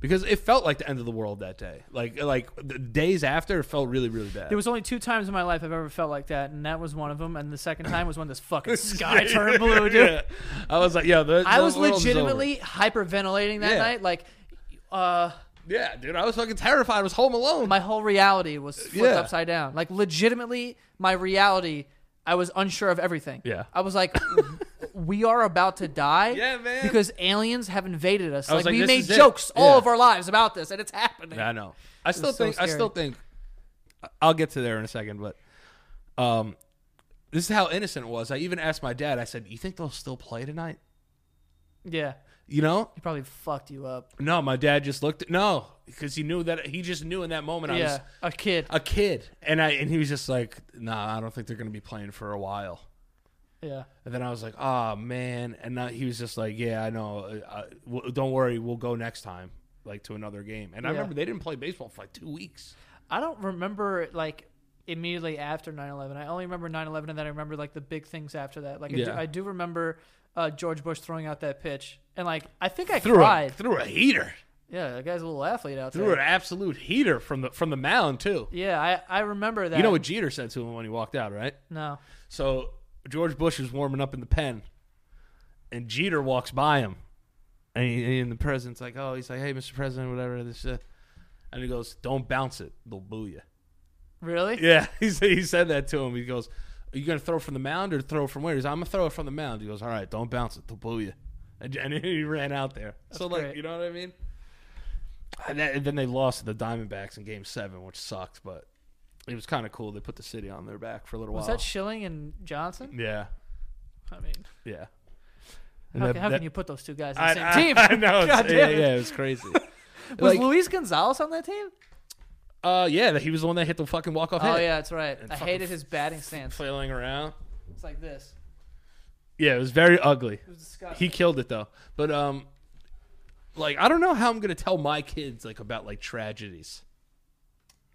[SPEAKER 2] because it felt like the end of the world that day. Like like the days after, it felt really, really bad.
[SPEAKER 1] There was only two times in my life I've ever felt like that, and that was one of them. And the second time was when this fucking sky turned blue, dude.
[SPEAKER 2] Yeah. I was like, yo, the,
[SPEAKER 1] I
[SPEAKER 2] the
[SPEAKER 1] was
[SPEAKER 2] world's over.
[SPEAKER 1] legitimately hyperventilating that
[SPEAKER 2] Yeah.
[SPEAKER 1] night, like. Uh,
[SPEAKER 2] Yeah, dude, I was fucking terrified. I was home alone.
[SPEAKER 1] my whole reality was flipped
[SPEAKER 2] Yeah.
[SPEAKER 1] upside down. Like legitimately, my reality, I was unsure of everything.
[SPEAKER 2] Yeah.
[SPEAKER 1] I was like, we are about to die.
[SPEAKER 2] Yeah, man.
[SPEAKER 1] Because aliens have invaded us.
[SPEAKER 2] was
[SPEAKER 1] Like,
[SPEAKER 2] like,
[SPEAKER 1] we
[SPEAKER 2] this
[SPEAKER 1] made
[SPEAKER 2] is it.
[SPEAKER 1] jokes all
[SPEAKER 2] Yeah.
[SPEAKER 1] of our lives about this, and it's happening.
[SPEAKER 2] I know. I still
[SPEAKER 1] was so
[SPEAKER 2] think. I still think. I'll get to there in a second, but um, this is how innocent it was. I even asked my dad. I said, "You think they'll still play tonight?"
[SPEAKER 1] yeah.
[SPEAKER 2] You know?
[SPEAKER 1] He probably fucked you up.
[SPEAKER 2] No, my dad just looked. no, because he knew that he just knew in that moment. I was
[SPEAKER 1] yeah. A kid.
[SPEAKER 2] a kid, and I and he was just like, "Nah, I don't think they're gonna be playing for a while."
[SPEAKER 1] yeah.
[SPEAKER 2] And then I was like, "Oh man!" And now he was just like, "Yeah, I know. Uh, w- don't worry, we'll go next time, like to another game." And I
[SPEAKER 1] Yeah.
[SPEAKER 2] remember they didn't play baseball for like two weeks.
[SPEAKER 1] I don't remember like immediately after 9-11. I only remember 9-11 and then I remember like the big things after that. Like I, do,
[SPEAKER 2] Yeah.
[SPEAKER 1] I do remember uh, George Bush throwing out that pitch. And like I think I
[SPEAKER 2] Threw a,
[SPEAKER 1] cried.
[SPEAKER 2] threw a heater,
[SPEAKER 1] Yeah, that guy's a little athlete out
[SPEAKER 2] threw
[SPEAKER 1] there.
[SPEAKER 2] an absolute heater from the from the mound too.
[SPEAKER 1] Yeah, I, I remember that.
[SPEAKER 2] You know what Jeter said to him when he walked out, right?
[SPEAKER 1] No.
[SPEAKER 2] So George Bush is warming up in the pen, and Jeter walks by him, and, he, and the president's like, "Oh, he's like, hey, Mr. President, whatever this," uh, and he goes, "Don't bounce it, they'll boo you."
[SPEAKER 1] Really?
[SPEAKER 2] Yeah, he said, he said that to him. He goes, "Are you gonna throw from the mound or throw from where?" He's, "I'm gonna throw it from the mound." He goes, "All right, don't bounce it; they'll boo you." And, and he ran out there. so like,
[SPEAKER 1] great.
[SPEAKER 2] you know what I mean? And, that, and then they lost to the Diamondbacks in Game Seven, which sucked, but it was kind of cool. They put the city on their back for a little
[SPEAKER 1] Was
[SPEAKER 2] while.
[SPEAKER 1] that Schilling and Johnson?
[SPEAKER 2] yeah,
[SPEAKER 1] I mean,
[SPEAKER 2] yeah. And
[SPEAKER 1] how,
[SPEAKER 2] that-
[SPEAKER 1] ca- how
[SPEAKER 2] that-
[SPEAKER 1] can you put those two guys
[SPEAKER 2] I,
[SPEAKER 1] on the same
[SPEAKER 2] I-
[SPEAKER 1] team?
[SPEAKER 2] I know. it's-
[SPEAKER 1] God
[SPEAKER 2] yeah,
[SPEAKER 1] damn it.
[SPEAKER 2] yeah, it was crazy.
[SPEAKER 1] Was
[SPEAKER 2] like,
[SPEAKER 1] Luis Gonzalez on that team?
[SPEAKER 2] uh, yeah, he was the one that hit the fucking walk off.
[SPEAKER 1] Oh yeah, that's right. I
[SPEAKER 2] fucking
[SPEAKER 1] hated his batting stance.
[SPEAKER 2] flailing around.
[SPEAKER 1] It's like this.
[SPEAKER 2] Yeah, it was very ugly.
[SPEAKER 1] It was disgusting.
[SPEAKER 2] he killed it though. But um, like I don't know how I'm gonna tell my kids like about like tragedies.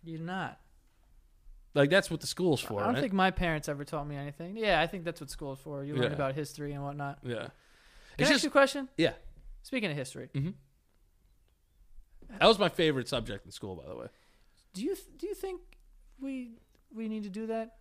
[SPEAKER 1] You're not.
[SPEAKER 2] Like that's what the school's for,
[SPEAKER 1] I don't
[SPEAKER 2] right?
[SPEAKER 1] think my parents ever taught me anything. Yeah, I think that's what school's for. You learn
[SPEAKER 2] Yeah.
[SPEAKER 1] about history and whatnot. Can
[SPEAKER 2] yeah,
[SPEAKER 1] I
[SPEAKER 2] it's
[SPEAKER 1] ask
[SPEAKER 2] just
[SPEAKER 1] you a question?
[SPEAKER 2] yeah.
[SPEAKER 1] Speaking of history,
[SPEAKER 2] That was my favorite subject in school, by the way.
[SPEAKER 1] do you th- do you think we we need to do that?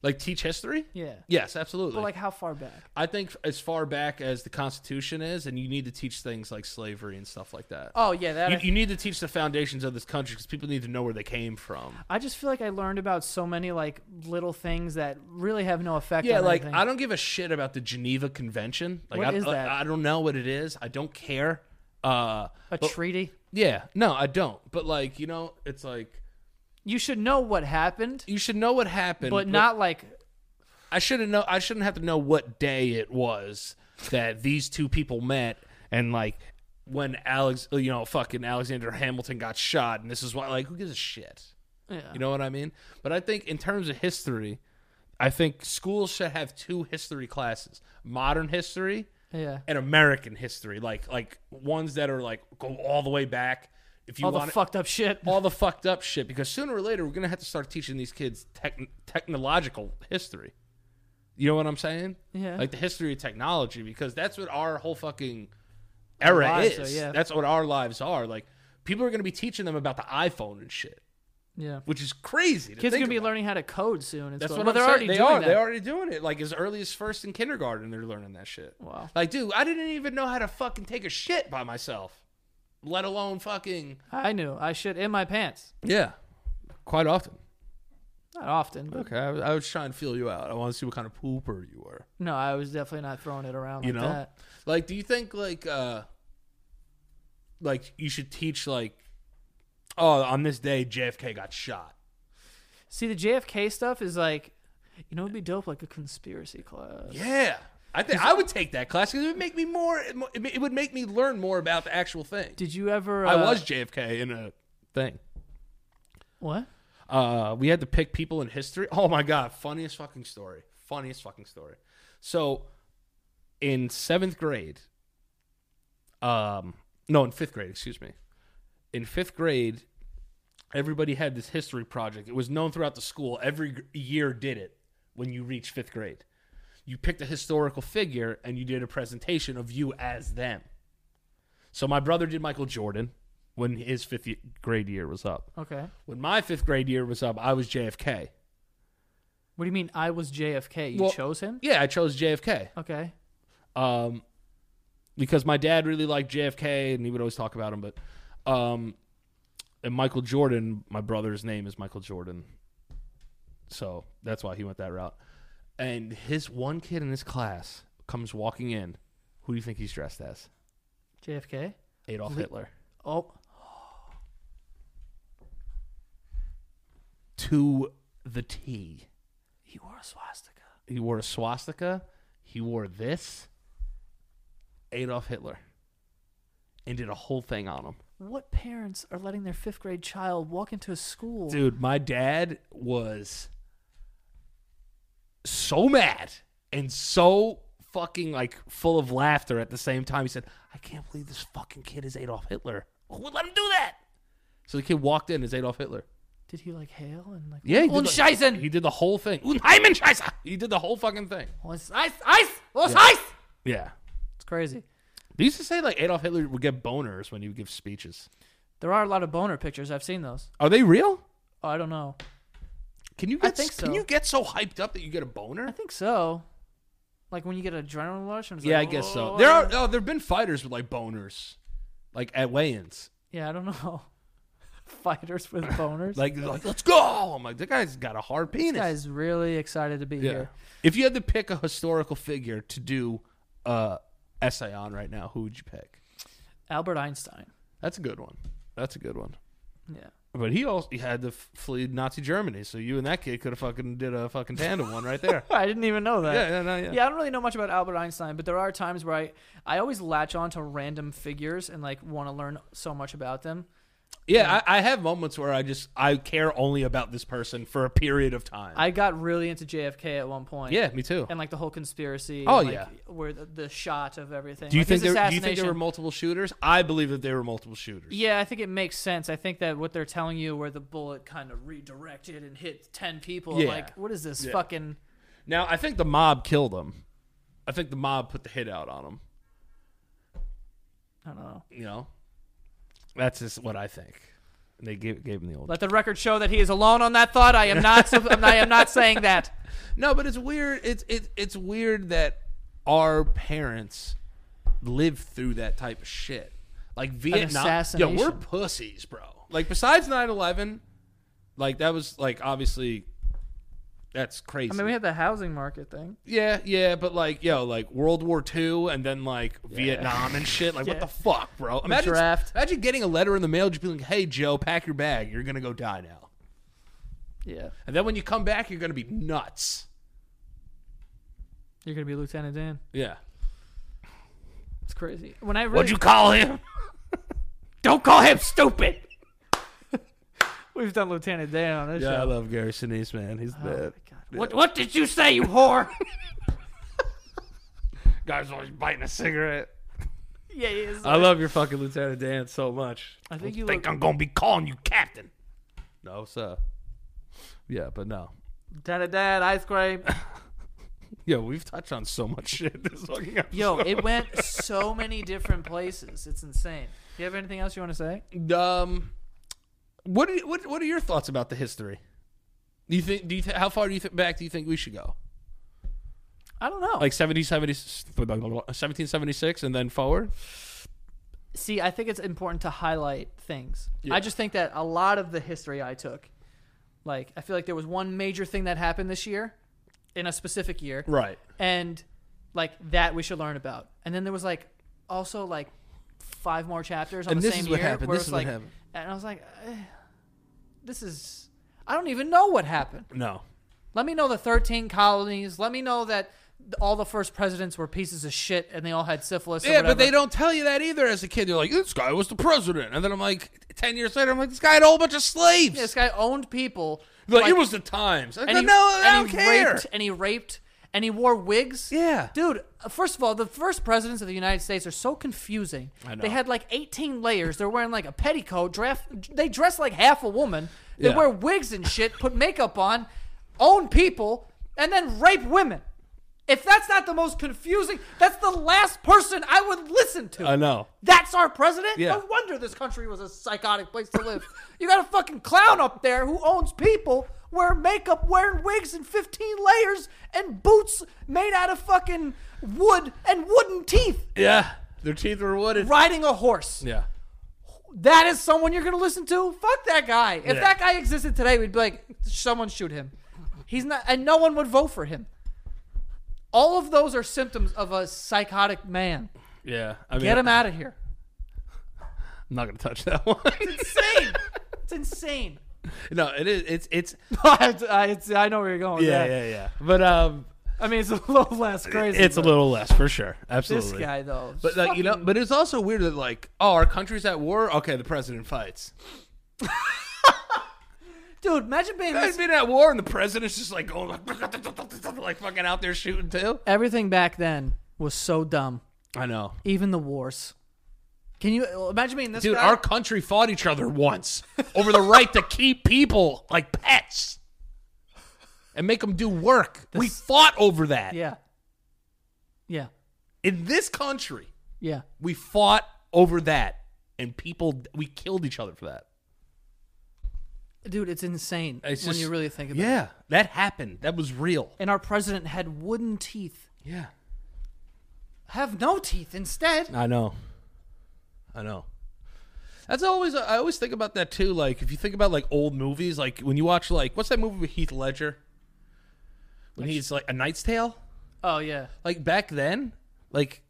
[SPEAKER 2] Like teach history.
[SPEAKER 1] Yeah.
[SPEAKER 2] Yes, absolutely.
[SPEAKER 1] But like, how far back?
[SPEAKER 2] I think as far back as the Constitution is, and you need to teach things like slavery and stuff like that.
[SPEAKER 1] Oh yeah, that. I
[SPEAKER 2] you, you need to teach the foundations of this country because people need to know where they came from.
[SPEAKER 1] I just feel like I learned about so many like little things that really have no effect.
[SPEAKER 2] Yeah,
[SPEAKER 1] on
[SPEAKER 2] like
[SPEAKER 1] anything.
[SPEAKER 2] I don't give a shit about the Geneva Convention. Like
[SPEAKER 1] What
[SPEAKER 2] I,
[SPEAKER 1] is that?
[SPEAKER 2] I, I don't know what it is. I don't care. Uh,
[SPEAKER 1] A
[SPEAKER 2] but-
[SPEAKER 1] treaty.
[SPEAKER 2] yeah, no, I don't. But like, you know, it's like
[SPEAKER 1] You should know what happened,
[SPEAKER 2] you should know what happened,
[SPEAKER 1] but not like
[SPEAKER 2] I shouldn't know. I shouldn't have to know what day it was that these two people met, and like when Alex, oh, you know, fucking Alexander Hamilton got shot, and this is why. Like, who gives a shit?
[SPEAKER 1] Yeah.
[SPEAKER 2] You know what I mean? But I think in terms of history, I think schools should have two history classes: modern history
[SPEAKER 1] yeah.
[SPEAKER 2] and American history. Like, like ones that are like go all the way back. If you
[SPEAKER 1] all the
[SPEAKER 2] want,
[SPEAKER 1] fucked up shit.
[SPEAKER 2] all the fucked up shit because sooner or later we're gonna have to start teaching these kids techn technological history. You know what I'm saying?
[SPEAKER 1] Yeah.
[SPEAKER 2] Like the history of technology because that's what our whole fucking era
[SPEAKER 1] lives
[SPEAKER 2] is.
[SPEAKER 1] are, yeah.
[SPEAKER 2] That's what our lives are. Like people are gonna be teaching them about the iPhone and shit,
[SPEAKER 1] yeah.
[SPEAKER 2] which is crazy. To
[SPEAKER 1] Kids are
[SPEAKER 2] think
[SPEAKER 1] gonna be
[SPEAKER 2] about.
[SPEAKER 1] learning how to code soon. And
[SPEAKER 2] That's
[SPEAKER 1] stuff. well,
[SPEAKER 2] what I'm
[SPEAKER 1] they're
[SPEAKER 2] saying.
[SPEAKER 1] already
[SPEAKER 2] they
[SPEAKER 1] doing
[SPEAKER 2] are.
[SPEAKER 1] that.
[SPEAKER 2] They're already doing it. Like as early as first in kindergarten, they're learning that shit.
[SPEAKER 1] Wow.
[SPEAKER 2] Like, dude, I didn't even know how to fucking take a shit by myself, let alone fucking
[SPEAKER 1] I knew I should in my pants.
[SPEAKER 2] yeah, quite often.
[SPEAKER 1] Not often, but
[SPEAKER 2] Okay, I, was- I was trying to feel you out. I want to see what kind of pooper you were.
[SPEAKER 1] no, I was definitely not throwing it around
[SPEAKER 2] You
[SPEAKER 1] like
[SPEAKER 2] know,
[SPEAKER 1] that.
[SPEAKER 2] like, do you think like, uh like you should teach like, oh, on this day JFK got shot.
[SPEAKER 1] See, the JFK stuff is like, you know, it'd be dope like a conspiracy class.
[SPEAKER 2] Yeah, I think I would take that class because it would make me more. it mo- It would make me learn more about the actual thing.
[SPEAKER 1] Did you ever?
[SPEAKER 2] I
[SPEAKER 1] uh,
[SPEAKER 2] was JFK in a thing.
[SPEAKER 1] what?
[SPEAKER 2] uh, we had to pick people in history. Oh my god, funniest fucking story. Funniest fucking story. So in seventh grade, um, no, in fifth grade, excuse me. In fifth grade, everybody had this history project. It was known throughout the school. Every g- year did it when you reached fifth grade. You picked a historical figure and you did a presentation of you as them. So my brother did Michael Jordan when his fifth y- grade year was up
[SPEAKER 1] Okay.
[SPEAKER 2] when my fifth grade year was up, I was JFK.
[SPEAKER 1] What do you mean? I was JFK. You
[SPEAKER 2] Well-
[SPEAKER 1] chose him.
[SPEAKER 2] Yeah, I chose JFK
[SPEAKER 1] Okay.
[SPEAKER 2] um, because my dad really liked JFK and he would always talk about him. But um, and Michael Jordan, my brother's name is Michael Jordan, so that's why he went that route. And his one kid in his class comes walking in. Who do you think he's dressed as?
[SPEAKER 1] JFK.
[SPEAKER 2] Adolf Hitler.
[SPEAKER 1] Oh,
[SPEAKER 2] To the T.
[SPEAKER 1] he wore a swastika.
[SPEAKER 2] He wore a swastika. He wore this. Adolf Hitler. And did a whole thing on him.
[SPEAKER 1] What parents are letting their fifth grade child walk into a school?
[SPEAKER 2] Dude, my dad was so mad and so fucking like full of laughter at the same time. He said, I can't believe this fucking kid is Adolf Hitler. Who would let him do that? So the kid walked in as Adolf Hitler.
[SPEAKER 1] Did he like hail and like?
[SPEAKER 2] Yeah, he did,
[SPEAKER 1] Und
[SPEAKER 2] the,
[SPEAKER 1] scheißen.
[SPEAKER 2] he did the whole thing. Und Heimenscheißer! He did the whole fucking thing.
[SPEAKER 1] Was ice, ice, was ice.
[SPEAKER 2] Yeah.
[SPEAKER 1] It's crazy.
[SPEAKER 2] They used to say like Adolf Hitler would get boners when he would give speeches.
[SPEAKER 1] There are a lot of boner pictures. I've seen those.
[SPEAKER 2] Are they real?
[SPEAKER 1] Oh, I don't know.
[SPEAKER 2] Can you get
[SPEAKER 1] think
[SPEAKER 2] can
[SPEAKER 1] so.
[SPEAKER 2] you get so hyped up that you get a
[SPEAKER 1] I
[SPEAKER 2] boner?
[SPEAKER 1] think so. Like when you get an adrenaline rush. And it's
[SPEAKER 2] Yeah, I
[SPEAKER 1] like,
[SPEAKER 2] guess so.
[SPEAKER 1] "Oh."
[SPEAKER 2] There are oh, there've been fighters with like boners, like at weigh-ins.
[SPEAKER 1] Yeah, I don't know. Fighters with boners.
[SPEAKER 2] Like they're like let's go. I'm like that guy's got a hard penis.
[SPEAKER 1] this guy's really excited to be
[SPEAKER 2] yeah.
[SPEAKER 1] here.
[SPEAKER 2] If you had to pick a historical figure to do a essay on right now, who would you pick?
[SPEAKER 1] Albert Einstein.
[SPEAKER 2] That's a good one. That's a good one.
[SPEAKER 1] Yeah.
[SPEAKER 2] But he also he had to f- flee Nazi Germany, so you and that kid could have fucking did a fucking tandem one right there.
[SPEAKER 1] I didn't even know that.
[SPEAKER 2] Yeah, yeah, no, yeah.
[SPEAKER 1] Yeah, I don't really know much about Albert Einstein, but there are times where I, I always latch on to random figures and like want to learn so much about them.
[SPEAKER 2] Yeah, I, I have moments where I just I care only about this person for a period of time.
[SPEAKER 1] I got really into JFK at one point.
[SPEAKER 2] yeah, me too.
[SPEAKER 1] And like the whole conspiracy.
[SPEAKER 2] Oh,
[SPEAKER 1] and, like,
[SPEAKER 2] yeah.
[SPEAKER 1] Where the, the shot of everything.
[SPEAKER 2] Do you
[SPEAKER 1] Like,
[SPEAKER 2] think
[SPEAKER 1] his
[SPEAKER 2] there, do you think there
[SPEAKER 1] assassination-
[SPEAKER 2] were multiple shooters? I believe that there were multiple shooters.
[SPEAKER 1] Yeah, I think it makes sense. I think that what they're telling you, where the bullet kind of redirected and hit ten people,
[SPEAKER 2] Yeah.
[SPEAKER 1] like what is this
[SPEAKER 2] Yeah.
[SPEAKER 1] fucking?
[SPEAKER 2] Now I think the mob killed him. I think the mob put the hit out on him.
[SPEAKER 1] I don't know.
[SPEAKER 2] You know, that's just what I think. And they gave gave him the old.
[SPEAKER 1] Let the record show that he is alone on that thought. I am not. I am not saying that.
[SPEAKER 2] No, but it's weird. It's it's it's weird that our parents live through that type of shit. Like Vietnam. Yo, we're
[SPEAKER 1] assassination.
[SPEAKER 2] pussies, bro. Like besides 9/11, like that was like obviously That's crazy.
[SPEAKER 1] I mean, we had the housing market thing.
[SPEAKER 2] yeah, yeah, but like, yo, like World War II and then like Vietnam and shit. Like, what
[SPEAKER 1] Yeah.
[SPEAKER 2] the fuck, bro? Imagine,
[SPEAKER 1] draft.
[SPEAKER 2] imagine getting a letter in the mail just being like, hey, Joe, pack your bag. You're going to go die now.
[SPEAKER 1] Yeah,
[SPEAKER 2] And then when you come back, you're going to be nuts.
[SPEAKER 1] you're gonna be Lieutenant Dan.
[SPEAKER 2] Yeah.
[SPEAKER 1] It's crazy. When I really,
[SPEAKER 2] What'd you call him? Don't call him stupid.
[SPEAKER 1] we've done Lieutenant Dan on this
[SPEAKER 2] Yeah, I
[SPEAKER 1] show.
[SPEAKER 2] love Gary Sinise, man. He's
[SPEAKER 1] Oh my
[SPEAKER 2] the
[SPEAKER 1] God.
[SPEAKER 2] What, what did you say, you whore? Guy's always biting a cigarette.
[SPEAKER 1] Yeah, he is.
[SPEAKER 2] I love your fucking Lieutenant Dan so much.
[SPEAKER 1] I think you
[SPEAKER 2] Think
[SPEAKER 1] look
[SPEAKER 2] I'm gonna be calling you Captain. No, sir. Yeah, but no.
[SPEAKER 1] Lieutenant Dan ice cream.
[SPEAKER 2] Yo, we've touched on so much shit this fucking episode.
[SPEAKER 1] Yo, it went so many different places. It's insane. Do you have anything else you want to say?
[SPEAKER 2] um, what are, what what are your thoughts about the history? Do you think? Do you th- how far do you think back do you think we should go?
[SPEAKER 1] I don't know.
[SPEAKER 2] Like 70, 70, 1776 and then forward?
[SPEAKER 1] see, I think it's important to highlight things.
[SPEAKER 2] Yeah.
[SPEAKER 1] I just think that a lot of the history I took, like, I feel like there was one major thing that happened this year in a specific year.
[SPEAKER 2] Right.
[SPEAKER 1] And, like, that we should learn about. And then there was, like, also, like, five more chapters on
[SPEAKER 2] And
[SPEAKER 1] the
[SPEAKER 2] this
[SPEAKER 1] same
[SPEAKER 2] is what
[SPEAKER 1] year.
[SPEAKER 2] happened.
[SPEAKER 1] where it
[SPEAKER 2] This
[SPEAKER 1] was
[SPEAKER 2] is what
[SPEAKER 1] like,
[SPEAKER 2] happened.
[SPEAKER 1] And I was like, eh, this is. I don't even know what happened.
[SPEAKER 2] No.
[SPEAKER 1] Let me know the 13 colonies. Let me know that th- all the first presidents were pieces of shit and they all had syphilis. or
[SPEAKER 2] Yeah, but they
[SPEAKER 1] whatever.
[SPEAKER 2] don't tell you that either as a kid. They're like, this guy was the president. And then I'm like, 10 years later, I'm like, this guy had a whole bunch of slaves.
[SPEAKER 1] This guy owned people.
[SPEAKER 2] like,
[SPEAKER 1] like-
[SPEAKER 2] it was the times. I
[SPEAKER 1] and
[SPEAKER 2] go,
[SPEAKER 1] he,
[SPEAKER 2] no, I
[SPEAKER 1] and
[SPEAKER 2] don't
[SPEAKER 1] he
[SPEAKER 2] care.
[SPEAKER 1] raped and he raped and he wore wigs.
[SPEAKER 2] Yeah.
[SPEAKER 1] Dude, uh, first of all, the first presidents of the United States are so confusing.
[SPEAKER 2] I know.
[SPEAKER 1] They had like 18 layers. They're wearing like a petticoat. Draft, they dress like half a woman. They
[SPEAKER 2] Yeah.
[SPEAKER 1] wear wigs and shit, put makeup on, own people, and then rape women. If that's not the most confusing, that's the last person I would listen to.
[SPEAKER 2] I know.
[SPEAKER 1] That's our president?
[SPEAKER 2] Yeah.
[SPEAKER 1] No wonder this country was a psychotic place to live. you got a fucking clown up there who owns people, wearing makeup, wearing wigs in 15 layers, and boots made out of fucking wood and wooden teeth,
[SPEAKER 2] Yeah. Their teeth were wooded.
[SPEAKER 1] riding a horse.
[SPEAKER 2] Yeah.
[SPEAKER 1] That is someone you're going to listen to? Fuck that guy. If
[SPEAKER 2] Yeah.
[SPEAKER 1] that guy existed today, we'd be like, someone shoot him. He's not, and no one would vote for him. All of those are symptoms of a psychotic man.
[SPEAKER 2] Yeah. I mean,
[SPEAKER 1] Get him out of here.
[SPEAKER 2] I'm not going to touch that one.
[SPEAKER 1] Insane. it's insane.
[SPEAKER 2] no, it is. It's, it's,
[SPEAKER 1] I, I, it's, I know where you're going. with
[SPEAKER 2] yeah,
[SPEAKER 1] that.
[SPEAKER 2] yeah, yeah. But, um,
[SPEAKER 1] I mean, it's a little less crazy.
[SPEAKER 2] it's a
[SPEAKER 1] but
[SPEAKER 2] little less for sure.
[SPEAKER 1] This
[SPEAKER 2] Absolutely.
[SPEAKER 1] guy though,
[SPEAKER 2] But like you know, but it's also weird that like, oh, our country's at war. Okay, the president fights.
[SPEAKER 1] dude, imagine being
[SPEAKER 2] It's
[SPEAKER 1] this.
[SPEAKER 2] been at war, and the president's just like going like, like fucking out there shooting too.
[SPEAKER 1] Everything back then was so dumb.
[SPEAKER 2] I know.
[SPEAKER 1] Even the wars. Can you imagine being this
[SPEAKER 2] Dude,
[SPEAKER 1] guy?
[SPEAKER 2] our country fought each other once over the right to keep people like pets and make them do work. we
[SPEAKER 1] This-
[SPEAKER 2] fought over that.
[SPEAKER 1] yeah, yeah,
[SPEAKER 2] In this country,
[SPEAKER 1] yeah.
[SPEAKER 2] we fought over that. And people, we killed each other for that.
[SPEAKER 1] Dude, it's insane
[SPEAKER 2] It's
[SPEAKER 1] when
[SPEAKER 2] just-
[SPEAKER 1] you really think about it.
[SPEAKER 2] Yeah, that happened. That was real.
[SPEAKER 1] And our president had wooden teeth.
[SPEAKER 2] Yeah.
[SPEAKER 1] Have no teeth instead.
[SPEAKER 2] I know. I know. That's always I always think about that too. Like if you think about like old movies, like when you watch like what's that movie with Heath Ledger? When he's like a Knight's Tale.
[SPEAKER 1] Oh yeah,
[SPEAKER 2] Like back then, like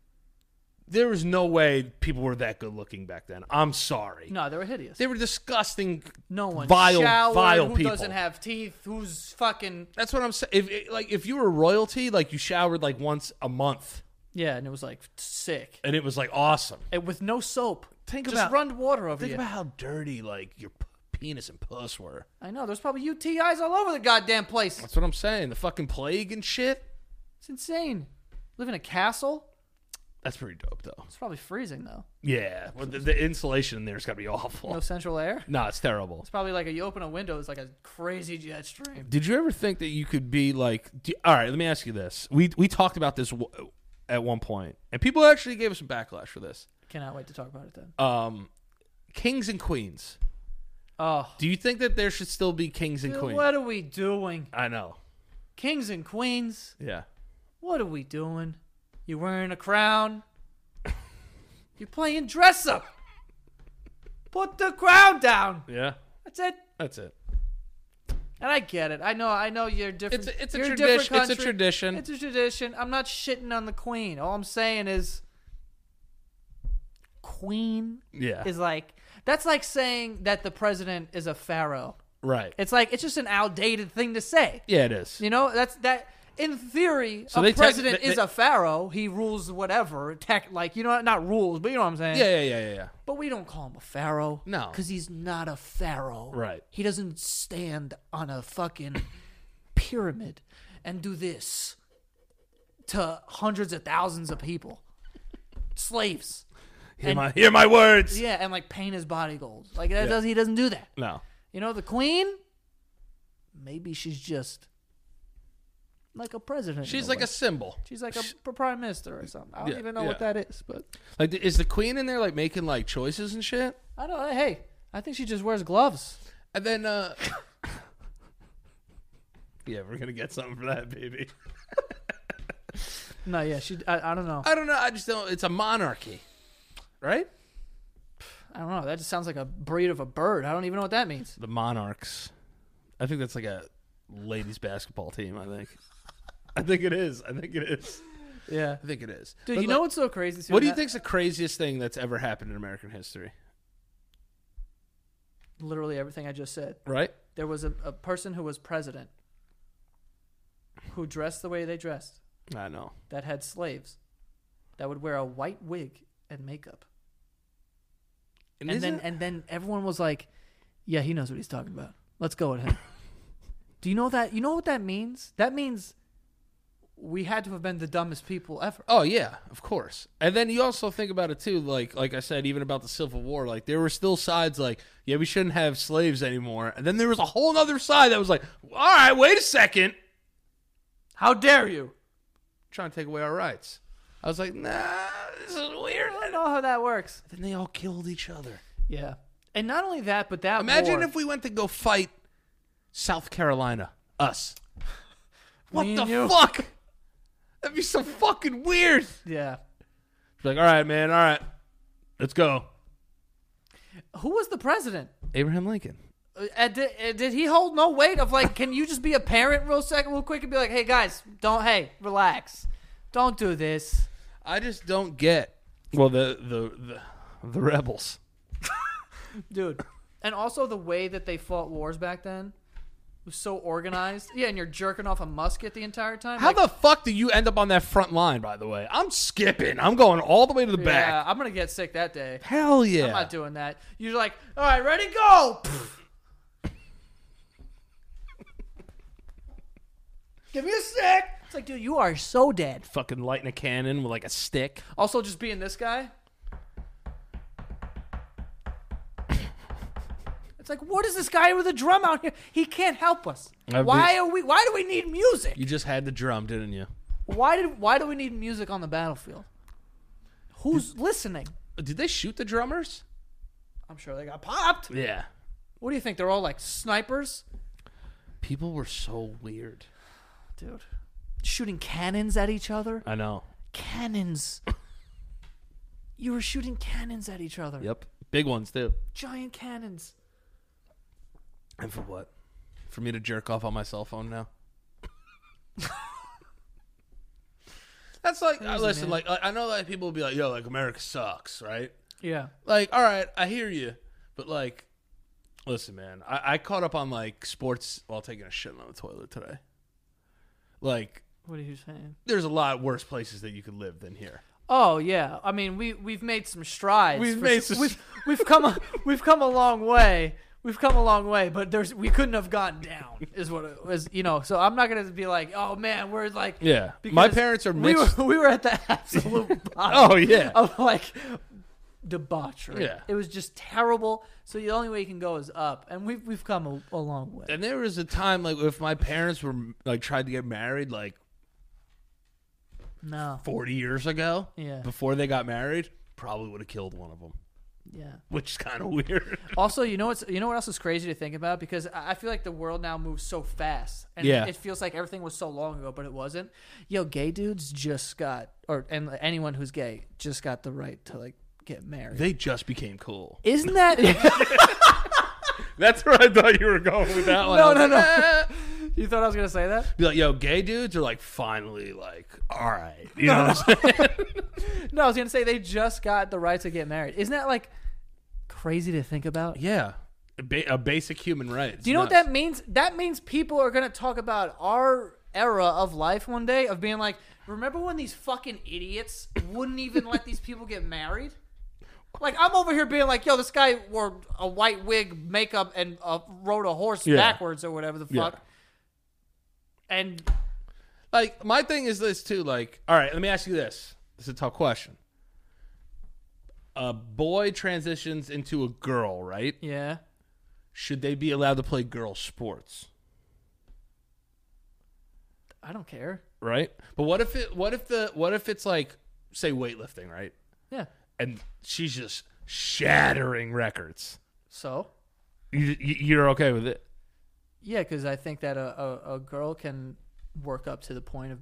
[SPEAKER 2] there was no way people were that good looking back then. I'm sorry.
[SPEAKER 1] no, they were hideous.
[SPEAKER 2] They were disgusting.
[SPEAKER 1] no one
[SPEAKER 2] vile,
[SPEAKER 1] showered,
[SPEAKER 2] vile
[SPEAKER 1] who
[SPEAKER 2] people.
[SPEAKER 1] doesn't have teeth, who's fucking
[SPEAKER 2] That's what I'm saying. If it- like if you were royalty, like you showered like once a month,
[SPEAKER 1] yeah, and it was like sick
[SPEAKER 2] and it was like awesome.
[SPEAKER 1] and with no soap.
[SPEAKER 2] Think
[SPEAKER 1] just
[SPEAKER 2] about-
[SPEAKER 1] run water over
[SPEAKER 2] Think
[SPEAKER 1] you.
[SPEAKER 2] about how dirty like your p- penis and puss were.
[SPEAKER 1] I know. There's probably UTIs all over the goddamn place.
[SPEAKER 2] That's what I'm saying. The fucking plague and shit.
[SPEAKER 1] It's insane. Live in a castle.
[SPEAKER 2] That's pretty dope, though.
[SPEAKER 1] It's probably freezing though.
[SPEAKER 2] Yeah, well, the, the insulation in there's got to be awful.
[SPEAKER 1] No
[SPEAKER 2] No,
[SPEAKER 1] central air.
[SPEAKER 2] it's terrible.
[SPEAKER 1] It's probably like a, you open a window, it's like a crazy jet stream.
[SPEAKER 2] Did you ever think that you could be like? Do, all right, let me ask you this. We we talked about this w- at one point, and people actually gave us some backlash for this.
[SPEAKER 1] Cannot wait to talk about it then.
[SPEAKER 2] Um, kings and queens.
[SPEAKER 1] Oh,
[SPEAKER 2] Do you think that there should still be kings and
[SPEAKER 1] dude,
[SPEAKER 2] queens?
[SPEAKER 1] what are we doing?
[SPEAKER 2] I know.
[SPEAKER 1] Kings and queens.
[SPEAKER 2] Yeah.
[SPEAKER 1] What are we doing? You're wearing a crown. You're playing dress up. Put the crown down.
[SPEAKER 2] Yeah.
[SPEAKER 1] That's it.
[SPEAKER 2] That's it.
[SPEAKER 1] And I get it. I know. I know you're different.
[SPEAKER 2] It's a, it's a
[SPEAKER 1] you're a different
[SPEAKER 2] tradition. It's a
[SPEAKER 1] country.
[SPEAKER 2] tradition.
[SPEAKER 1] It's a tradition. I'm not shitting on the queen. All I'm saying is, queen
[SPEAKER 2] yeah.
[SPEAKER 1] is like that's like saying that the president is a pharaoh.
[SPEAKER 2] right.
[SPEAKER 1] It's like it's just an outdated thing to say.
[SPEAKER 2] yeah, it is.
[SPEAKER 1] You know, that's that. In theory,
[SPEAKER 2] So they
[SPEAKER 1] a
[SPEAKER 2] tec-
[SPEAKER 1] president
[SPEAKER 2] they-
[SPEAKER 1] is
[SPEAKER 2] they-
[SPEAKER 1] a pharaoh. He rules whatever tech, like you know, not rules, but you know what I'm saying.
[SPEAKER 2] yeah, yeah, yeah, yeah, yeah.
[SPEAKER 1] But we don't call him a pharaoh.
[SPEAKER 2] No.
[SPEAKER 1] Because he's not a pharaoh.
[SPEAKER 2] Right.
[SPEAKER 1] He doesn't stand on a fucking pyramid and do this to hundreds of thousands of people. Slaves.
[SPEAKER 2] Hear my, hear my words.
[SPEAKER 1] Yeah, and like paint his body gold. Like that does he doesn't do that.
[SPEAKER 2] No.
[SPEAKER 1] You know, the queen, maybe she's just like a president. in
[SPEAKER 2] She's like
[SPEAKER 1] way.
[SPEAKER 2] a symbol.
[SPEAKER 1] She's like a p- prime minister or something. I don't
[SPEAKER 2] Yeah,
[SPEAKER 1] even know what
[SPEAKER 2] yeah.
[SPEAKER 1] that is, but
[SPEAKER 2] Like, is the queen in there like making like choices and shit?
[SPEAKER 1] I don't. Hey, I think she just wears gloves.
[SPEAKER 2] And then, uh, yeah, we're gonna get something for that, baby.
[SPEAKER 1] No, yeah, she. I, I don't know.
[SPEAKER 2] I don't know. I just don't. It's a monarchy, right?
[SPEAKER 1] I don't know. That just sounds like a breed of a bird. I don't even know what that means.
[SPEAKER 2] The Monarchs. I think that's like a ladies basketball team. I think. I think it is. I think it is.
[SPEAKER 1] Yeah.
[SPEAKER 2] I think it is.
[SPEAKER 1] Dude,
[SPEAKER 2] But,
[SPEAKER 1] you
[SPEAKER 2] like,
[SPEAKER 1] know what's so crazy? Sue,
[SPEAKER 2] What do you
[SPEAKER 1] that-
[SPEAKER 2] think's the craziest thing that's ever happened in American history?
[SPEAKER 1] Literally everything I just said.
[SPEAKER 2] Right?
[SPEAKER 1] There was a, a person who was president who dressed the way they dressed
[SPEAKER 2] I know.
[SPEAKER 1] that had slaves that would wear a white wig and makeup.
[SPEAKER 2] And,
[SPEAKER 1] and then
[SPEAKER 2] isn't-
[SPEAKER 1] and then everyone was like, "Yeah, he knows what he's talking about. Let's go with him." Do you know that? You know what that means? That means we had to have been the dumbest people ever.
[SPEAKER 2] Oh yeah, of course. And then you also think about it too, like like I said, even about the Civil War, like there were still sides like, yeah, we shouldn't have slaves anymore. And then there was a whole other side that was like, all right, wait a second,
[SPEAKER 1] How dare you?
[SPEAKER 2] trying to take away our rights. I was like, nah, this is weird.
[SPEAKER 1] I don't know how that works.
[SPEAKER 2] Then they all killed each other.
[SPEAKER 1] Yeah, and not only that, but that
[SPEAKER 2] Imagine
[SPEAKER 1] war-
[SPEAKER 2] if we went to go fight South Carolina, us. What
[SPEAKER 1] Me
[SPEAKER 2] the
[SPEAKER 1] and you.
[SPEAKER 2] fuck? That'd be so fucking weird.
[SPEAKER 1] yeah.
[SPEAKER 2] Like, all right, man, all right, let's go.
[SPEAKER 1] Who was the president?
[SPEAKER 2] Abraham Lincoln.
[SPEAKER 1] Uh, uh, did, uh, did he hold no weight of like? Can you just be a parent real second, real quick, and be like, "Hey guys, don't. Hey, relax. Don't do this."
[SPEAKER 2] I just don't get. Well, the the the, the rebels.
[SPEAKER 1] dude. And also the way that they fought wars back then was so organized. Yeah, and you're jerking off a musket the entire time.
[SPEAKER 2] How
[SPEAKER 1] Like,
[SPEAKER 2] the fuck do you end up on that front line? By the way, I'm skipping. I'm going all the way to the
[SPEAKER 1] yeah,
[SPEAKER 2] back.
[SPEAKER 1] I'm gonna get sick that day.
[SPEAKER 2] Hell yeah!
[SPEAKER 1] I'm not doing that. You're like, all right, ready, go. Give me a sec. It's like, dude, you are so dead.
[SPEAKER 2] Fucking lighting a cannon with like a stick.
[SPEAKER 1] Also, just being this guy. It's like, what is this guy with a drum out here? He can't help us.
[SPEAKER 2] I've
[SPEAKER 1] Why are we? Why do we need music?
[SPEAKER 2] You just had the drum, didn't you?
[SPEAKER 1] Why did why do we need music on the battlefield? Who's listening?
[SPEAKER 2] Did they shoot the drummers?
[SPEAKER 1] I'm sure they got popped.
[SPEAKER 2] Yeah.
[SPEAKER 1] What do you think? They're all like snipers?
[SPEAKER 2] People were so weird.
[SPEAKER 1] Dude. Shooting cannons at each other?
[SPEAKER 2] I know.
[SPEAKER 1] Cannons. You were shooting cannons at each other.
[SPEAKER 2] Yep. Big ones too.
[SPEAKER 1] Giant cannons.
[SPEAKER 2] And for what? For me to jerk off on my cell phone now. That's like I
[SPEAKER 1] Crazy,
[SPEAKER 2] listen.
[SPEAKER 1] man.
[SPEAKER 2] Like I I know, like people will be like, "Yo, like America sucks," right?
[SPEAKER 1] Yeah.
[SPEAKER 2] like all right i hear you but like listen man i, I caught up on like sports while taking a shit on the toilet today like
[SPEAKER 1] What are you saying?
[SPEAKER 2] there's a lot worse places that you could live than here
[SPEAKER 1] Oh yeah. I mean we we've made some strides.
[SPEAKER 2] We've
[SPEAKER 1] for
[SPEAKER 2] made
[SPEAKER 1] s-
[SPEAKER 2] some-
[SPEAKER 1] we've, we've come a, we've come a long way. We've come a long way, but there's we couldn't have gotten down is what it was, you know. So I'm not going to be like, "Oh man, we're like
[SPEAKER 2] yeah my
[SPEAKER 1] Because
[SPEAKER 2] parents are
[SPEAKER 1] we
[SPEAKER 2] mixed
[SPEAKER 1] were, we were at the absolute bottom
[SPEAKER 2] oh yeah
[SPEAKER 1] of like debauchery.
[SPEAKER 2] Yeah.
[SPEAKER 1] It was just terrible. So the only way you can go is up, and we've we've come a, a long way.
[SPEAKER 2] and there was a time like if my parents were like tried to get married like
[SPEAKER 1] No,
[SPEAKER 2] 40 years ago
[SPEAKER 1] Yeah.
[SPEAKER 2] before they got married probably would have killed one of them
[SPEAKER 1] yeah.
[SPEAKER 2] which is kind of weird
[SPEAKER 1] Also, you know what's you know what else is crazy to think about because I I feel like the world now moves so fast, and
[SPEAKER 2] Yeah.
[SPEAKER 1] it feels like everything was so long ago, but it wasn't. Yo, gay dudes just got, or and anyone who's gay just got the right to like get married.
[SPEAKER 2] they just became cool
[SPEAKER 1] Isn't that?
[SPEAKER 2] That's where I thought you were going with that one.
[SPEAKER 1] No,
[SPEAKER 2] I was
[SPEAKER 1] no,
[SPEAKER 2] like,
[SPEAKER 1] no.
[SPEAKER 2] "Ah."
[SPEAKER 1] You thought I was gonna say that?
[SPEAKER 2] Be like, yo, gay dudes are like finally like, all right, you know what I'm saying?
[SPEAKER 1] No, I was gonna say they just got the right to get married. Isn't that like crazy to think about?
[SPEAKER 2] Yeah, a, ba- a basic human right. It's
[SPEAKER 1] Do you know
[SPEAKER 2] nuts.
[SPEAKER 1] what that means? That means people are gonna talk about our era of life one day of being like, remember when these fucking idiots wouldn't even let these people get married? Like I'm over here being like, yo, this guy wore a white wig, makeup, and uh, rode a horse
[SPEAKER 2] Yeah.
[SPEAKER 1] backwards or whatever the
[SPEAKER 2] Yeah.
[SPEAKER 1] fuck. And
[SPEAKER 2] Like my thing is this too. Like, all right, let me ask you this. This is a tough question. A boy transitions into a girl, right?
[SPEAKER 1] yeah,
[SPEAKER 2] Should they be allowed to play girl sports?
[SPEAKER 1] I don't care.
[SPEAKER 2] Right? But what if it? What if the? What if it's like, say, weightlifting, right?
[SPEAKER 1] Yeah.
[SPEAKER 2] And she's just shattering records.
[SPEAKER 1] So
[SPEAKER 2] You, you- you're okay with it?
[SPEAKER 1] Yeah, because I think that a, a, a girl can work up to the point of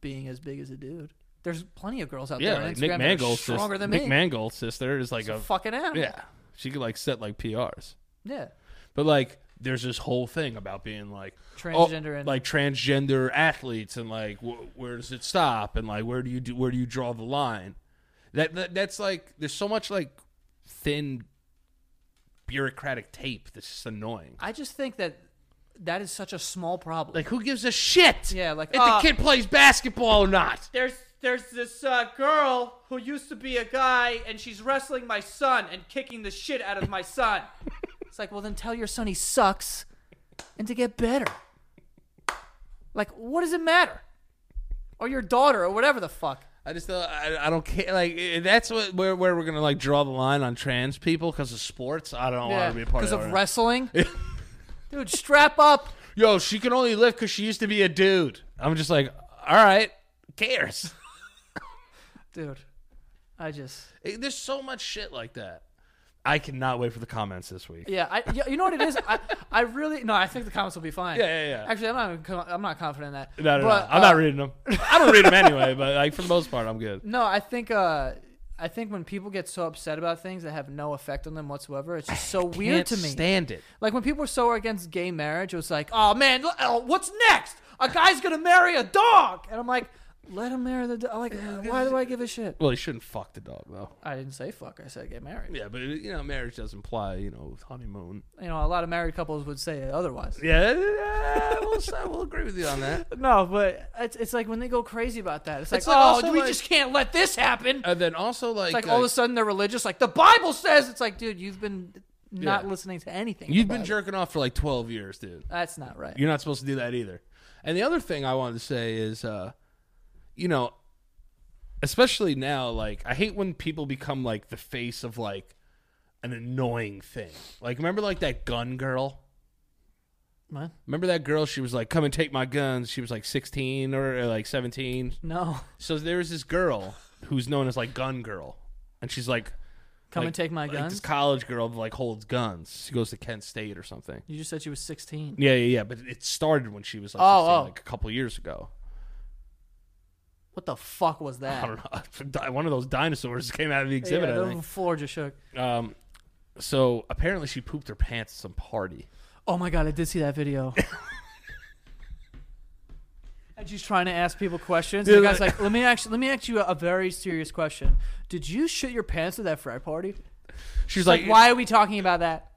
[SPEAKER 1] being as big as a dude. There's plenty of girls out
[SPEAKER 2] Yeah,
[SPEAKER 1] there. on
[SPEAKER 2] like
[SPEAKER 1] Instagram
[SPEAKER 2] Nick
[SPEAKER 1] that are
[SPEAKER 2] Mangold's
[SPEAKER 1] stronger
[SPEAKER 2] sister.
[SPEAKER 1] than
[SPEAKER 2] Nick
[SPEAKER 1] me.
[SPEAKER 2] Mangold's sister is like
[SPEAKER 1] It's a
[SPEAKER 2] a
[SPEAKER 1] fucking animal.
[SPEAKER 2] yeah. She could like set like PRs.
[SPEAKER 1] yeah.
[SPEAKER 2] But like, there's this whole thing about being like
[SPEAKER 1] Transgender
[SPEAKER 2] oh,
[SPEAKER 1] and-
[SPEAKER 2] like transgender athletes, and like wh- where does it stop, and like where do you do where do you draw the line? That, that that's like there's so much like thin bureaucratic tape that's just annoying.
[SPEAKER 1] I just think that that is such a small problem.
[SPEAKER 2] Like, who gives a shit?
[SPEAKER 1] Yeah, like,
[SPEAKER 2] if
[SPEAKER 1] uh,
[SPEAKER 2] the kid plays basketball or not.
[SPEAKER 1] there's there's this uh, girl who used to be a guy, and she's wrestling my son and kicking the shit out of my son. it's like, well, then tell your son he sucks, and to get better. Like, what does it matter? Or your daughter, or whatever the fuck.
[SPEAKER 2] I just don't, I, I don't care. Like eh, that's what where where we're gonna like draw the line on trans people because of sports. I don't want to be a part
[SPEAKER 1] because
[SPEAKER 2] of
[SPEAKER 1] of
[SPEAKER 2] that.
[SPEAKER 1] wrestling. Dude, strap up.
[SPEAKER 2] Yo, she can only lift because she used to be a dude. I'm just like, all right, cares.
[SPEAKER 1] Dude, I just
[SPEAKER 2] Eh, There's so much shit like that. I cannot wait for the comments this week.
[SPEAKER 1] yeah. I you- you know what it is. I I really no. I think the comments will be fine.
[SPEAKER 2] Yeah, yeah, yeah.
[SPEAKER 1] Actually, I'm not. even co- I'm not confident in that.
[SPEAKER 2] No, no,
[SPEAKER 1] But,
[SPEAKER 2] no. I'm
[SPEAKER 1] uh,
[SPEAKER 2] not reading them. I don't read them anyway, but like for the most part, I'm good.
[SPEAKER 1] No, I think. uh I think when people get so upset about things that have no effect on them whatsoever, it's just so weird
[SPEAKER 2] Can't
[SPEAKER 1] to me.
[SPEAKER 2] Stand it.
[SPEAKER 1] Like when people were are against gay marriage, it was like, oh man, l- oh, what's next? A guy's gonna marry a dog, and I'm like, let him marry the dog. Like, why do I give a shit?
[SPEAKER 2] Well, you shouldn't fuck the dog though.
[SPEAKER 1] I didn't say fuck. I said get married.
[SPEAKER 2] Yeah, but you know, marriage does imply you know honeymoon.
[SPEAKER 1] you know, a lot of married couples would say otherwise.
[SPEAKER 2] Yeah, eh, we'll I will agree with you on that.
[SPEAKER 1] No, but it's, it's like when they go crazy about that. It's like,
[SPEAKER 2] It's like
[SPEAKER 1] oh,
[SPEAKER 2] also
[SPEAKER 1] we
[SPEAKER 2] like-
[SPEAKER 1] just can't let this happen.
[SPEAKER 2] And then also like,
[SPEAKER 1] It's like
[SPEAKER 2] uh,
[SPEAKER 1] all of a sudden they're religious. Like the Bible says. It's like, dude, you've been not
[SPEAKER 2] Yeah.
[SPEAKER 1] listening to anything. in
[SPEAKER 2] you've
[SPEAKER 1] the
[SPEAKER 2] been
[SPEAKER 1] Bible.
[SPEAKER 2] jerking off for like 12 years, dude.
[SPEAKER 1] That's not right.
[SPEAKER 2] You're not supposed to do that either. And the other thing I wanted to say is, uh, you know, especially now, like I hate when people become like the face of like an annoying thing. Like remember like that gun girl.
[SPEAKER 1] What?
[SPEAKER 2] Remember that girl? She was like, "Come and take my guns." She was like 16 or, or like 17.
[SPEAKER 1] No,
[SPEAKER 2] So there was this girl who's known as like Gun Girl, and she's like,
[SPEAKER 1] come
[SPEAKER 2] like-
[SPEAKER 1] and take my
[SPEAKER 2] like,
[SPEAKER 1] guns.
[SPEAKER 2] This college girl like holds guns. She goes to Kent State or something.
[SPEAKER 1] you just said she was 16.
[SPEAKER 2] Yeah, yeah, yeah. But it started when she was like,
[SPEAKER 1] Oh,
[SPEAKER 2] 16,
[SPEAKER 1] oh.
[SPEAKER 2] like a couple years ago.
[SPEAKER 1] What the fuck was
[SPEAKER 2] I
[SPEAKER 1] that?
[SPEAKER 2] don't know. One of those dinosaurs came out of the exhibit.
[SPEAKER 1] yeah,
[SPEAKER 2] I
[SPEAKER 1] the
[SPEAKER 2] think.
[SPEAKER 1] floor just shook.
[SPEAKER 2] Um, so apparently she pooped her pants at some party.
[SPEAKER 1] Oh my god, I did see that video. and she's trying to ask people questions. And the
[SPEAKER 2] Dude,
[SPEAKER 1] guy's
[SPEAKER 2] like-
[SPEAKER 1] like, "Let me ask, let me ask you a, a very serious question. Did you shit your pants at that frat party?
[SPEAKER 2] She's
[SPEAKER 1] It's like,
[SPEAKER 2] like,
[SPEAKER 1] why are we talking about that?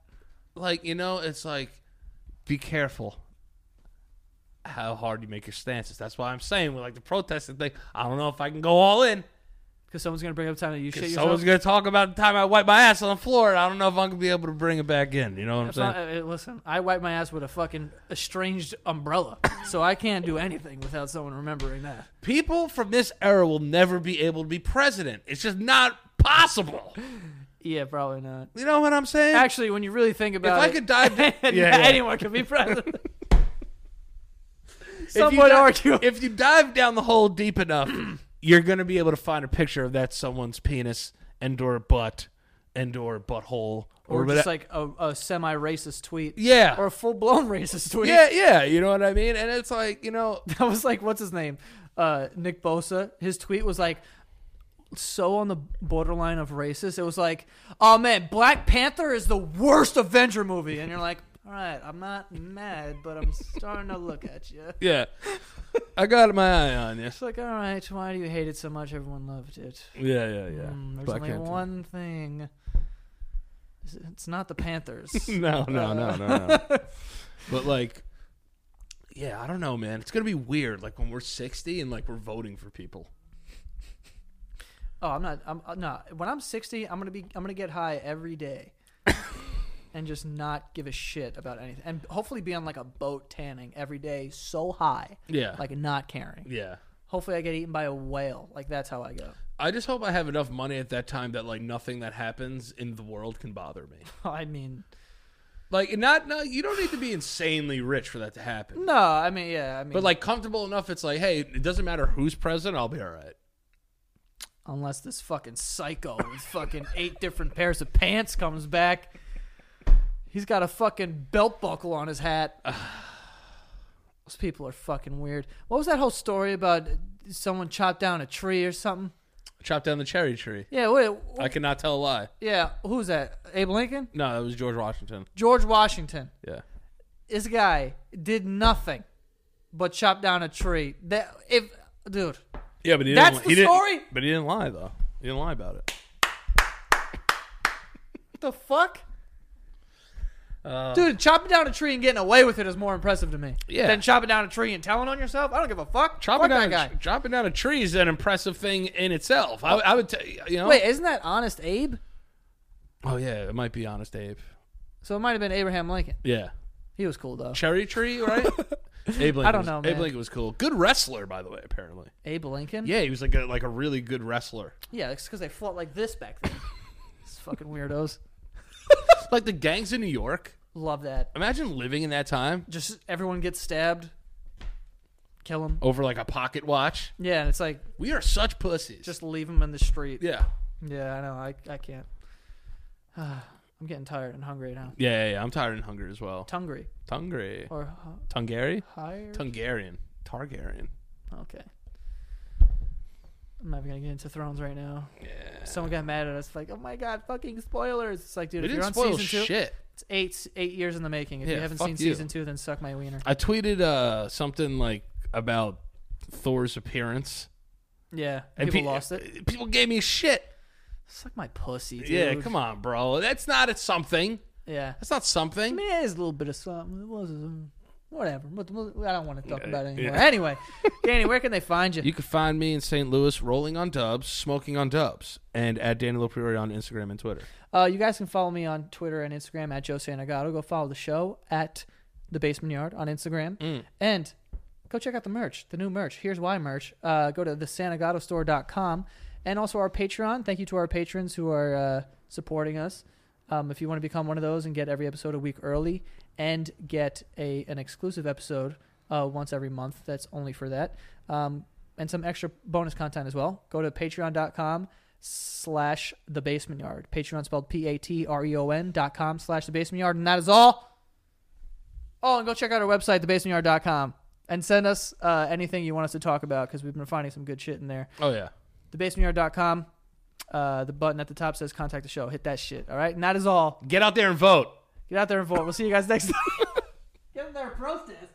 [SPEAKER 2] Like you know, it's like, be careful. How hard you make your stances. That's why I'm saying with like the protesting thing. I don't know if I can go all in.
[SPEAKER 1] Because someone's gonna bring up time that you shit yourself.
[SPEAKER 2] Someone's gonna talk about the time I wiped my ass on the floor. And I don't know if I'm gonna be able to bring it back in. You know what I'm
[SPEAKER 1] It's
[SPEAKER 2] saying?
[SPEAKER 1] not- uh, uh, listen, I wipe my ass with a fucking estranged umbrella, so I can't do anything without someone remembering that.
[SPEAKER 2] People from this era will never be able to be president. It's just not possible.
[SPEAKER 1] Yeah, probably not.
[SPEAKER 2] You know what I'm saying?
[SPEAKER 1] Actually, when you really think
[SPEAKER 2] if
[SPEAKER 1] about
[SPEAKER 2] I
[SPEAKER 1] it,
[SPEAKER 2] could dive in, yeah,
[SPEAKER 1] anyone could be president.
[SPEAKER 2] If you
[SPEAKER 1] Some would
[SPEAKER 2] di-
[SPEAKER 1] argue.
[SPEAKER 2] if you dive down the hole deep enough, you're gonna be able to find a picture of that someone's penis and or butt and or butthole
[SPEAKER 1] or,
[SPEAKER 2] or,
[SPEAKER 1] just
[SPEAKER 2] whatever.
[SPEAKER 1] like a, a semi-racist tweet.
[SPEAKER 2] yeah,
[SPEAKER 1] or a full blown racist tweet.
[SPEAKER 2] yeah, yeah. You know what I mean? And it's like you know,
[SPEAKER 1] That was like what's his name, uh, Nick Bosa. His tweet was like, so on the borderline of racist. It was like, oh man, Black Panther is the worst Avenger movie, and you're like, all right, I'm not mad, but I'm starting to look at you.
[SPEAKER 2] Yeah. I got my eye on you.
[SPEAKER 1] It's like, all right, why do you hate it so much? Everyone loved it.
[SPEAKER 2] Yeah, yeah, yeah.
[SPEAKER 1] Hmm, there's
[SPEAKER 2] Black
[SPEAKER 1] only
[SPEAKER 2] Panther.
[SPEAKER 1] one thing. It's- It's not the Panthers.
[SPEAKER 2] No, no, no, no, no. but like, yeah, I don't know, man. It's gonna be weird. Like when we're sixty and like we're voting for people.
[SPEAKER 1] oh, I'm not. I'm uh, no. When I'm 60, I'm gonna be. I'm gonna get high every day, and just not give a shit about anything. And hopefully, be on like a boat tanning every day, so high,
[SPEAKER 2] Yeah,
[SPEAKER 1] like not caring.
[SPEAKER 2] yeah.
[SPEAKER 1] Hopefully, I get eaten by a whale. Like that's how I go.
[SPEAKER 2] I just hope I have enough money at that time that like nothing that happens in the world can bother me.
[SPEAKER 1] I mean,
[SPEAKER 2] Like not, not you don't need to be insanely rich for that to happen.
[SPEAKER 1] no. I mean, yeah. I mean,
[SPEAKER 2] But like comfortable enough, it's like, hey, it doesn't matter who's president, I'll be all right.
[SPEAKER 1] unless this fucking psycho with fucking eight different pairs of pants comes back, he's got a fucking belt buckle on his hat. Those people are fucking weird. What was that whole story about someone chopped down a tree or something?
[SPEAKER 2] Chop down the cherry tree.
[SPEAKER 1] Yeah. What?
[SPEAKER 2] I cannot tell a lie.
[SPEAKER 1] Yeah. Who's that? Abe Lincoln?
[SPEAKER 2] No, that was George Washington.
[SPEAKER 1] George Washington.
[SPEAKER 2] Yeah.
[SPEAKER 1] this guy did nothing but chop down a tree. That if dude,
[SPEAKER 2] Yeah, but he
[SPEAKER 1] That's
[SPEAKER 2] didn't.
[SPEAKER 1] the
[SPEAKER 2] he didn't-
[SPEAKER 1] story?
[SPEAKER 2] But he didn't lie though. He didn't lie about it.
[SPEAKER 1] what the fuck? Dude, chopping down a tree and getting away with it is more impressive to me.
[SPEAKER 2] Uh, Yeah.
[SPEAKER 1] Than chopping down a tree and telling on yourself. I don't give a fuck. Fuck
[SPEAKER 2] Chopping
[SPEAKER 1] that
[SPEAKER 2] down,
[SPEAKER 1] guy.
[SPEAKER 2] a, chopping down a tree is an impressive thing in itself. I, I would, t- you know.
[SPEAKER 1] Wait, isn't that Honest Abe?
[SPEAKER 2] Oh yeah, it might be honest, Abe.
[SPEAKER 1] So it might have been Abraham Lincoln.
[SPEAKER 2] Yeah,
[SPEAKER 1] He was cool though.
[SPEAKER 2] cherry tree, right? Abe Lincoln.
[SPEAKER 1] I don't
[SPEAKER 2] was-
[SPEAKER 1] know,
[SPEAKER 2] Abe
[SPEAKER 1] man.
[SPEAKER 2] Lincoln was cool. Good wrestler, by the way. Apparently,
[SPEAKER 1] Abe Lincoln.
[SPEAKER 2] yeah, he was like a, like a really good wrestler.
[SPEAKER 1] Yeah, it's because they fought like this back then. These fucking weirdos.
[SPEAKER 2] Like the gangs in New York.
[SPEAKER 1] Love that.
[SPEAKER 2] Imagine living in that time
[SPEAKER 1] Just everyone gets stabbed. Kill him.
[SPEAKER 2] over like a pocket watch.
[SPEAKER 1] Yeah, and it's like
[SPEAKER 2] We are such pussies.
[SPEAKER 1] just leave him in the street.
[SPEAKER 2] yeah.
[SPEAKER 1] Yeah, I know. I, I can't. I'm getting tired and hungry now.
[SPEAKER 2] yeah, yeah, yeah. I'm tired and hungry as well.
[SPEAKER 1] Tungry
[SPEAKER 2] Tungary,
[SPEAKER 1] or hu-
[SPEAKER 2] Tungary,
[SPEAKER 1] hired?
[SPEAKER 2] Tungarian, Targaryen.
[SPEAKER 1] okay. I'm not even gonna get into Thrones right now.
[SPEAKER 2] Yeah.
[SPEAKER 1] Someone got mad at us, like, "Oh my god, fucking spoilers!" It's like, dude,
[SPEAKER 2] We
[SPEAKER 1] if you're
[SPEAKER 2] didn't
[SPEAKER 1] on
[SPEAKER 2] spoil
[SPEAKER 1] season two,
[SPEAKER 2] shit.
[SPEAKER 1] it's eight eight years in the making. If
[SPEAKER 2] Yeah,
[SPEAKER 1] you haven't
[SPEAKER 2] fuck
[SPEAKER 1] seen
[SPEAKER 2] you.
[SPEAKER 1] season two, then suck my wiener.
[SPEAKER 2] I tweeted uh, something like about Thor's appearance,
[SPEAKER 1] Yeah, people
[SPEAKER 2] pe-
[SPEAKER 1] lost it.
[SPEAKER 2] People gave me shit.
[SPEAKER 1] Suck my pussy, dude.
[SPEAKER 2] Yeah, come on, bro. That's not it's something.
[SPEAKER 1] Yeah,
[SPEAKER 2] That's not
[SPEAKER 1] I
[SPEAKER 2] something.
[SPEAKER 1] mean, it is a little bit of something. It was um, whatever. But but I don't want to talk about it anymore.
[SPEAKER 2] yeah.
[SPEAKER 1] Anyway, Danny, where can they find you?
[SPEAKER 2] You can find me in St. Louis rolling on dubs, smoking on dubs, and at Daniel Priori on Instagram and Twitter.
[SPEAKER 1] Uh, you guys can follow me on Twitter and Instagram at Joe Santagato. Go follow the show at The Basement Yard on Instagram.
[SPEAKER 2] Mm.
[SPEAKER 1] And go check out the merch, the new merch. Here's why merch. Uh, go to thesantagatostore.com. And also our Patreon. Thank you to our patrons who are uh, supporting us. Um, if you want to become one of those and get every episode a week early and get a an exclusive episode uh, once every month, that's only for that. Um, and some extra bonus content as well. Go to patreon.com slash the basement yard. Patreon spelled P A T R E O N dot com slash the basement yard. And that is all. Oh, and go check out our website, thebasementyard.com, and send us uh, anything you want us to talk about because we've been finding some good shit in there.
[SPEAKER 2] Oh yeah.
[SPEAKER 1] Thebasementyard.com. Uh, the button at the top says contact the show. Hit that shit. All right. And that is all.
[SPEAKER 2] Get out there and vote.
[SPEAKER 1] Get out there and vote. We'll see you guys next time. Get in there and protest.